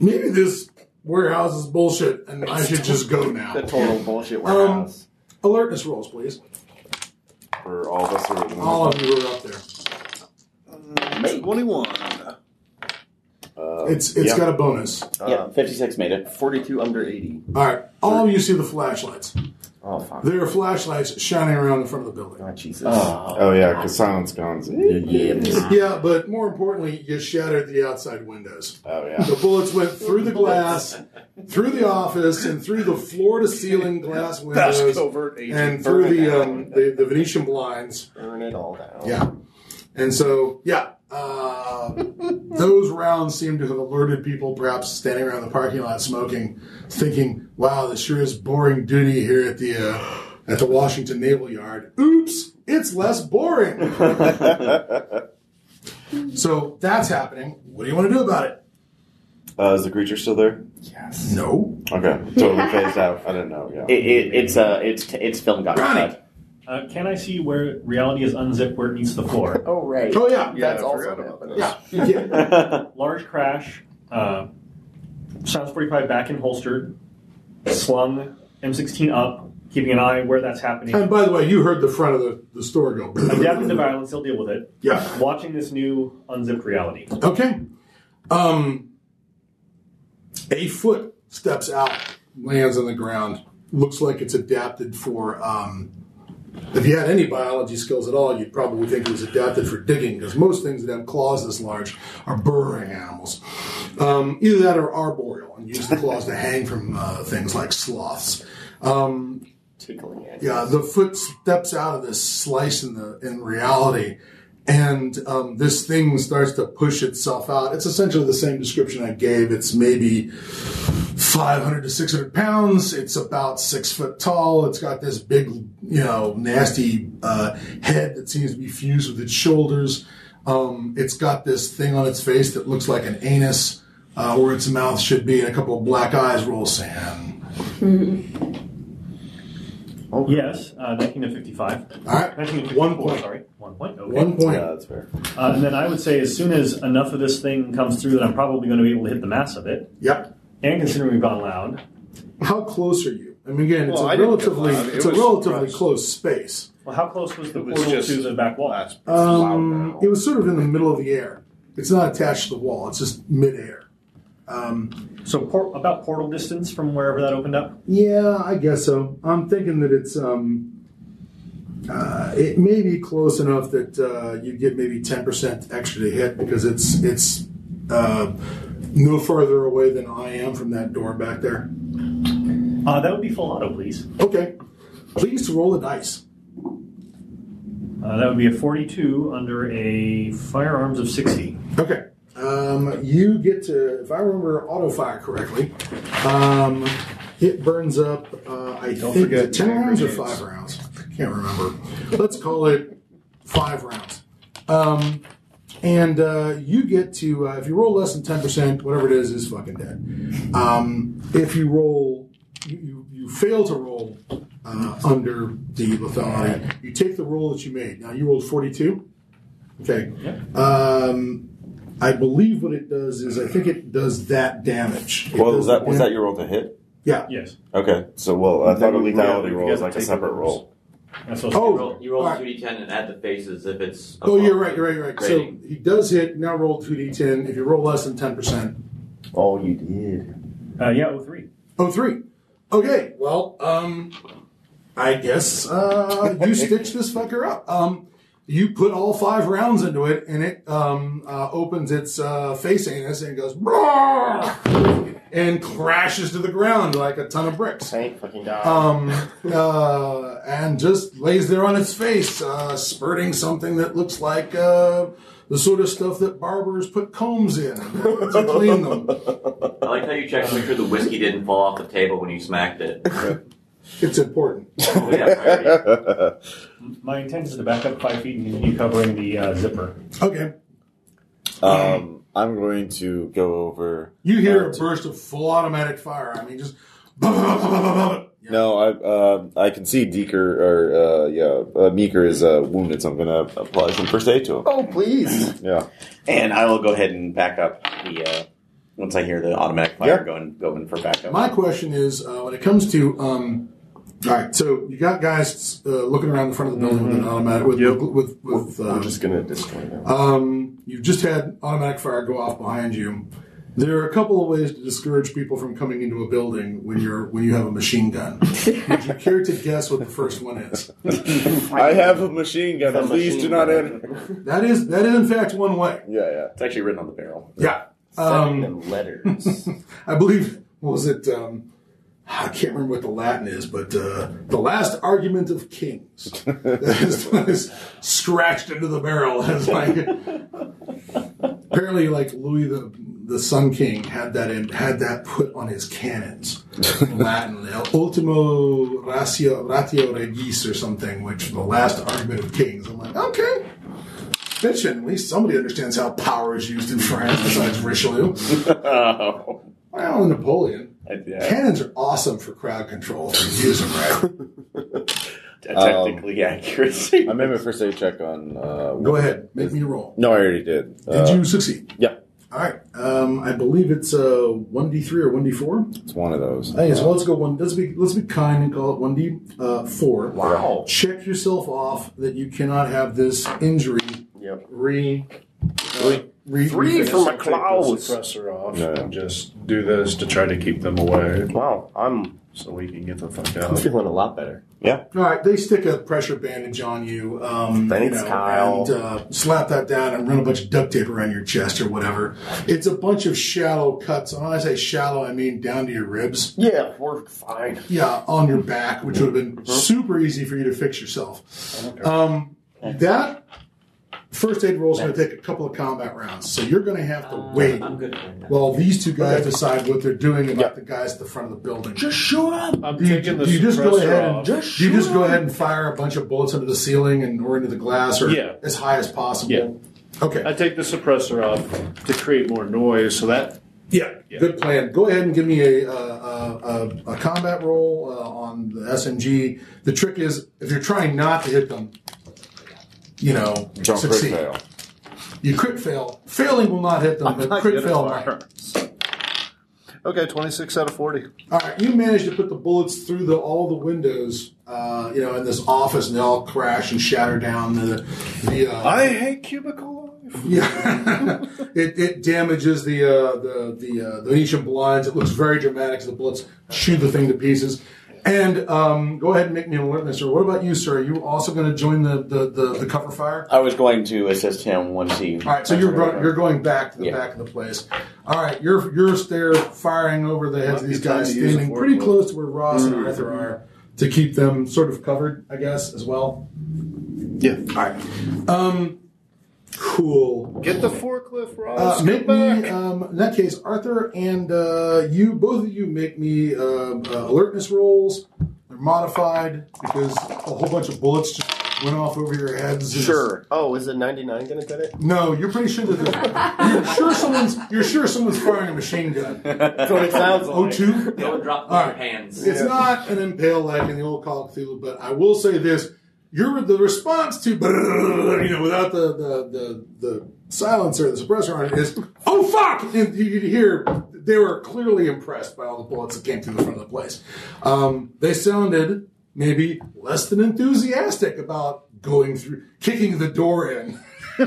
maybe this warehouse is bullshit and I should just go the now. Um, total bullshit warehouse. Alertness rolls, please. Um, For all of us who are All of you are up there. Oh, Twenty-one. Uh, It's it's yeah. got a bonus. Uh, yeah, fifty six made it. 42 under 80. All right, all of you see the flashlights. Oh, Oh, fuck. There are flashlights shining around in front of the building. Oh, Jesus. Oh yeah, because silence guns. Yeah. Yeah, but more importantly, you shattered the outside windows. Oh yeah. The bullets went through the glass, through the office, and through the floor to ceiling glass windows, covert and through the, um, the the Venetian blinds. Burn it all down. Yeah, and so yeah, uh, those rounds seem to have alerted people, perhaps standing around the parking lot smoking, thinking, "Wow, this sure is boring duty here at the uh, at the Washington Naval Yard." Oops, it's less boring. So that's happening. What do you want to do about it? Uh, is the creature still there? Yes. No. Okay, totally phased out. I didn't know. Yeah. It, it, it's uh, it's it's film got Ronnie. cut. Uh, can I see where reality is unzipped where it meets the floor? Oh, right. Oh yeah. Yeah, That's I also forgot about happening. Yeah. yeah. Large crash. Uh, Sounds 45 back and holstered. Slung M16 up, keeping an eye where that's happening. And by the way, you heard the front of the, the store go. Adapting to violence, he'll deal with it. Yeah. Watching this new unzipped reality. Okay. Um, a foot steps out, lands on the ground. Looks like it's adapted for. Um, if you had any biology skills at all, you'd probably think it was adapted for digging, because most things that have claws this large are burrowing animals. Um, either that or arboreal, and use the claws to hang from uh, things like sloths. Tickling it. Yeah, the foot steps out of this slice in the in reality, and um, this thing starts to push itself out. It's essentially the same description I gave. It's maybe 500 to 600 pounds. It's about six foot tall. It's got this big, you know, nasty uh, head that seems to be fused with its shoulders. Um, it's got this thing on its face that looks like an anus, uh, where its mouth should be, and a couple of black eyes roll sand. Yes, uh, 19 to 55. All right, one point. Sorry, one point. Okay. One point. Yeah, that's fair. Uh, and then I would say, as soon as enough of this thing comes through, that I'm probably going to be able to hit the mass of it. Yep. And considering we've gone loud, how close are you? I mean, again, it's Well, a I didn't get relatively loud. It it's a was relatively surprised. close space. well, how close was the It was portal just- to the back wall? That's it's loud Um, now. it was sort of in the middle of the air. It's not attached to the wall. It's just midair. So por- about portal distance from wherever that opened up. Yeah, I guess so. I'm thinking that it's um, uh, it may be close enough that uh, you get maybe ten percent extra to hit because it's it's uh, no further away than I am from that door back there. Uh, that would be full auto, please. Okay, please roll the dice. Uh, that would be a 42 under a firearms of 60. Okay. Um, you get to, if I remember auto fire correctly, um, it burns up, uh, I Don't think, forget 10 hand rounds or grenades. 5 rounds. Can't remember. Let's call it 5 rounds. Um, and uh, you get to, uh, if you roll less than 10%, whatever it is, is fucking dead. Um, if you roll, you, you, you fail to roll uh, under the lethality, you take the roll that you made. Now, you rolled 42. Okay. Um, I believe what it does is I think it does that damage. It Well, was that was dam- that your roll to hit? Yeah. Yes. Okay, so well, I thought a Then we- yeah, lethality we roll is gotta like a take separate those. roll. That's also Oh. roll, you roll Alright. 2d10 and add the faces if it's. Oh, you're right. You're right. You're right. So Rating. he does hit. Now roll two d10. If you roll less than ten percent, Oh, you did. Uh, yeah, 03. oh three. Okay. Well, um, I guess uh, you stitch this fucker up. Um, you put all five rounds into it, and it um, uh, opens its uh, face anus and goes "Brrr," and crashes to the ground like a ton of bricks. Thank fucking God. um, uh, and just lays there on its face, uh, spurting something that looks like uh, the sort of stuff that barbers put combs in to clean them. I like how you checked to make sure the whiskey didn't fall off the table when you smacked it. It's important. Oh, yeah, priority. My intent is to back up five feet and continue covering the uh, zipper. Okay, Um, I'm going to go over. you hear a uh, burst of full automatic fire. I mean, just. Okay, No, I uh, I can see Deeker or uh, yeah, uh, Meeker is uh, wounded, so I'm gonna apply some first aid to him. oh, please. Yeah, And I will go ahead and back up the uh, once I hear the automatic fire Yeah. going going for backup. my question is uh, when it comes to. Um, all right, so you got guys uh, looking around the front of the building with an automatic with with with. Uh, I'm just going to destroy them. Um, you've just had automatic fire go off behind you. There are a couple of ways to discourage people from coming into a building when you're when you have a machine gun. Would you care to guess what the first one is? I have a machine gun. The Please machine do not gun. enter. That is that is in fact one way. Yeah, yeah. It's actually written on the barrel. Yeah. Sending Um, them letters. Um, I believe what was it? Um, I can't remember what the Latin is, but uh, the last argument of kings that is, that is scratched into the barrel as like apparently like Louis the the Sun King had that in, had that put on his cannons in Latin uh, ultimo ratio ratio regis or something, which the last argument of kings. I'm like okay. Bitchin', at least somebody understands how power is used in France besides Richelieu. Oh, Well, Napoleon. yeah. Cannons are awesome for crowd control. if you Use them right. Technically accuracy. I made my first aid check on. Uh, Go ahead, make me roll. No, I already did. Uh, Did Uh, you succeed? Yeah, All right. Um, I believe it's uh one d three or one d four. it's one of those. Hey, so let's go one. Let's be let's be kind and call it one d uh, four. Wow. Check yourself off that you cannot have this injury Yep. re. Uh, re- Three refixed. from a Take the cloud. suppressor off Yeah. and just do this to try to keep them away uh, Wow, I'm so we can get the fuck I'm out. feeling a lot better. All right, they stick a pressure bandage on you. Um, Thanks, you know, Kyle. And uh, slap that down and run a bunch of duct tape around your chest or whatever. It's a bunch of shallow cuts. And when I say shallow, I mean down to your ribs. Yeah, we're fine. Yeah, on your back, which would have been super easy for you to fix yourself. Um, that first aid roll is going to take a couple of combat rounds, so you're going to have to wait Uh, I'm good. at that. while these two guys decide what they're doing about the guys at the front of the building. show up. I'm Do you, taking the do you just go suppressor ahead and off. just do you just go ahead and fire a bunch of bullets into the ceiling and or into the glass or Yeah. as high as possible? Yeah. Okay. I take the suppressor off to create more noise, so that yeah. Yeah. Good plan. Go ahead and give me a uh, a, a, a combat roll uh, on the SMG. The trick is if you're trying not to hit them, you know, Jump crit succeed. fail. You crit fail. Failing will not hit them, but not crit good at fail might. firearms. Okay, 26 out of 40. All right, you managed to put the bullets through the, all the windows, uh, you know, in this office, and they all crash and shatter down the. the uh, hate cubicle life. Yeah, it, it damages the uh, the the, uh, the Venetian blinds. It looks very dramatic. as The bullets shoot the thing to pieces. And um, go ahead and make me an alertness. Or what about you, sir? Are you also going to join the, the, the, the cover fire? I was going to assist him once he. All right, so you're go- you're going back to the Yeah. back of the place. All right, you're you're there firing over the heads of these Might be time guys, to use a Mm-hmm. standing fork pretty whip. close to where Ross and Arthur are to keep them sort of covered, I guess, as well. Yeah. All right, um, cool. Get the forklift, Ross. Uh, Get make back. me, um, in that case, Arthur and uh, you, both of you, make me uh, uh, alertness rolls. They're modified because a whole bunch of bullets just went off over your heads. Sure. Oh, is a 99 gonna cut it? No, you're pretty sure that they're- you're sure someone's you're sure someone's firing a machine gun. That's what it sounds O two. Don't drop All your right. hands. It's not an impale like in the old Call of Cthulhu, but I will say this: you're the response to brrrr, you know without the the the, the silencer, the suppressor on it is oh fuck, and you could hear they were clearly impressed by all the bullets that came through the front of the place. Um, they sounded maybe less than enthusiastic about going through kicking the door in.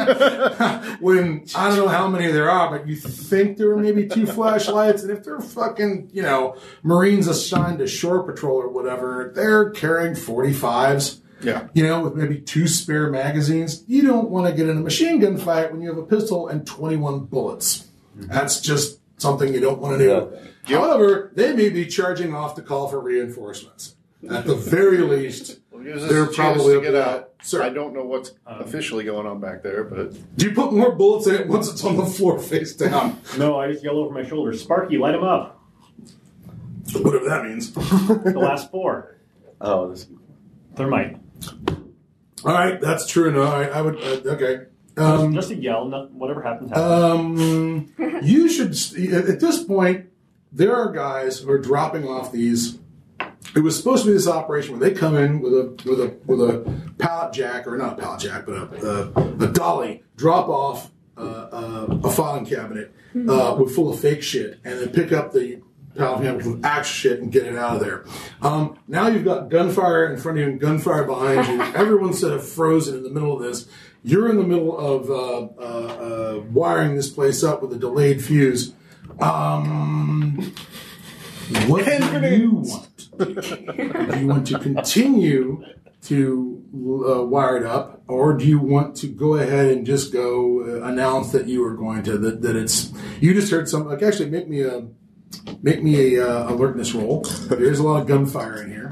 when I don't know how many there are, but you think there are maybe two flashlights, and if they're fucking, you know, Marines assigned to shore patrol or whatever, they're carrying 45s, Yeah. you know, with maybe two spare magazines. You don't want to get in a machine gun fight when you have a pistol and 21 bullets. That's just something you don't want to do. However, they may be charging off to call for reinforcements. At the very least, Gives us they're a chance probably to up get to out. that. Sir. I don't know what's officially going on back there, but do you put more bullets in it once it's on the floor face down? No, I just yell over my shoulder, Sparky, light him up. Whatever that means. The last four. Oh, this. Thermite. All right, that's true. No, I, I would. Uh, okay. Um, Just a yell, no, whatever happens, uh, happens. um, you should. st- At at this point, there are guys who are dropping off these. It was supposed to be this operation where they come in with a with a with a pallet jack or not a pallet jack, but a a, a dolly drop off uh, uh, a filing cabinet uh, with full of fake shit, and then pick up the pallet cabinet with actual shit and get it out of there. Um, now you've got gunfire in front of you and gunfire behind you. Everyone's sort of frozen in the middle of this. You're in the middle of uh, uh, uh, wiring this place up with a delayed fuse. Um, what do you want? do you want to continue to uh, wire it up, or do you want to go ahead and just go uh, announce that you are going to that, that it's you just heard some? Like, actually, make me a make me a uh, alertness roll. There's a lot of gunfire in here.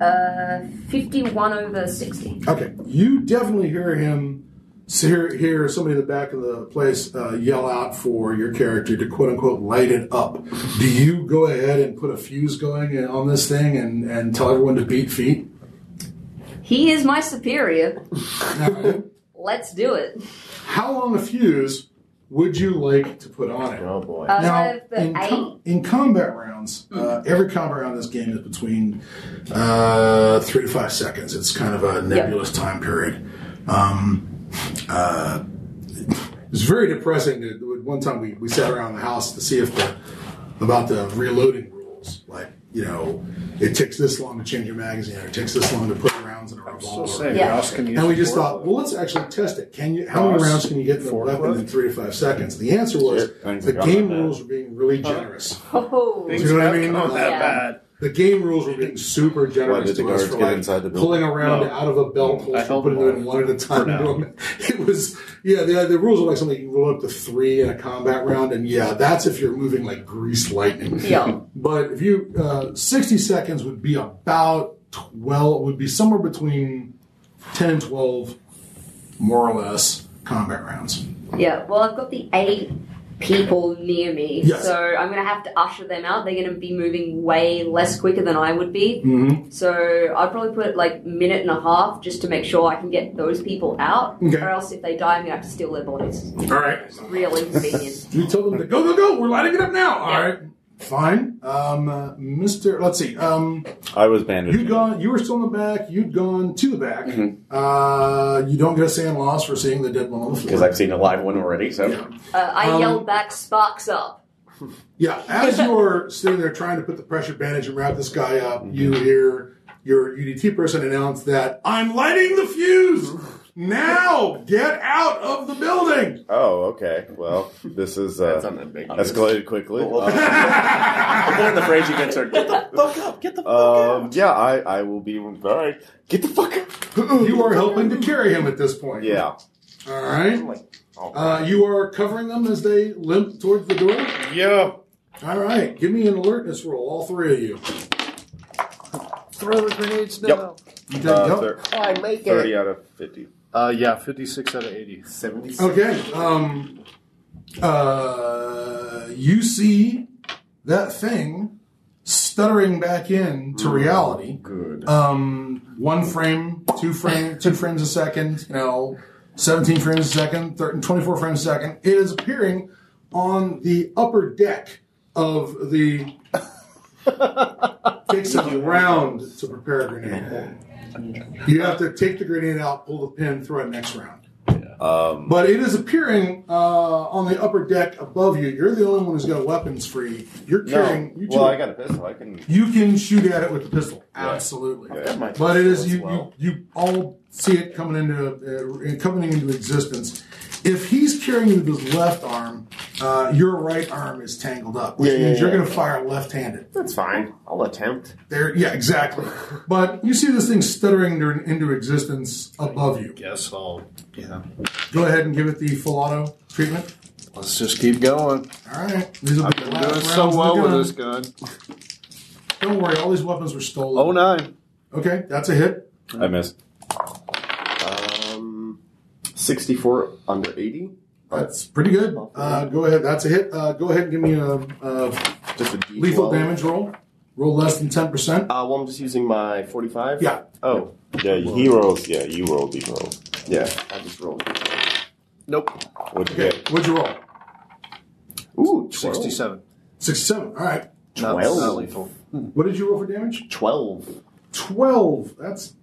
Uh, 51 over 60. Okay, you definitely hear him. So hear, hear somebody in the back of the place uh, yell out for your character to quote unquote light it up. Do you go ahead and put a fuse going in- on this thing and, and tell everyone to beat feet? He is my superior. Now, Let's do it. how long a fuse would you like to put on it? Oh boy. Uh, Now, I've in, been com- in combat rounds, uh, every combat round in this game is between uh, three to five seconds. It's kind of a nebulous time period. Um, uh, it's very depressing. To, one time we, we sat around the house to see if the about the reloading rules. Like, you know, it takes this long to change your magazine, or it takes this long to put rounds in a So revolver. saying, Yeah. Ross can use And we just four thought, well, let's actually test it. Can you? How many Ross, rounds can you get in a four weapon plus. in three to five seconds? The answer was Shit, I didn't the think game about that. rules were being really generous. Oh, Things Do you know what I have mean? gone that Yeah. bad. The game rules were being super Why generous did the to us guards for get like inside the building? pulling around No. out of a belt I holster, held putting them them in all one at a for now. time. It was yeah. The, the rules are like something you can roll up to three in a combat round, and yeah, that's if you're moving like greased lightning. yeah. But if you uh, sixty seconds would be about twelve would be somewhere between ten and twelve, more or less, combat rounds. Yeah, well, I've got the eight people near me, Yes. so I'm going to have to usher them out. They're going to be moving way less quicker than I would be. Mm-hmm. So I'd probably put like minute and a half just to make sure I can get those people out. Okay. Or else if they die, I'm going to have to steal their bodies. All right. It's real inconvenient. You tell them to go, go, go. We're lighting it up now. All right. Fine. Um, uh, Mr. Let's see. Um, I was bandaged. You'd gone. You were still in the back. You'd gone to the back. Mm-hmm. Uh, you don't get a sand loss for seeing the dead one on the Because floor. I've seen a live one already, so. uh, I Um, yelled back, sparks up. yeah. As you're sitting there trying to put the pressure bandage and wrap this guy up, you Mm-hmm. hear your UDT person announce that I'm lighting the fuse. Now get out of the building. Oh, okay. Well, this is That's uh, on that big. escalated quickly. Well, Uh, What are the phrase you can start? Get the fuck up! Get the fuck Um, yeah, I, I will be. All right, get the fuck up. You are helping to carry him at this point. Yeah, All right. Uh, you are covering them as they limp towards the door. Yeah. All right. Give me an alertness roll, all three of you. Throw the grenades now. Yep. You take- uh, yep. thir- Oh, I make thirty out of fifty. Uh, yeah, 56 out of 80. 76. Okay. Um, uh, you see that thing stuttering back in to reality. Good. Um, one frame, two frame, two frames a second. You know, seventeen frames a second, 13, 24 frames a second. It is appearing on the upper deck of the. takes a round to prepare a grenade. You have to take the grenade out, pull the pin, throw it next round. Um, But it is appearing uh, on the upper deck above you. You're the only one who's got weapons free. You're no. carrying. You, two- Well, I got a pistol. I can. you can shoot at it with the pistol. Absolutely. Yeah. But it is you, you. You all see it coming into uh, coming into existence. If he's carrying you with his left arm, uh, your right arm is tangled up, which Yeah, yeah, means you're yeah. going to fire left-handed. That's fine. I'll attempt. There, yeah, exactly. But you see this thing stuttering into, into existence above you. Guess I'll, yeah. Go ahead and give it the full auto treatment. Let's just keep going. All right, these will I've be the been last doing rounds so of the well with gun. this gun. Don't worry, all these weapons were stolen. Oh, nine. Okay, that's a hit. I missed. Um, 64 under 80. That's pretty good. Uh, go ahead, that's a hit. Uh, go ahead and give me a, a Just a D12. lethal damage roll. Roll less than ten percent. Uh, well, I'm just using my 45. Yeah. Oh, Yeah, he rolls. Yeah, you rolled. He rolls. yeah. I just rolled. Nope. What'd you Okay, get? what'd you roll? Ooh, 67. Sixty-seven. All right. Not, Twelve. not lethal. What did you roll for damage? 12. Twelve. That's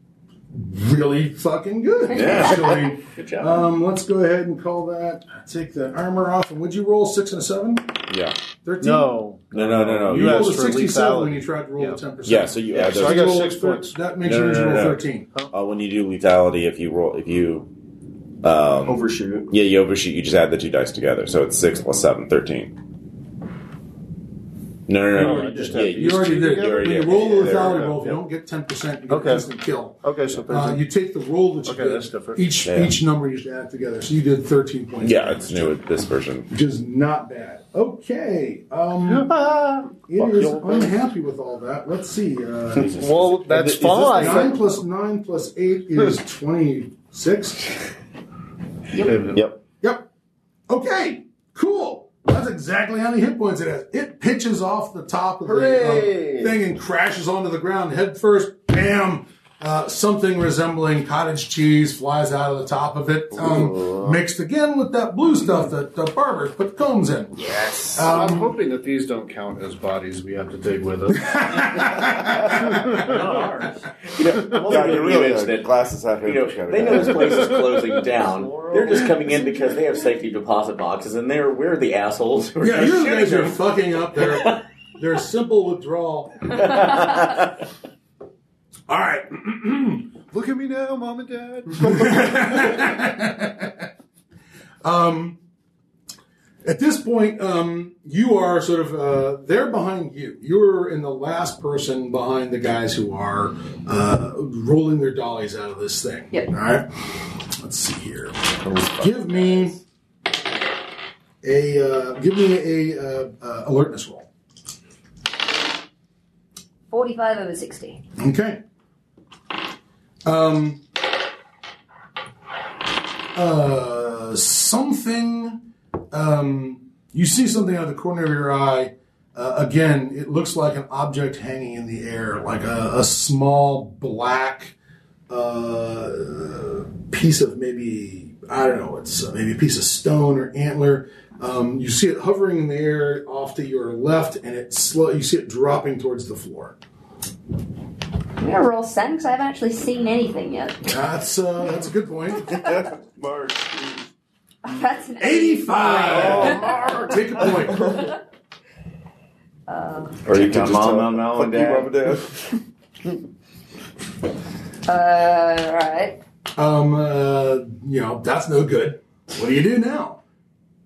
really fucking good. Yeah. Actually, Good job. um, let's go ahead and call that. Take the armor off. And would you roll six and a seven? Yeah. Thirteen. No. No, no, no, no. You You rolled a asked for sixty-seven when lethality. you tried to roll Yeah. the ten percent. Yeah. So you add Yeah, so those. I got six points. That makes No, you no, need to no, roll no. thirteen. Uh, when you do lethality, if you roll, if you Um, Overshoot. yeah, you overshoot. You just add the two dice together, so it's six plus seven, thirteen. No, no, no. No, no. you just yeah, have- You already did. You already When you did. roll the There we lethality go. roll, if you don't get ten percent, you get Okay. instant kill. Okay, so there's Uh, a, you take the roll that you Okay, did. that's different. Each Yeah. each number you should add together. So you did thirteen points. Yeah, it's new with this version. which is not bad. Okay, um, it Fuck is your- unhappy with all that. Let's see. Uh, well, that's Is this- fine. nine plus nine plus eight is twenty-six. Yep. Yep. Okay. Cool. That's exactly how many hit points it has. It pitches off the top of the Hooray! um, thing and crashes onto the ground head first. Bam! Uh, something resembling cottage cheese flies out of the top of it, um, mixed again with that blue stuff that uh, barbers put combs in. Yes. Um, I'm hoping that these don't count as bodies we have to dig with us. Not ours. God, you really image that that glasses have You know, they know this place is closing down. They're just coming in because they have safety deposit boxes, and they're we're the assholes. who are Yeah, you just guys shooting are fucking up their their simple withdrawal. All right. Look at me now, mom and dad. um, at this point, um, you are sort of uh, they're behind you. You're in the last person behind the guys who are uh, rolling their dollies out of this thing. Yep. All right. Let's see here. Give me a uh, give me a, uh uh, alertness roll. 45 over 60. Okay. Um, uh, something. Um, you see something out of the corner of your eye. Uh, again, it looks like an object hanging in the air, like a, a small black uh, piece of maybe I don't know. It's uh, maybe a piece of stone or antler. Um, you see it hovering in the air off to your left, and it slow. You see it dropping towards the floor. I'm going to roll 10 because I haven't actually seen anything yet. That's uh, that's a good point. Mark. That's an Oh, Eighty-five. Arr, Take a point. Um, Or you Check can out just Mom, tell Mom, Mom, fuck and you, Dad. Mom and Dad. Uh, right. Um, uh, you know that's no good. What do you do now?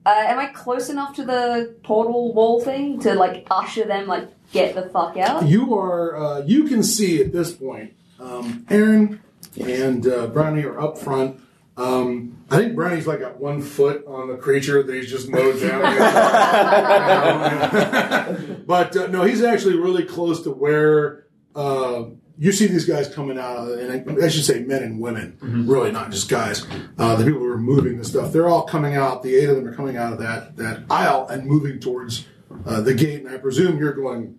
Uh, am I close enough to the portal wall thing to, like, usher them, like, get the fuck out? You are. Uh, you can see at this point. Um, Aaron and uh, Brownie are up front. Um, I think Brownie's like got one foot on the creature that he's just mowed down. but uh, no, he's actually really close to where uh, you see these guys coming out of, and I, I should say men and women, really not just guys. Uh, the people who are moving the stuff, they're all coming out. The eight of them are coming out of that that aisle and moving towards uh, the gate. And I presume you're going.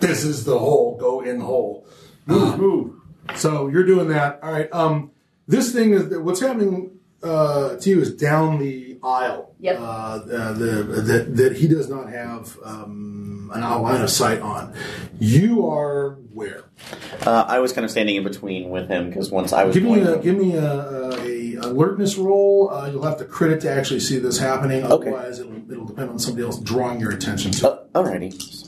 This is the hole. Go in the hole. Ah. Move. So you're doing that. All right. Um, this thing is what's happening uh, to you is down the aisle. Yep. Uh, uh, the, that that he does not have um, an outline of sight on. You are where? Uh, I was kind of standing in between with him because once I was Give me pointing- a give me a, a, a alertness roll. Uh, you'll have to crit it to actually see this happening. Okay. Otherwise, it'll, it'll depend on somebody else drawing your attention to. it. Uh, alrighty.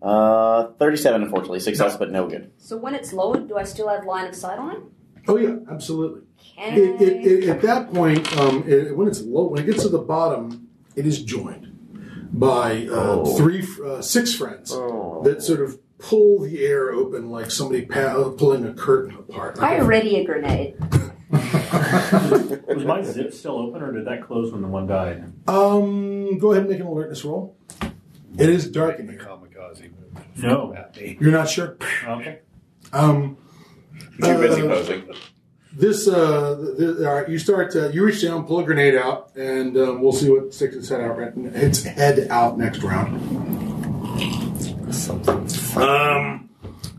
Uh, thirty-seven. Unfortunately, success, but no good. So when it's lowered, do I still have line of sight on it? Oh yeah, absolutely. Can It, it, I- it, at that point, um, it, when it's low, when it gets to the bottom, it is joined by uh, three, uh, six friends that sort of pull the air open like somebody pa- uh, pulling a curtain apart. I already a grenade. Was my zip still open, or did that close when the one died? um, go ahead and make an alertness roll. It is dark in here. Kamikaze move. No. At me. You're not sure. Okay. Um, Too busy uh, posing. This, uh, th- th- all right, you start. Uh, you reach down, pull a grenade out, and um, we'll see what sticks its head out. right- Its head out next round. Um,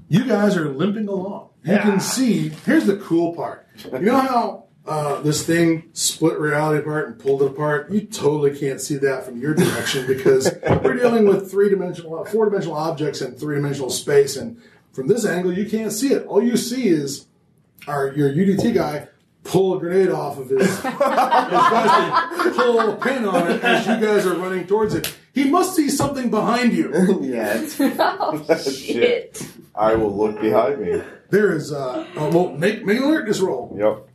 you guys are limping along. You can see. Here's the cool part. You know how uh, this thing split reality apart and pulled it apart? You totally can't see that from your direction because we're dealing with three dimensional, four dimensional objects in three dimensional space, and from this angle, you can't see it. All you see is our your UDT guy pull a grenade off of his, his vest and pull a pin on it as you guys are running towards it. He must see something behind you. yeah, it's oh, shit. I will look behind me. There is uh, oh, well, make make an alertness roll. Yep.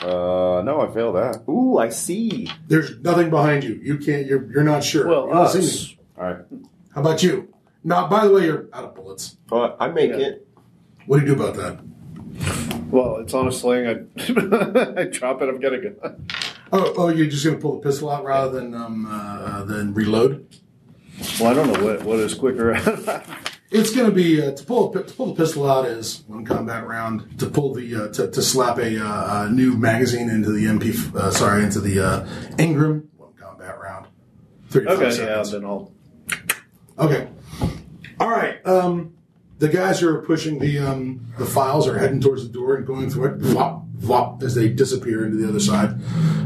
Uh, no, I failed that. Ooh, I see. There's nothing behind you. You can't. You're you're not sure. Well, You don't see us. me. All right. How about you? Now, by the way, you're out of bullets. Uh, I make Yeah. it. What do you do about that? Well, it's on a sling. I, I drop it. I've got a gun. Oh, oh, you're just gonna pull the pistol out rather than um uh, than reload. Well, I don't know what what is quicker. I It's going to be uh, to pull to pull the pistol out is one combat round. To pull the uh, to, to slap a uh, uh, new magazine into the MP f- uh, sorry into the uh, Ingram one combat round. Three to five okay, yeah, seconds. then I'll. Okay. All right. Um, the guys who are pushing the um, the files are heading towards the door and going through it. Flop, flop, as they disappear into the other side,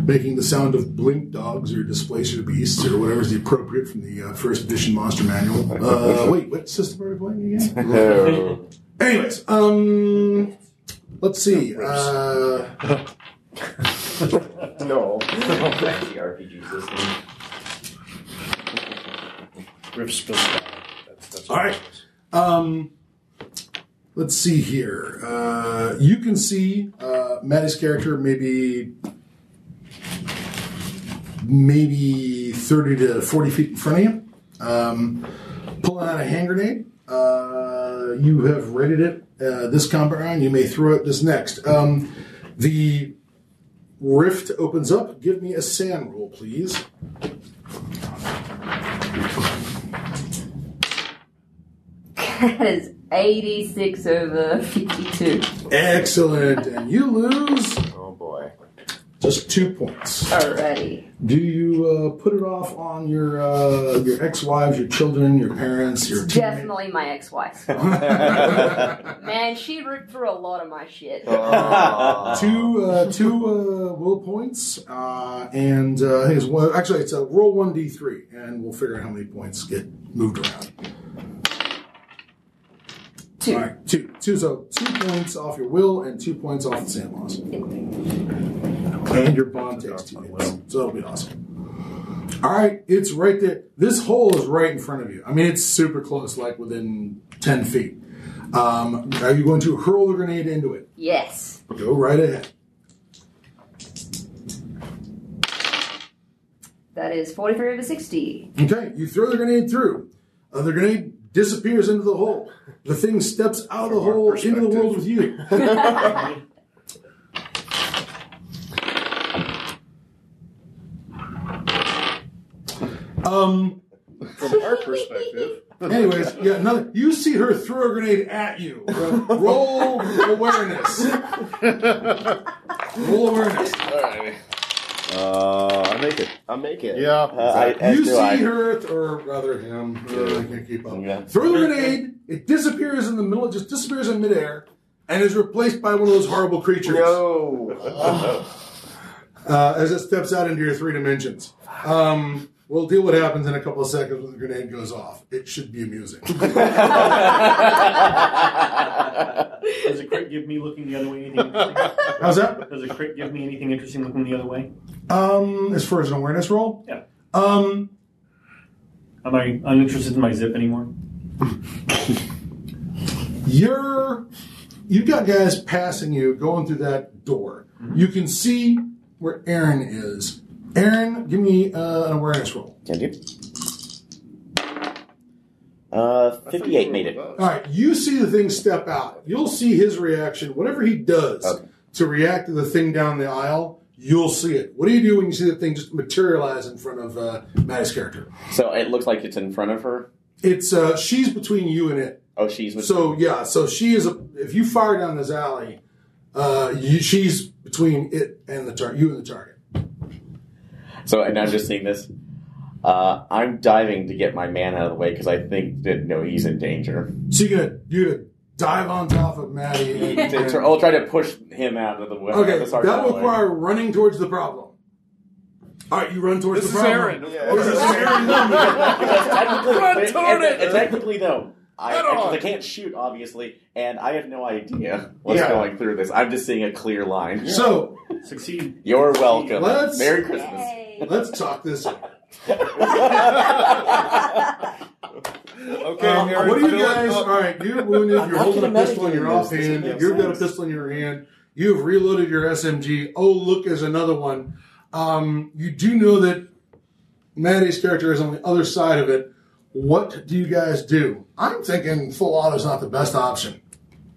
making the sound of blink dogs or displacer beasts or whatever's the appropriate from the uh, first edition monster manual. Uh, wait, what system are we playing again? No. Anyways, um, let's see. Uh, No. Fancy RPG system. Rip spills. That's, that's All right. Um, let's see here. Uh, you can see uh, Maddie's character maybe maybe thirty to forty feet in front of you, um, pulling out a hand grenade. Uh, you have rated it uh, this combat round. You may throw it this next. Um, the rift opens up. Give me a sand roll, please. That is 86 over 52. Excellent, and you lose Oh boy. just two points. Alrighty. Do you uh, put it off on your uh, your ex wives, your children, your parents, your teammates? Definitely my ex wife. Man, she ripped through a lot of my shit. Ah, Oh. two uh, two uh, will points, uh, and uh, I think it's one. Actually, it's a roll one d three, and we'll figure out how many points get moved around. Two. All right, two two. So two points off your will, and two points off the sand loss, and your bond takes two hits. So that'll be awesome. All right, it's right there. This hole is right in front of you. I mean, it's super close, like within ten feet. Um, are you going to hurl the grenade into it? Yes. Go right ahead. That is 43 over 60. Okay, you throw the grenade through. Uh, the grenade disappears into the hole. The thing steps out of the From our hole into the world with you. um. From our perspective, Anyways, yeah. Another. You see her throw a grenade at you. Roll awareness. Roll awareness. uh, I make it. I make it. Uh, yeah. I, as you do see I. her, th- or rather him. uh, I can't keep up. Yeah. Throw the grenade. It disappears in the middle. It just disappears in midair, and is replaced by one of those horrible creatures No. uh, as it steps out into your three dimensions. Um, we'll deal what happens in a couple of seconds when the grenade goes off. It should be amusing. Does a crit give me looking the other way anything interesting? How's that? Does a crit give me anything interesting looking the other way? Um, as far as an awareness roll, Yeah. um, Am I uninterested in my zip anymore? you're you've got guys passing you going through that door. You can see where Aaron is. Aaron, give me uh, an awareness roll. Can do. Uh, 58 made it. All right, you see the thing step out. You'll see his reaction. Whatever he does Okay. to react to the thing down the aisle, you'll see it. What do you do when you see the thing just materialize in front of uh, Maddie's character? So it looks like it's in front of her. It's uh, she's between you and it. Oh, she's with. So yeah, so she is. A, if you fire down this alley, uh, you, she's between it and the target. You and the target. So and I'm just seeing this. Uh, I'm diving to get my man out of the way because I think that no, he's in danger. So you're gonna you're gonna dive on top of Maddie. and- To- to- I'll try to push him out of the way. okay, the sergeant that out of will the way. require running towards the problem. All right, you run towards This the is problem. Aaron. Yeah. This is Aaron. Because technically, Run and- toward and- it! and technically, though, I, Head because on. I can't shoot, obviously, and I have no idea what's Yeah. going through this. I'm just seeing a clear line. So Succeed. You're welcome. Let's- Merry Christmas. Yay. let's talk this. out. Okay, Um, Nerd, what do you fill it guys? up. All right, you're wounded. You're I holding a can pistol in imagine your this. This offhand. makes You've got a sense. pistol in your hand. You've reloaded your SMG. Oh, look, is another one. Um, you do know that Maddie's character is on the other side of it. What do you guys do? I'm thinking full auto is not the best option.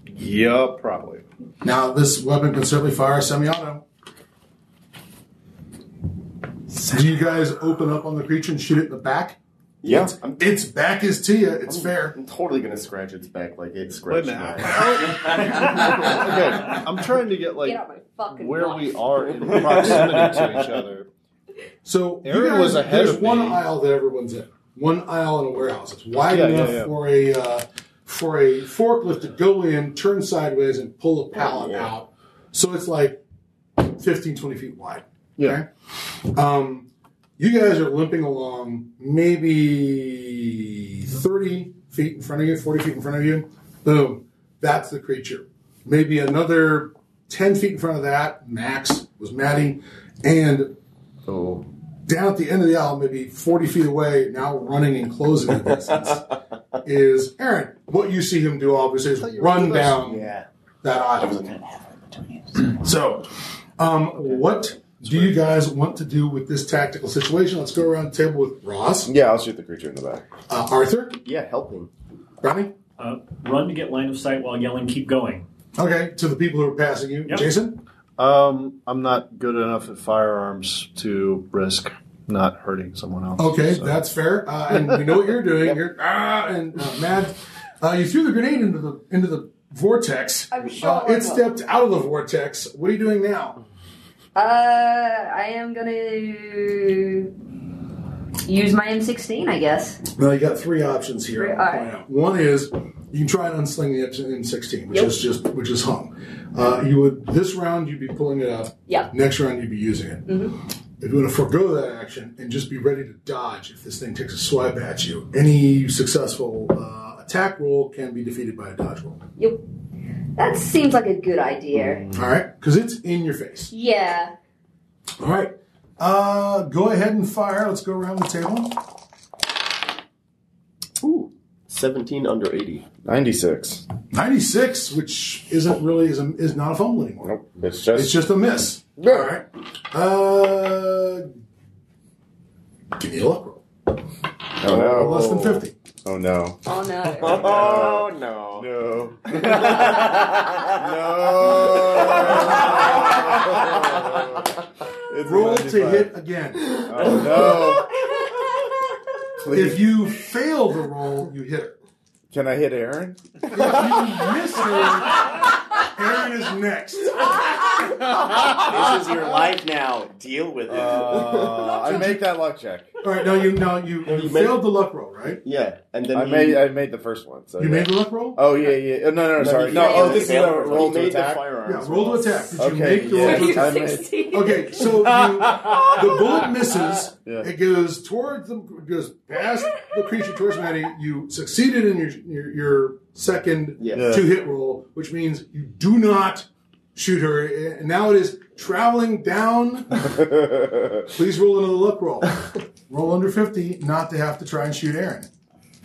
Yeah, probably. Now, this weapon can certainly fire semi-auto. Do you guys open up on the creature and shoot it in the back? Yeah. I'm, Its back is to you. It's fair. I'm totally gonna scratch its back like it Wait a scratched minute. mine. okay, I'm trying to get like Get out my fucking where knife. we are in proximity to each other. So you Aaron guys- was ahead there's of one me. aisle that everyone's in. One aisle in a warehouse. It's wide Yeah, yeah, enough yeah. for a uh, for a forklift to go in, turn sideways, and pull a pallet out. So it's like 15, 20 feet wide. Yeah. Okay? Um, you guys are limping along maybe 30 feet in front of you, 40 feet in front of you. Boom. That's the creature. Maybe another 10 feet in front of that, max, was Maddie. And So down at the end of the aisle, maybe 40 feet away, now running and closing the distance, is Aaron. What you see him do, obviously, is run down yeah. that aisle. so, um, what do you guys want to do with this tactical situation? Let's go around the table with Ross, Yeah, I'll shoot the creature in the back. uh, Arthur, Yeah, helping. Ronnie. Uh, run to get line of sight while yelling, keep going. Okay, to the people who are passing you. Yep. Jason? Um, I'm not good enough at firearms to risk not hurting someone else. Okay, so- that's fair. Uh, and we know what you're doing. You're ah, and uh, Matt, uh, you threw the grenade into the into the vortex. I'm sure Uh, it it was. stepped out of the vortex. What are you doing now? Uh, I am gonna use my M16, I guess. Well, you got three options here. Three- I'll all point right. out. One is you can try and unsling the Epson M16, which Yep. is just which is hung. Uh, you would this round you'd be pulling it up. Yeah. Next round you'd be using it. Mm-hmm. If you want to forego that action and just be ready to dodge if this thing takes a swipe at you, any successful uh, attack roll can be defeated by a dodge roll. Yep. That seems like a good idea. All right, because it's in your face. Yeah. All right, uh, go ahead and fire. Let's go around the table. Ooh. 17 under 80. 96. Ninety-six, which isn't really is, a, is not a fumble anymore. Nope. It's It's just. just a miss. Yeah. All right. Uh, give me a luck roll. oh no. Less than fifty. Oh no. Oh no. Oh, no. No. no. It's Roll to 95. hit again. Oh no. Please. If you fail the roll, you hit her. Can I hit Aaron? If you miss her, Aaron is next. This is your life now. Deal with it. Uh, I made that luck check. All right. Now you now you, you made- failed the luck roll, right? Yeah, and then I he, made I made the first one. So You yeah. made the luck roll. Oh yeah, yeah. Oh, no, no, no, sorry. he No, failed. oh, this is He a failed. roll He to made the attack. firearms Yeah, roll roll. to attack. Did you Okay, make the yeah. roll to I attack? made- Okay, so you, the bullet misses. Yeah. It goes towards the it goes past the creature towards Maddie. You succeeded in your your, your second Yeah. two hit roll, which means you do not shoot her. And now it is traveling down. Please roll another luck roll. Roll under fifty, not to have to try and shoot Aaron.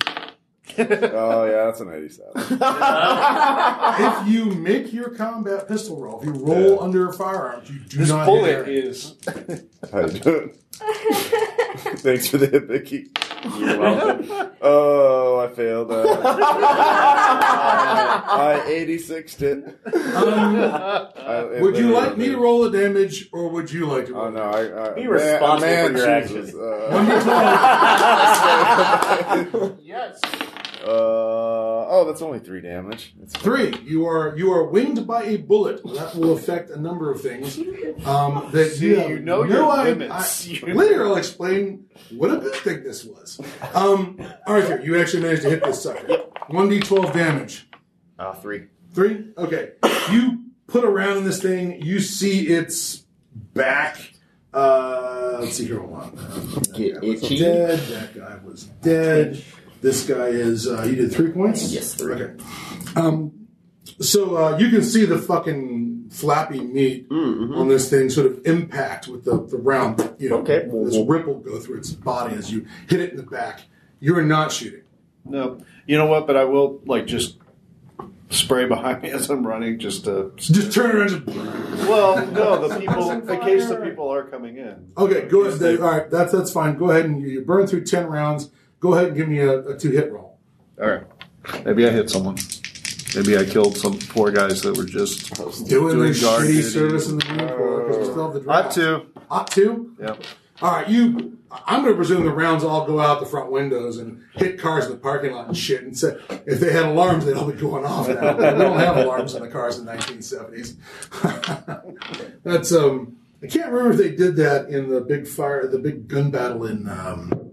oh yeah, that's an eighty-seven. Ah. If you make your combat pistol roll, if you roll Yeah. under firearms, you do This not hit bullet Aaron. is. How you doing? Thanks for the hit, Vicky. You're welcome. Oh, I failed. That. I eighty-sixed it. Um, I- it Would you literally like me did. to roll the damage, or would you like to roll? Oh no! I, I, Be man- responsible for man, your chooses, actions. One Uh, to twelve. Yes. uh, oh, that's only three damage. That's Three. You are you are winged by a bullet. That will affect a number of things. Um, that See, have you know no your idea- limits. I, later, I'll explain what a good thing this was. Um, Arthur, you actually managed to hit this sucker. One d twelve damage. Uh, three. Three? Okay. You put around in this thing, you see its back. Uh, let's see here, hold on. That Get guy was itchy. dead. That guy was dead. This guy is, uh, you did three points? Yes, three. Okay. Um, so uh, you can see the fucking flappy meat Mm-hmm. on this thing sort of impact with the, the round, you know, Okay. this ripple go through its body as you hit it in the back. You're not shooting. No. You know what? But I will like just spray behind me as I'm running, just to. Just turn around. and- Well, no, the people. In case the people are coming in. Okay, go ahead. Dave. All right, that's that's fine. Go ahead and you, you burn through ten rounds. Go ahead and give me a, a two hit roll. All right. Maybe I hit someone. Maybe I killed some poor guys that were just Doing, Doing this guard shitty duty. service in the Marine Corps because we still have the draft. up to. Up two. Yeah. All right, you. I'm going to presume the rounds all go out the front windows and hit cars in the parking lot and shit. And say, if they had alarms, they'd all be going off now. we don't have alarms in the cars in the 1970s. That's um. I can't remember if they did that in the big fire, the big gun battle in um,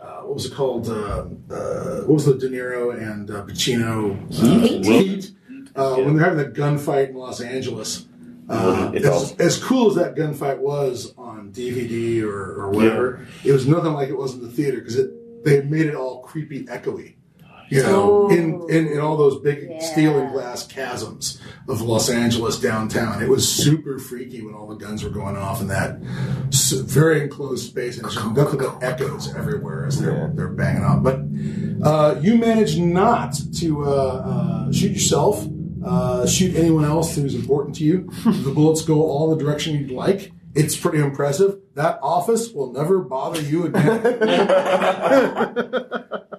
uh, what was it called? Uh, uh, what was the De Niro and uh, Pacino Heat? uh, heat? Uh, When they're having that gunfight in Los Angeles. Uh, It's as, awesome. as cool as that gunfight was on DVD or, or whatever, it was nothing like it was in the theater because it they made it all creepy, echoey. You know, Oh. in, in in all those big Yeah. steel and glass chasms of Los Angeles downtown, it was super freaky when all the guns were going off in that s- very enclosed space, and it's just nothing but echoes everywhere as they're they're banging on. But uh, you manage not to uh, uh, shoot yourself, uh, shoot anyone else who's important to you. the bullets go all the direction you'd like. It's pretty impressive. That office will never bother you again.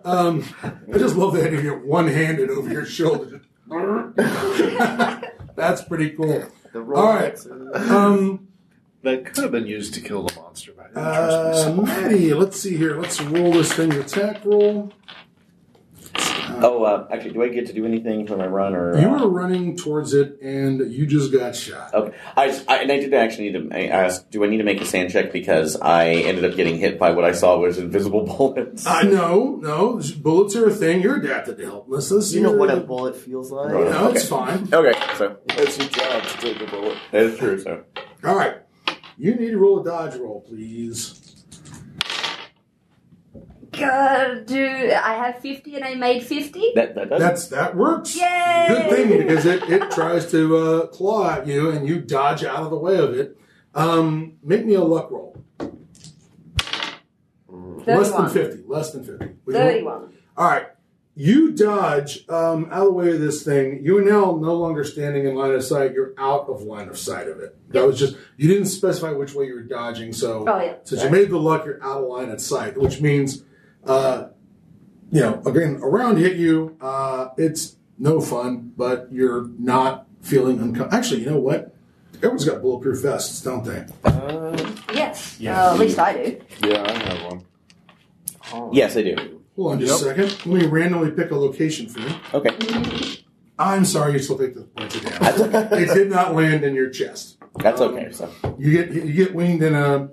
um, I just love that you get one handed over your shoulder. That's pretty cool. The All right. Um, That could have been used to kill the monster. But I didn't trust uh, myself. Maddie, let's see here. Let's roll this thing. Attack roll. Oh, uh, actually, do I get to do anything for my run or? You uh, were running towards it, and you just got shot. Okay. I, I- and I did actually need to ask, do I need to make a sand check because I ended up getting hit by what I saw was invisible bullets. Uh, no, no, bullets are a thing. You're adapted to helpless. You know what a bullet feels like. You know, Okay. it's fine. okay, so That's your job to take a bullet. that's true. So All right. You need to roll a dodge roll, please. God, dude, I have 50 and I made 50? that that does. That's that works. Yay! Good thing because it, it tries to uh, claw at you and you dodge out of the way of it. Um, make me a luck roll. 31. Less than fifty. Less than fifty. We don't- 31. All right. You dodge um, out of the way of this thing. You are now no longer standing in line of sight. You're out of line of sight of it. That was just you didn't specify which way you were dodging. So Oh, yeah. since you made the luck, you're out of line of sight, which means, uh, you know, again, around hit you. Uh, it's no fun, but you're not feeling uncomfortable. Actually, you know what? Everyone's got bulletproof vests, don't they? Yes. Yeah. Uh, at least I do. Yeah, I have one. yes, I do. Hold on just a second. Let me randomly pick a location for you. Okay, I'm sorry you still take the points of damage. it did not land in your chest. that's okay. So You get you get winged in a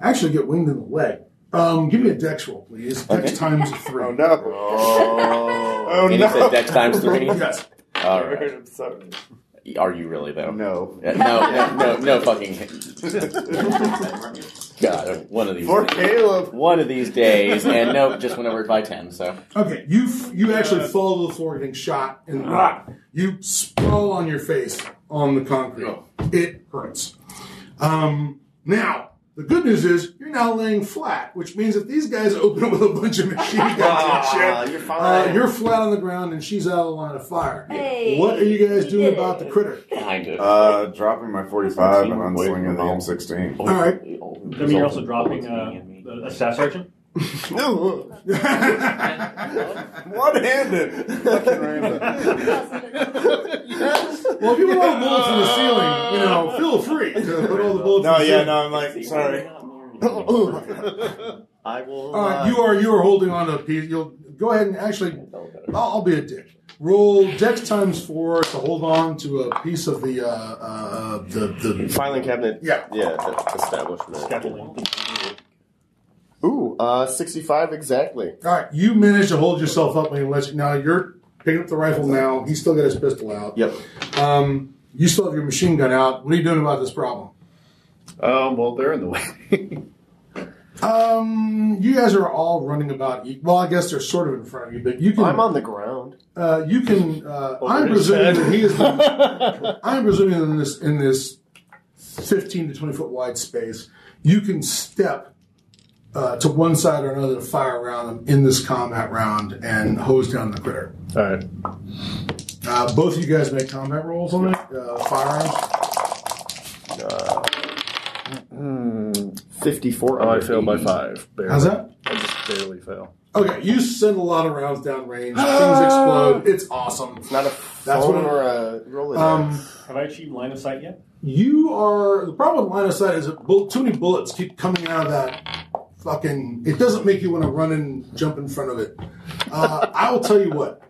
actually get winged in the leg. Um, give me a dex roll, please. Dex Okay. times three. Oh no! Oh, Phoenix said dex times three. Yes. All right. I'm sorry. Are you really though? No. Yeah, No, no, no, no fucking. God, one of these. For Caleb. One of these days, and no, just went over by ten. So Okay. You f- you actually fall to the floor getting shot and you sprawl on your face on the concrete. It hurts. Um, now the good news is you're now laying flat, which means if these guys open up with a bunch of machine guns and shit, Ah, you're Uh, you're flat on the ground and she's out of line of fire. Hey, what are you guys we doing did about it. the critter? kind of. Uh, dropping my 45 and unslinging the M16. All right. I mean, you're also dropping uh, a, a staff sergeant. Oh. No, one-handed. Fucking random. well, if you want bullets in the ceiling, you know, feel free to Uh, put all the bullets. No, in the yeah, ceiling. no. I'm like, sorry. I will. All right, uh, you are you are holding on to a piece. You'll go ahead and actually, I'll, I'll be a dick. Roll dex times four to hold on to a piece of the uh, uh, the the. filing cabinet. Yeah. Yeah. that- Establishment. Scaffolding. Ooh, uh, sixty-five exactly. All right, you managed to hold yourself up when he lets you. Now you're picking up the rifle. Now he's still got his pistol out. Yep. Um, you still have your machine gun out. What are you doing about this problem? Um, well, they're in the way. Um, you guys are all running about. e- Well, I guess they're sort of in front of you, but you can. I'm on the ground. uh, you can. Uh, I'm his presuming head. that he is. I'm presuming in this in this 15 to 20 foot wide space, you can step uh, to one side or another to fire around them in this combat round and hose down the critter. All right. Uh, both of you guys make combat rolls on it. Uh, firearms. 54. Oh, I under failed by 80. five. Barely. How's that? I just barely fail. Okay, you send a lot of rounds down range. Things Ah. explode. It's awesome. Not a That's phone what it- or a roller. Um, Have I achieved line of sight yet? You are the problem with line of sight is that bull, too many bullets keep coming out of that fucking. It doesn't make you want to run and jump in front of it. Uh, I will tell you what.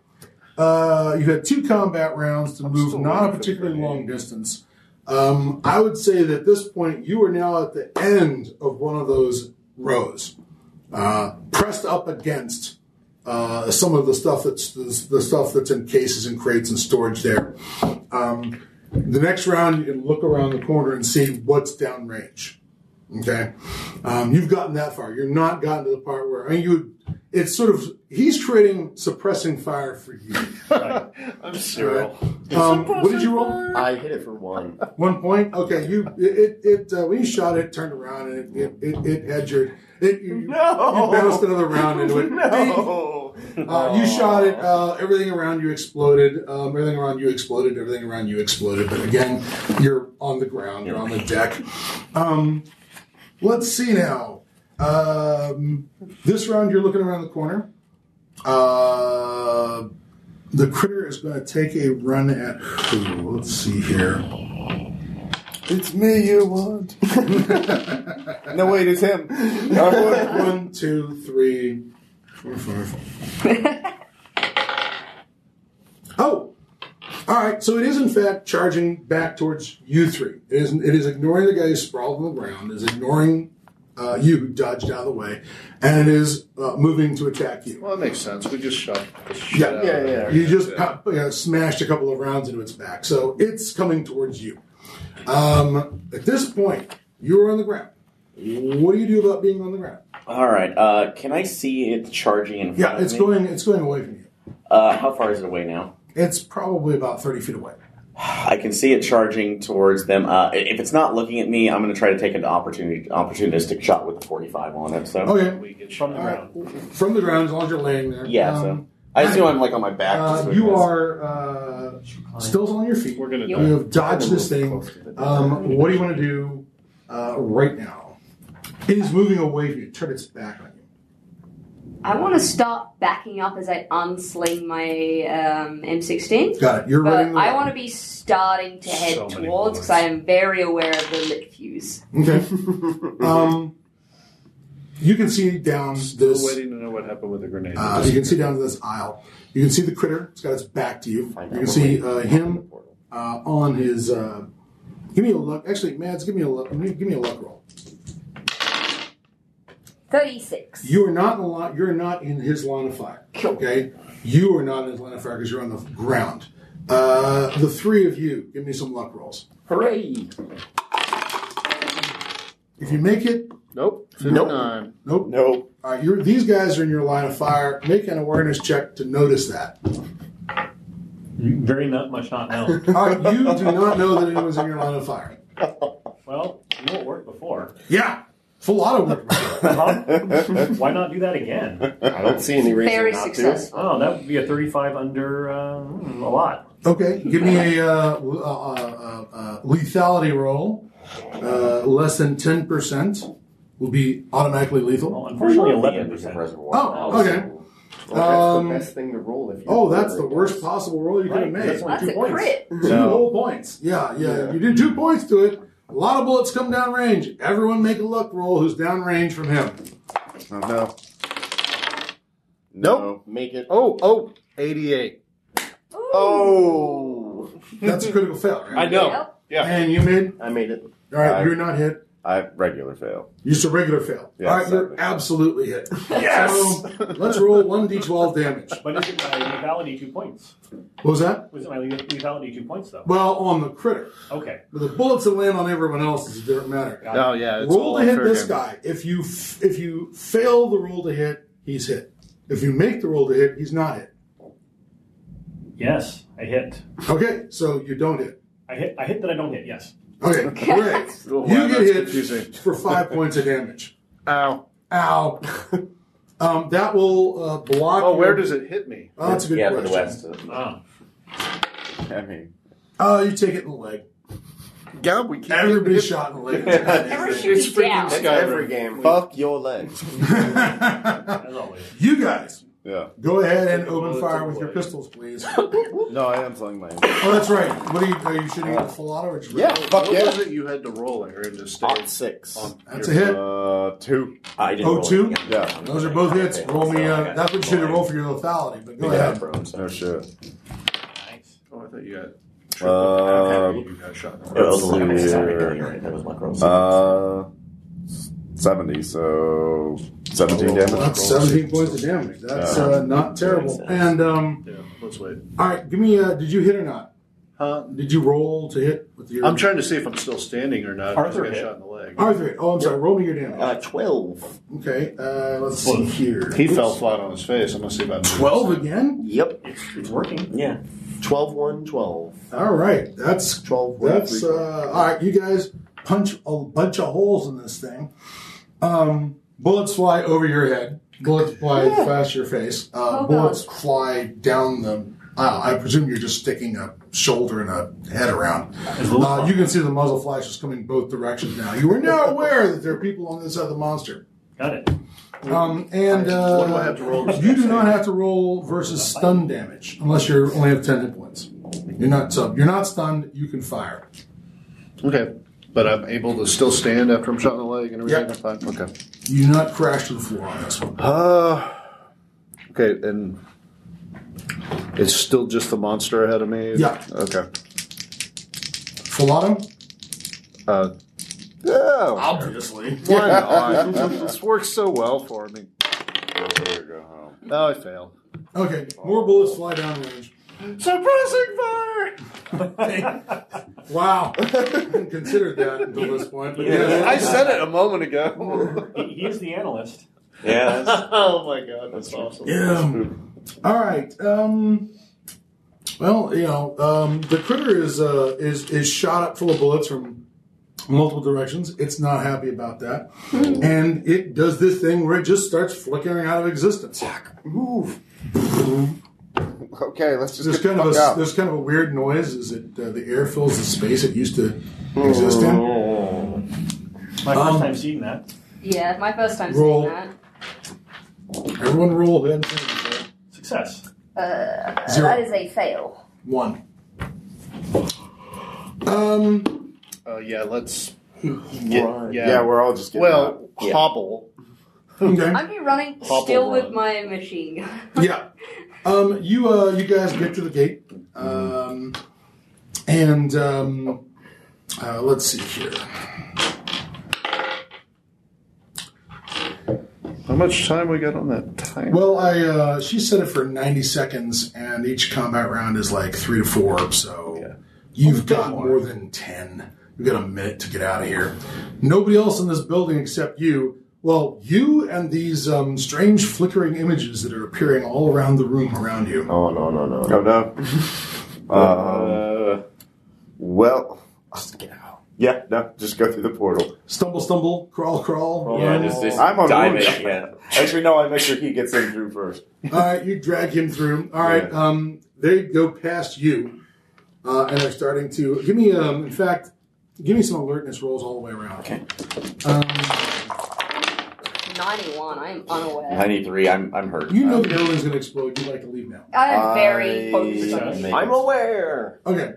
Uh, you had two combat rounds to move, not a particularly long distance. Um, I would say that at this point you are now at the end of one of those rows, uh, pressed up against uh, some of the stuff that's the, the stuff that's in cases and crates and storage there. Um, the next round, you can look around the corner and see what's downrange. Okay, um, you've gotten that far. You're not gotten to the part where I mean, you. It's sort of he's creating suppressing fire for you. I'm serial. Um, what did you roll? I hit it for one. One point. Okay, you it it, it uh, when you shot it, it turned around and it it, it, it had your it you, you bounced another round into it. Uh, you shot it. Uh, everything around you exploded. Um, everything around you exploded. Everything around you exploded. But again, you're on the ground. You're on the deck. Um, let's see now. Um, this round, you're looking around the corner. Uh, the critter is going to take a run at who? Let's see here. It's me you want. no, wait, it's him. Uh, what- One, two, three, four, five. Oh, all right. So it is in fact charging back towards you three. It is. It is ignoring the guy who's sprawled on the ground. Is ignoring uh, you who dodged out of the way, and it is uh, moving to attack you. Well, that makes sense. We just shot the shit Yeah, out yeah, of yeah. there. You just pop, you know, smashed a couple of rounds into its back, so it's coming towards you. Um, at this point, you're on the ground. What do you do about being on the ground? All right. Uh, can I see it charging in front Yeah, of it's me? going. It's going away from you. Uh, how far is it away now? It's probably about 30 feet away. I can see it charging towards them. Uh, i- if it's not looking at me, I'm going to try to take an opportunity, opportunistic shot with the 45 on it. So Okay. We get From the ground. From the ground, as long as you're laying there. yeah. so Um, I assume I'm like on my back. uh, just so it you does- are uh, still on your feet. We're gonna Yep. die. You have dodged this thing. Close to the- Um, what do you want to do uh, right now? It is moving away from you. Turn its back on you. I want to start backing up as I unsling my um, M16. Got it. You're But running. I want to be starting to head So many towards because I am very aware of the lit fuse. Okay. um, you can see down Still this. waiting to know what happened with the grenade. Uh, you can see down this aisle. You can see the critter. It's got its back to you. You Find out can what see way- uh, him uh, on his. Uh, give me a luck. Actually, Mads, give me a luck. Give me a luck roll. 36. You are not in the line. You're not in his line of fire. Okay, you are not in his line of fire because you're on the ground. Uh, the three of you, give me some luck rolls. Hooray! If you make it, nope. 59. nope. no. All right, you're, these guys are in your line of fire. Make an awareness check to notice that. Very not much not known. All right, Uh, you do not know that anyone's in your line of fire. well, you know it worked before. Yeah, it's a lot of work. Huh? Why not do that again? I don't see any reason Very not to. successful. Oh, that would be a 35 under um, a lot. Okay, give me a uh, w- uh, uh, uh, uh, lethality roll. Uh, less than ten percent will be automatically lethal. Well, unfortunately, Yeah, 11%. reservoir. Oh, okay. Well, Um, that's the best thing to roll if you. Oh, that's the roll. worst possible roll you could have Right, made. that's Two only That's two a points. crit. No. whole points. Yeah, yeah, You did two points to it. A lot of bullets come down range. Everyone make a luck roll who's down range from him. Oh, no. Nope. Make it. Oh, oh, 88. Ooh. Oh. That's a critical fail, right? I know. Yep. And you made I made it. all right. I- you're not hit. I regular fail. Just a regular fail. Yeah, all right, you're exactly. absolutely hit. Yes. So let's roll one d12 damage. But is it my lethality two points? What was that? Was it my le- lethality two points, though? Well, on the critter. Okay. But the bullets that land on everyone else is a different matter. Oh, yeah. It's roll all to hit fair this game. guy. If you f- if you fail the roll to hit, he's hit. If you make the roll to hit, he's not hit. Yes, I hit. Okay, so you don't hit. I hit. I hit that I don't hit. Yes. Okay, great. Oh, wow, you that's get hit confusing. for five points of damage. Ow. Ow. um, that will uh, block. Oh, where your- does it hit me? Oh, that's a good yeah, for question. the west. Ah. I mean, Oh, you take it in the leg. Yeah, we keep Everybody's shot in the leg. It's freaking down. Skyrim. Every game. Fuck your legs. As always. you guys, Yeah. go ahead and open fire with your pistols, please. oh, No, I am playing my. that's right. What are you? Are you shooting at the full auto? Or just Yeah. What Fuck was yeah. it you had to roll, Aaron, to stay? On six. on That's a your- hit. Uh, two. I didn't Oh, roll two? it. Yeah. Those are both hits. Okay, Roll me. so I Uh, got that's what you should have nine. rolled for your lethality. But go Yeah, ahead. bro. No shit. Nice. Oh, I thought you got. Uh, you got shot. It was a little bit Let's see sorry, here. no, you're right. That was my roll. Uh, seventy. So seventeen damage. That's 17 points of damage. That's uh, not terrible. And um, Yeah, let's wait. all right, give me. Uh, did you hit or not? Huh? Did you roll to hit with your? I'm trying to see if I'm still standing or not. Arthur I got hit. shot in the leg. Arthur. Oh, I'm sorry. Roll me your damage. Uh, 12. okay. Uh, let's see here. He fell flat on his face. I'm gonna see about Twelve again. Yep. It's, it's working. Yeah. 12, 1, 12. All right. That's 12, one, That's three, uh, all right. You guys punch a bunch of holes in this thing. Um, bullets fly over your head. Bullets fly past your face. Uh, Oh, bullets fly down the. aisle. I presume you're just sticking a shoulder and a head around. Uh, you can see the muzzle flashes coming both directions now. You are now aware that there are people on the other side of the monster. Got it. Um, and uh, What do I have to roll? you do not have to roll versus stun damage unless you are only have ten hit points. You're not sub. You're not stunned. You can fire. Okay, but I'm able to still stand after I'm shot in the leg and everything. Yeah. I'm fine. Okay. You do not crash to the floor on this one. Uh, okay, and it's still just the monster ahead of me. Yeah. Okay. Philatum? Uh, yeah. Obviously. Why not? this works so well for me. Oh, I failed. Okay, more bullets fly down range. Suppressing fire. Wow. Hadn't considered that until this point. But Yeah. yes. I said it a moment ago. He, he's the analyst. Yeah. that's- oh my god, that's awesome. Yeah. All right. Um, well, you know, um, the critter is uh, is is shot up full of bullets from multiple directions. It's not happy about that, Hmm. and it does this thing where it just starts flickering out of existence. Move. Okay, let's just There's get kind the of fuck a, out. there's kind of a weird noise as it uh, the air fills the space it used to exist in. Hmm. My Um, first time seeing that. Yeah, my first time Roll. seeing that. Everyone roll then. Success. Uh, Zero. That is a fail. One. Um, Uh, yeah, let's. Yeah, yeah. yeah, we're all just getting out. Well, hobble. okay. I'm be running Hobble still run. with my machine gun. yeah. Um, you uh, you guys get to the gate, um, and um, uh, let's see here. How much time we got on that time? Well, I uh, she set it for ninety seconds, and each combat round is like three to four. So you've got more. than ten. You've got a minute to get out of here. Nobody else in this building except you. Well, you and these um, strange flickering images that are appearing all around the room around you. Oh, no, no, no. Oh no. Oh, Uh, um, well, Just get out. yeah, no, just go through the portal. Stumble, stumble, crawl, crawl. Yeah, run. just, just I'm on dive one it. shot. Yeah. Actually, no, I make sure he gets in through first. All right, you drag him through. All right, um, they go past you, uh, and they're starting to give me. Um, in fact, give me some alertness rolls all the way around. Okay. Um, 91, I am unaware. 93, I'm, I'm hurt. you know the building's going to explode. You'd like to leave now. I am I very focused on make this. it. I'm aware. Okay.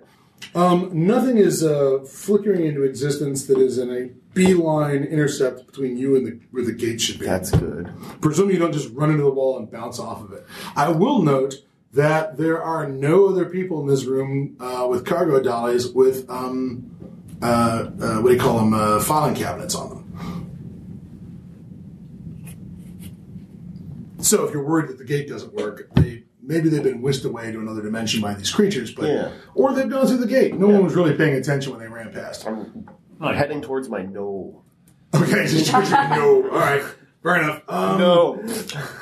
Um, nothing is uh, flickering into existence that is in a beeline intercept between you and the where the gate should be. That's good. Presume you don't just run into the wall and bounce off of it. I will note that there are no other people in this room uh, with cargo dollies with um, uh, uh, what do you call them? Uh, filing cabinets on them. So if you're worried that the gate doesn't work, they maybe they've been whisked away to another dimension by these creatures, but Yeah. or they've gone through the gate. No one was really paying attention when they ran past. Nice. Heading towards my no. Okay, just no. All right, fair enough. Um, no.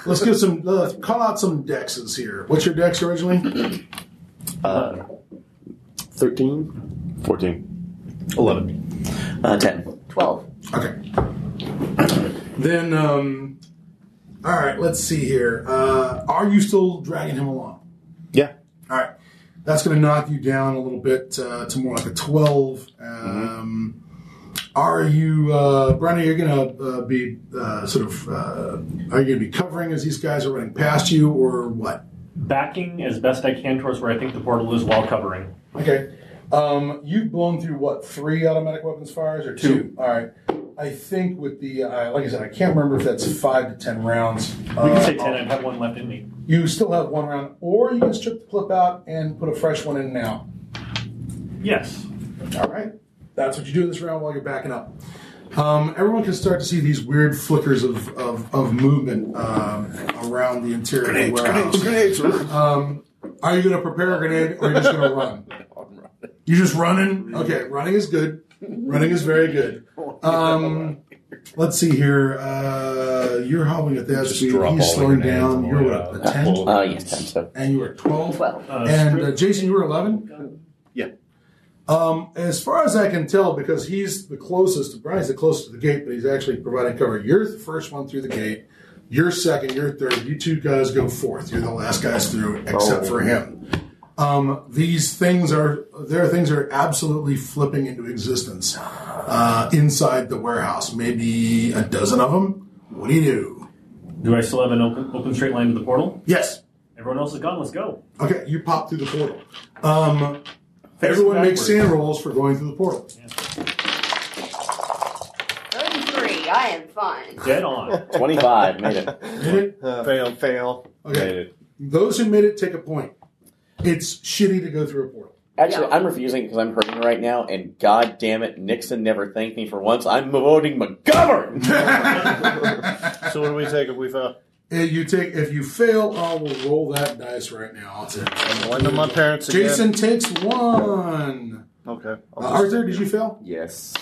Let's give some. Uh, call out some dexes here. What's your dex originally? Uh, 13? Fourteen. 11. Uh, 10. 12. Okay. Then, um, all right, let's see here. Uh, are you still dragging him along? Yeah. All right. That's going to knock you down a little bit uh, to more like a 12. Um, Are you, uh, Brenna, you're going to uh, be uh, sort of, uh, are you going to be covering as these guys are running past you or what? Backing as best I can towards where I think the portal is while covering. Okay. Um, you've blown through what three automatic weapons fires or two? All right. I think with the uh, like I said, I can't remember if that's five to ten rounds. Uh, We can say 10, I'd have one left in me. You still have one round, or you can strip the clip out and put a fresh one in now. Yes. All right. That's what you do this round while you're backing up. Um, everyone can start to see these weird flickers of, of, of movement um, around the interior of the warehouse. Um, are you going to prepare a grenade or are you just going to run? You're just running? Okay, running is good. Running is very good. Um, let's see here. Uh, you're hobbling at the Just speed. drop He's all the slowing grenades down. and You're what, we're up out. to 10? Uh, yes, 10, so. and you were 12 Well, Uh, and uh, strip- jason you were 11 Yeah. um, as far as i can tell because he's the closest brian's the closest to the gate but he's actually providing cover you're the first one through the gate you're second you're third you two guys go fourth you're the last guys through except for him um, these things are their things are absolutely flipping into existence uh, inside the warehouse maybe a dozen of them what do you do Do I still have an open, open straight line to the portal? yes Everyone else is gone. Let's go. Okay, you pop through the portal. Um, everyone makes backwards. sand rolls for going through the portal. 33. I am fine. Dead on. 25, made it. Did Uh, it? fail, Uh, fail. Okay. Those who made it take a point. It's shitty to go through a portal. Actually, Yeah. I'm refusing because I'm hurting right now, and god damn it, Nixon never thanked me for once. I'm voting McGovern! So what do we take if we fail? And you take if you fail, I will roll that dice right now. I'll take. it. One to my parents again. Jason takes one. Okay. Uh, Arthur, did you fail? Yes.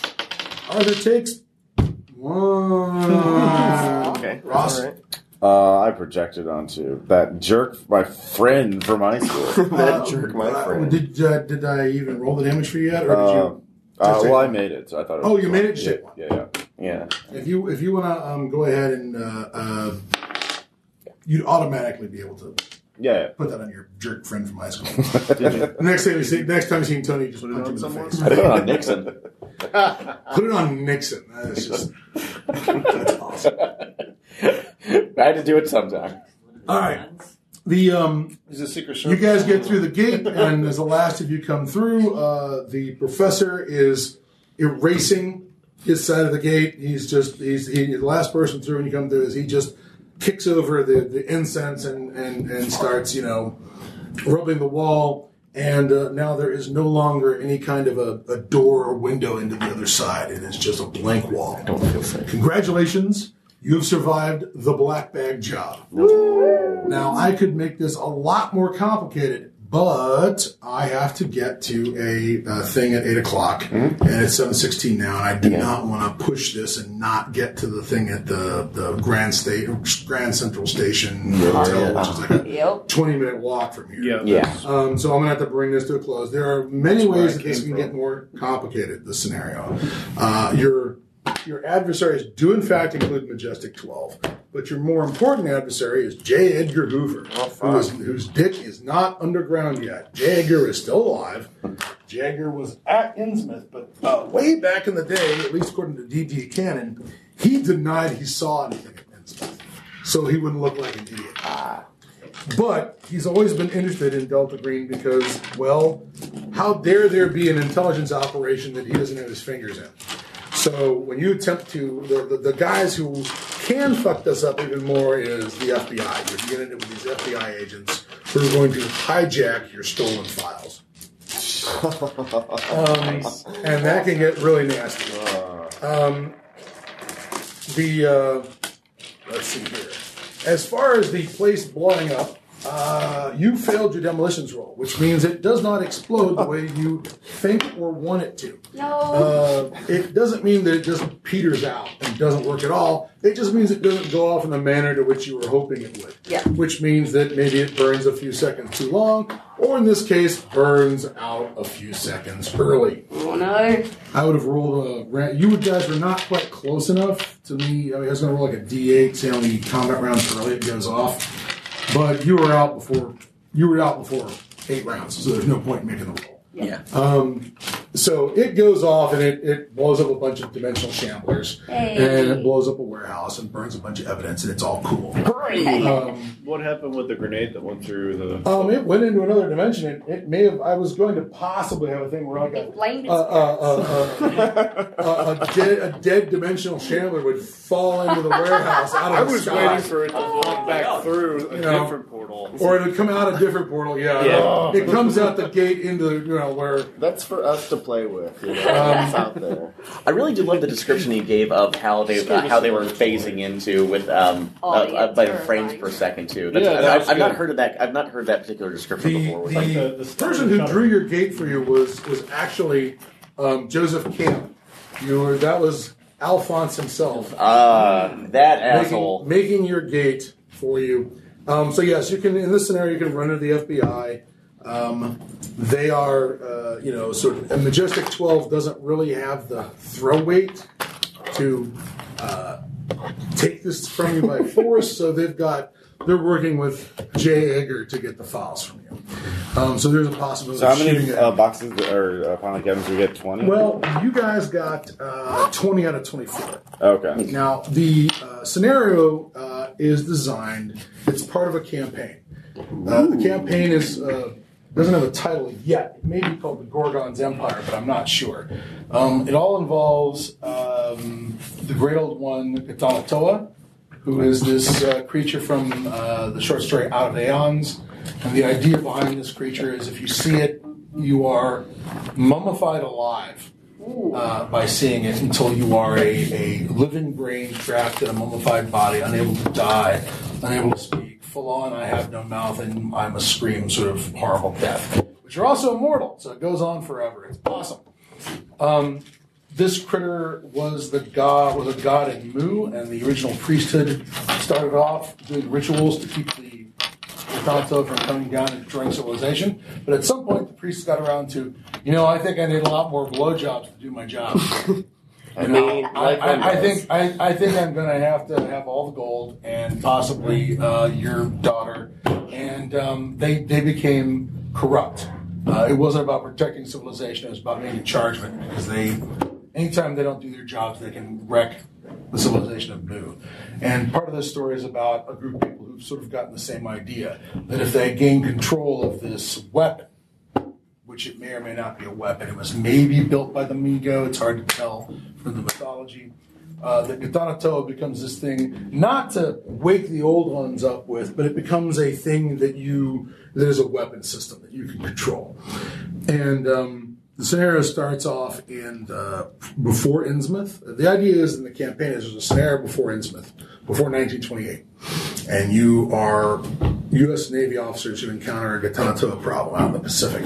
Arthur takes one. Okay. Ross. All right. Uh, I projected onto that jerk, my friend from high school. That Uh, jerk, my uh, friend. Did uh, did I even roll the damage for you yet, or did you? Uh, uh, Just say- well, I made it, so I thought. It was Oh, you made it? Yeah, Shit. Yeah, yeah. Yeah. If you if you want to um, go ahead and uh, uh, you'd automatically be able to Yeah, put that on your jerk friend from high school. yeah. next time you see next time you see Tony, just put it on him in someone? the I face. put it on Nixon. Put it on Nixon. That's just that's awesome. I had to do it sometime. All right. The um, He's a secret you service. guys get through the gate, and as the last of you come through, uh, the professor is erasing his side of the gate. He's just he's he, the last person through, and you come through is he just kicks over the, the incense and, and and starts you know rubbing the wall. And uh, now there is no longer any kind of a, a door or window into the other side. It is just a blank wall. Don't feel safe. Congratulations, you have survived the black bag job. Now, I could make this a lot more complicated, but I have to get to a, uh thing at 8 o'clock, Hmm? and it's 7.16 now, and I do not want to push this and not get to the thing at the, the Grand State, Grand Central Station Hotel, which is like a Yep. 20-minute walk from here. Yeah. Yeah. Um, so I'm gonna have to bring this to a close. There are many where I ways that this came can from. get more complicated. The scenario, uh, your your adversaries do in fact include Majestic Twelve, but your more important adversary is J. Edgar Hoover, Oh, who is, whose dick is not underground yet. J. Edgar is still alive. J. Edgar was at Innsmouth, but uh, way back in the day, at least according to D.D. Cannon, he denied he saw anything at Innsmouth, so he wouldn't look like an idiot. Ah. But he's always been interested in Delta Green because, well, how dare there be an intelligence operation that he doesn't have his fingers in? So when you attempt to, the, the, the guys who can fuck this up even more is the FBI. You're going to end up with these FBI agents who are going to hijack your stolen files. Um, Nice. And that can get really nasty. Um, the uh, let's see here. As far as the place blowing up, Uh, you failed your demolitions roll, which means it does not explode the way you think or want it to. No. Uh, it doesn't mean that it just peters out and doesn't work at all. It just means it doesn't go off in the manner to which you were hoping it would. Yeah. Which means that maybe it burns a few seconds too long, or in this case, burns out a few seconds early. oh no. I would have rolled a. ra- You guys were not quite close enough to me. I, mean, I was going to roll like a D8, say on the combat rounds early it goes off, but you were out before. You were out before eight rounds, so there's no point in making the roll. Um, Yeah. So it goes off and it, it blows up a bunch of dimensional shamblers Hey. and it blows up a warehouse and burns a bunch of evidence and it's all cool. Um, What happened with the grenade that went through the? um, it went into another dimension. It, it may have. I was going to possibly have a thing where I It got. blamed Uh, its uh, uh, uh, uh, a, dead, a dead dimensional chandler would fall into the warehouse out of I the was sky. waiting for it to fall back through Oh. a You know. different portal. or it would come out a different portal. Yeah, Yeah. it comes out the gate into you know where That's for us to play with. You know, Um, it's out there. I really do love the description he gave of how they uh, how they were phasing into with um Oh, uh, yeah, uh, by terrifying. frames per second too. Yeah, That's- that I've, was I've not good. heard of that. I've not heard that particular description the, before. the, Like the- the person who shutter. drew your gate for you was was actually um, Joseph Camp. You were that was Alphonse himself Uh, that making, asshole. making your gate for you. Um, so yes, you can in this scenario you can run to the FBI. Um, they are uh, you know sort of a majestic twelve doesn't really have the throw weight to uh, take this from you by force. so they've got they're working with Jay Egger to get the files from you. Um, so there's a possibility. So how of shooting many it. uh, boxes or uh, final cabinets we get? Twenty. Well, you guys got uh, 20 out of 24. Oh, okay. Now, the uh, scenario uh, is designed, it's part of a campaign. Uh, the campaign is uh, doesn't have a title yet. It may be called the Gorgon's Empire, but I'm not sure. Um, it all involves um, the great old one, Katalatoa, who is this uh, creature from uh, the short story Out of Aeons. And the idea behind this creature is if you see it, you are mummified alive uh, by seeing it until you are a, a living brain trapped in a mummified body, unable to die, unable to speak, full on, I have no mouth, and I must scream sort of horrible death. But you're also immortal, so it goes on forever. It's awesome. Um, this critter was the god was a god in Mu, and the original priesthood started off doing rituals to keep the Kanto from coming down and destroying civilization. But at some point, the priests got around to, you know, I think I need a lot more blowjobs to do my job. You know, I, I, I think I, I think I'm going to have to have all the gold and possibly uh, your daughter. And um, they they became corrupt. Uh, it wasn't about protecting civilization; it was about being in charge of it because they, anytime they don't do their jobs, they can wreck the civilization of Mu. And part of this story is about a group of people who've sort of gotten the same idea that if they gain control of this weapon which it may or may not be a weapon. It was maybe built by the Migo. It's hard to tell from the mythology. Uh, the Gatanatoa becomes this thing, not to wake the old ones up with, but it becomes a thing that you, that is a weapon system that you can control. And um, the scenario starts off in uh, before Innsmouth. The idea is in the campaign is there's a scenario before Innsmouth, before 1928 and you are U.S. Navy officers who encounter a Gatanatoa problem out in the Pacific.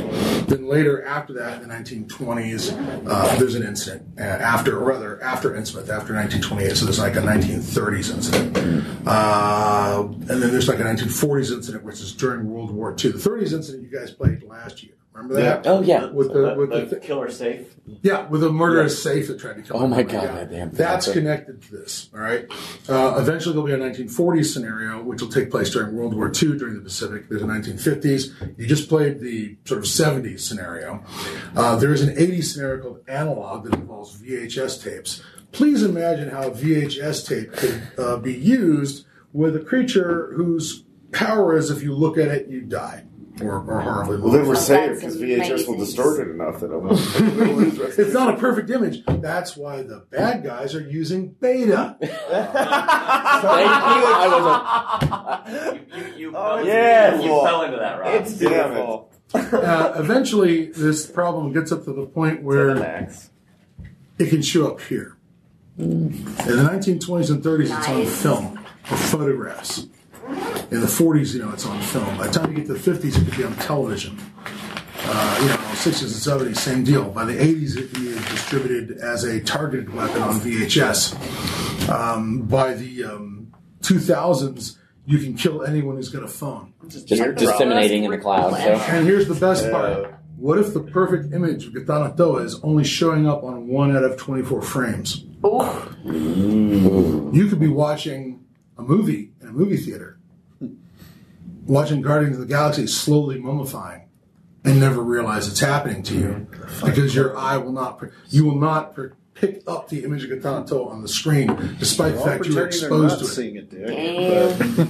Then later, after that, in the 1920s, uh, there's an incident uh, after, or rather, after Innsmouth, after 1928. So there's like a 1930s incident, uh, and then there's like a 1940s incident, which is during World War II. The 30s incident you guys played last year. Remember that? Oh yeah. With the, with the, thi- killer safe. yeah, with a murderous safe that tried to kill. Oh my everybody. God, Yeah. goddamn. That's connected to this. All right. Uh, eventually, there'll be a 1940s scenario, which will take place during World War II during the Pacific. There's a 1950s. You just played the sort of 70s scenario. Uh, there is an 80s scenario called Analog that involves VHS tapes. Please imagine how a VHS tape could uh, be used with a creature whose power is if you look at it, you die or, or horribly. Well, then wounded. we're That's safe because VHS amazing. will distort it enough that it won't. It's not a perfect image. That's why the bad guys are using beta. Thank you. I was You, you, you, Oh, you- yes. you fell into that, Rob. It's Damn it. beautiful. Uh, eventually, this problem gets up to the point To the where max. it can show up here. In the 1920s and 30s, it's on Nice. film or photographs. In the 40s, you know, it's on film. By the time you get to the 50s, it could be on television. Uh, you know, 60s and 70s, same deal. By the 80s, it could be distributed as a targeted weapon on VHS. Um, by the um, 2000s, you can kill anyone who's got a phone. Just disseminating in the cloud. So. And here's the best part. What if the perfect image of Katana Doa is only showing up on one out of 24 frames? You could be watching a movie in a movie theater, watching Guardians of the Galaxy slowly mummifying, and never realize it's happening to you because your eye will not, you will not pick up the image of Katana Doa on the screen, despite the They're all fact you're pretending they're exposed not to it. seeing it,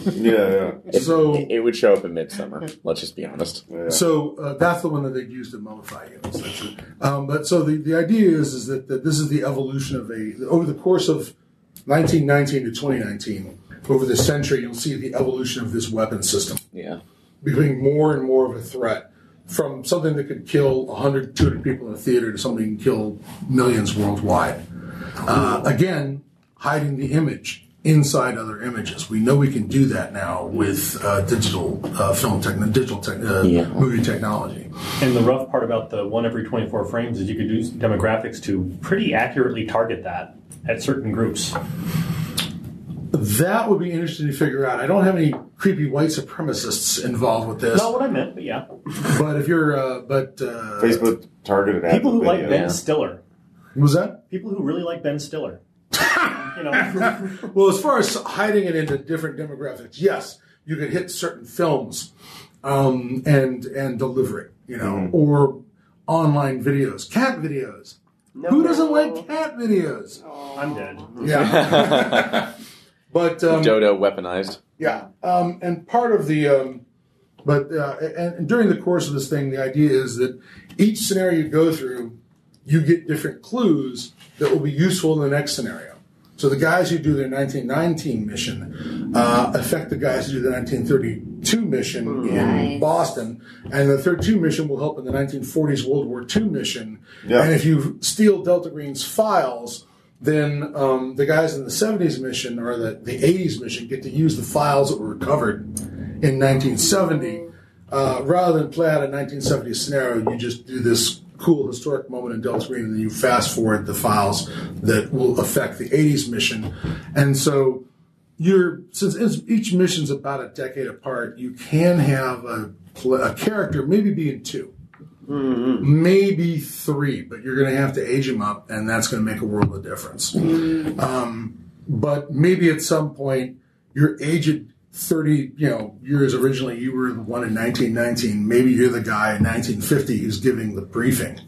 Dick. yeah, It, So- it, would show up in midsummer. Let's just be honest. So uh, that's the one that they've used to mummify you. essentially. Um, but so the, the idea is is that, that this is the evolution of a over the course of 1919 to 2019 over the century you'll see the evolution of this weapon system Yeah. becoming more and more of a threat from something that could kill 100 200 people in a theater to something that can kill millions worldwide uh, again hiding the image inside other images we know we can do that now with uh, digital uh, film technology digital tech uh, Yeah. movie technology And the rough part about the one every 24 frames is you could do demographics to pretty accurately target that at certain groups. That would be interesting to figure out. I don't have any creepy white supremacists involved with this, Not what I meant, but yeah. but if you're, uh, but uh, Facebook targeted ad People who like video. Ben Stiller. was that? People who really like Ben Stiller. you know, Well, as far as hiding it into different demographics, yes, you could hit certain films um, and and deliver it, you know, or online videos, cat videos. Who doesn't like cat videos? I'm dead. Yeah, but um, Dodo weaponized. Yeah, um, and part of the, um, but uh, and, and during the course of this thing, the idea is that each scenario you go through, you get different clues that will be useful in the next scenario. So the guys who do their 1919 mission uh, affect the guys who do the 1932 mission in Nice. Boston, and the 32 mission will help in the 1940s World War II mission. Yeah. And if you steal Delta Green's files, then um, the guys in the 70s mission or the, the 80s mission get to use the files that were recovered in 1970. Uh, rather than play out a 1970 scenario, you just do this cool historic moment in Delta Green and then you fast forward the files that will affect the 80s mission. And so you're since it's- each mission's about a decade apart, you can have a, pl- a character maybe be in 2 Mm-hmm. maybe three, but you're going to have to age them up, and that's going to make a world of difference. Um, Mm-hmm. but maybe at some point, you're aged 30, you know, years originally, you were the one in 1919. Maybe you're the guy in 1950 who's giving the briefing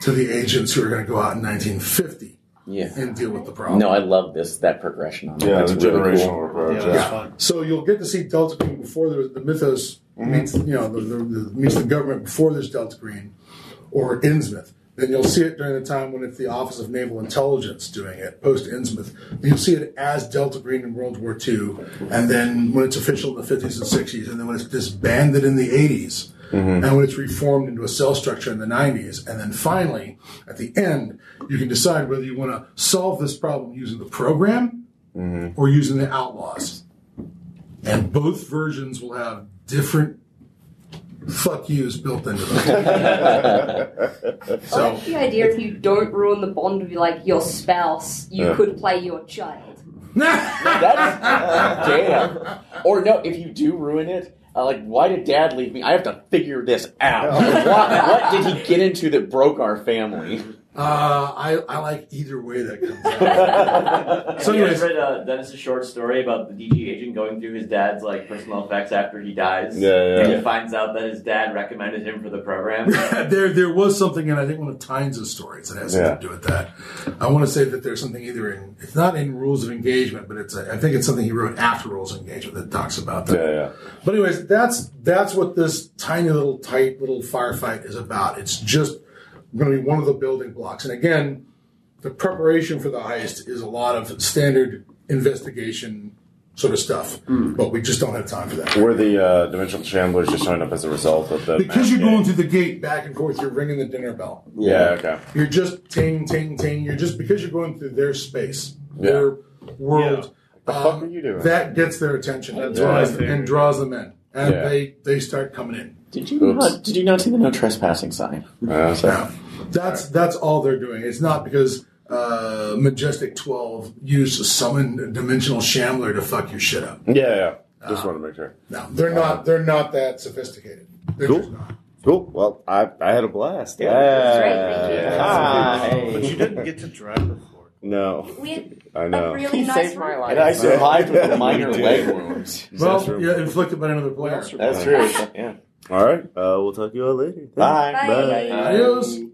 to the agents who are going to go out in 1950 Yeah. and deal with the problem. No, I love this that progression on it. Yeah, That's the really cool. generational approach. Yeah, Yeah. that's fun. So you'll get to see Delta Green before there was the mythos meets you know the, the, the, meets the government before there's Delta Green or Innsmouth. Then you'll see it during the time when it's the Office of Naval Intelligence doing it post Innsmouth. You'll see it as Delta Green in World War II, and then when it's official in the 50s and 60s, and then when it's disbanded in the 80s, and when it's reformed into a cell structure in the 90s, and then finally at the end, you can decide whether you want to solve this problem using the program or using the outlaws and both versions will have different fuck yous built into them. I so like the idea if you don't ruin the bond with like your spouse, you Yeah. could play your child. That's damn. Or no, if you do ruin it, uh, like why did Dad leave me? I have to figure this out. what, what did he get into that broke our family? uh, I, I like either way that comes out. So Have you guys anyways- read uh, Dennis's short story about the DG agent going through his dad's like personal effects after he dies? Yeah, yeah, And yeah. he finds out that his dad recommended him for the program. there there was something in I think one of Tynes' stories that has Yeah. something to do with that. I want to say that there's something either in it's not in Rules of Engagement, but it's a, I think it's something he wrote after Rules of Engagement that talks about that. Yeah, yeah. But anyways, that's that's what this tiny little tight little firefight is about. It's just going to be one of the building blocks. And again, the preparation for the heist is a lot of standard investigation sort of stuff, Hmm. but we just don't have time for that. Were the uh, dimensional shamblers just showing up as a result of the Because mass you're game? going through the gate back and forth, you're ringing the dinner bell. Yeah, okay. You're just ting, ting, ting. You're just because you're going through their space, Yeah. their world. the Uh, fuck are you doing? That gets their attention and That's what I draws, and draws them in. And Yeah. they, they start coming in. Did you not? Did you not see the no trespassing sign? Uh, Yeah. That's that's all they're doing. It's not because uh, Majestic Twelve used to summon a dimensional shambler to fuck your shit up. yeah, yeah. Just want to make sure. No, they're not. They're not that sophisticated. They're Cool. just not. Cool. Well, I, I had a blast. Yeah. Hi. But you didn't get to drive before. No. We had I know. a really He nice saved my room. life. And I survived with a minor leg wound. Well, yeah, inflicted by another player. That's true. Yeah. All right. Uh, we'll talk to you all later. Bye. Bye. Adios.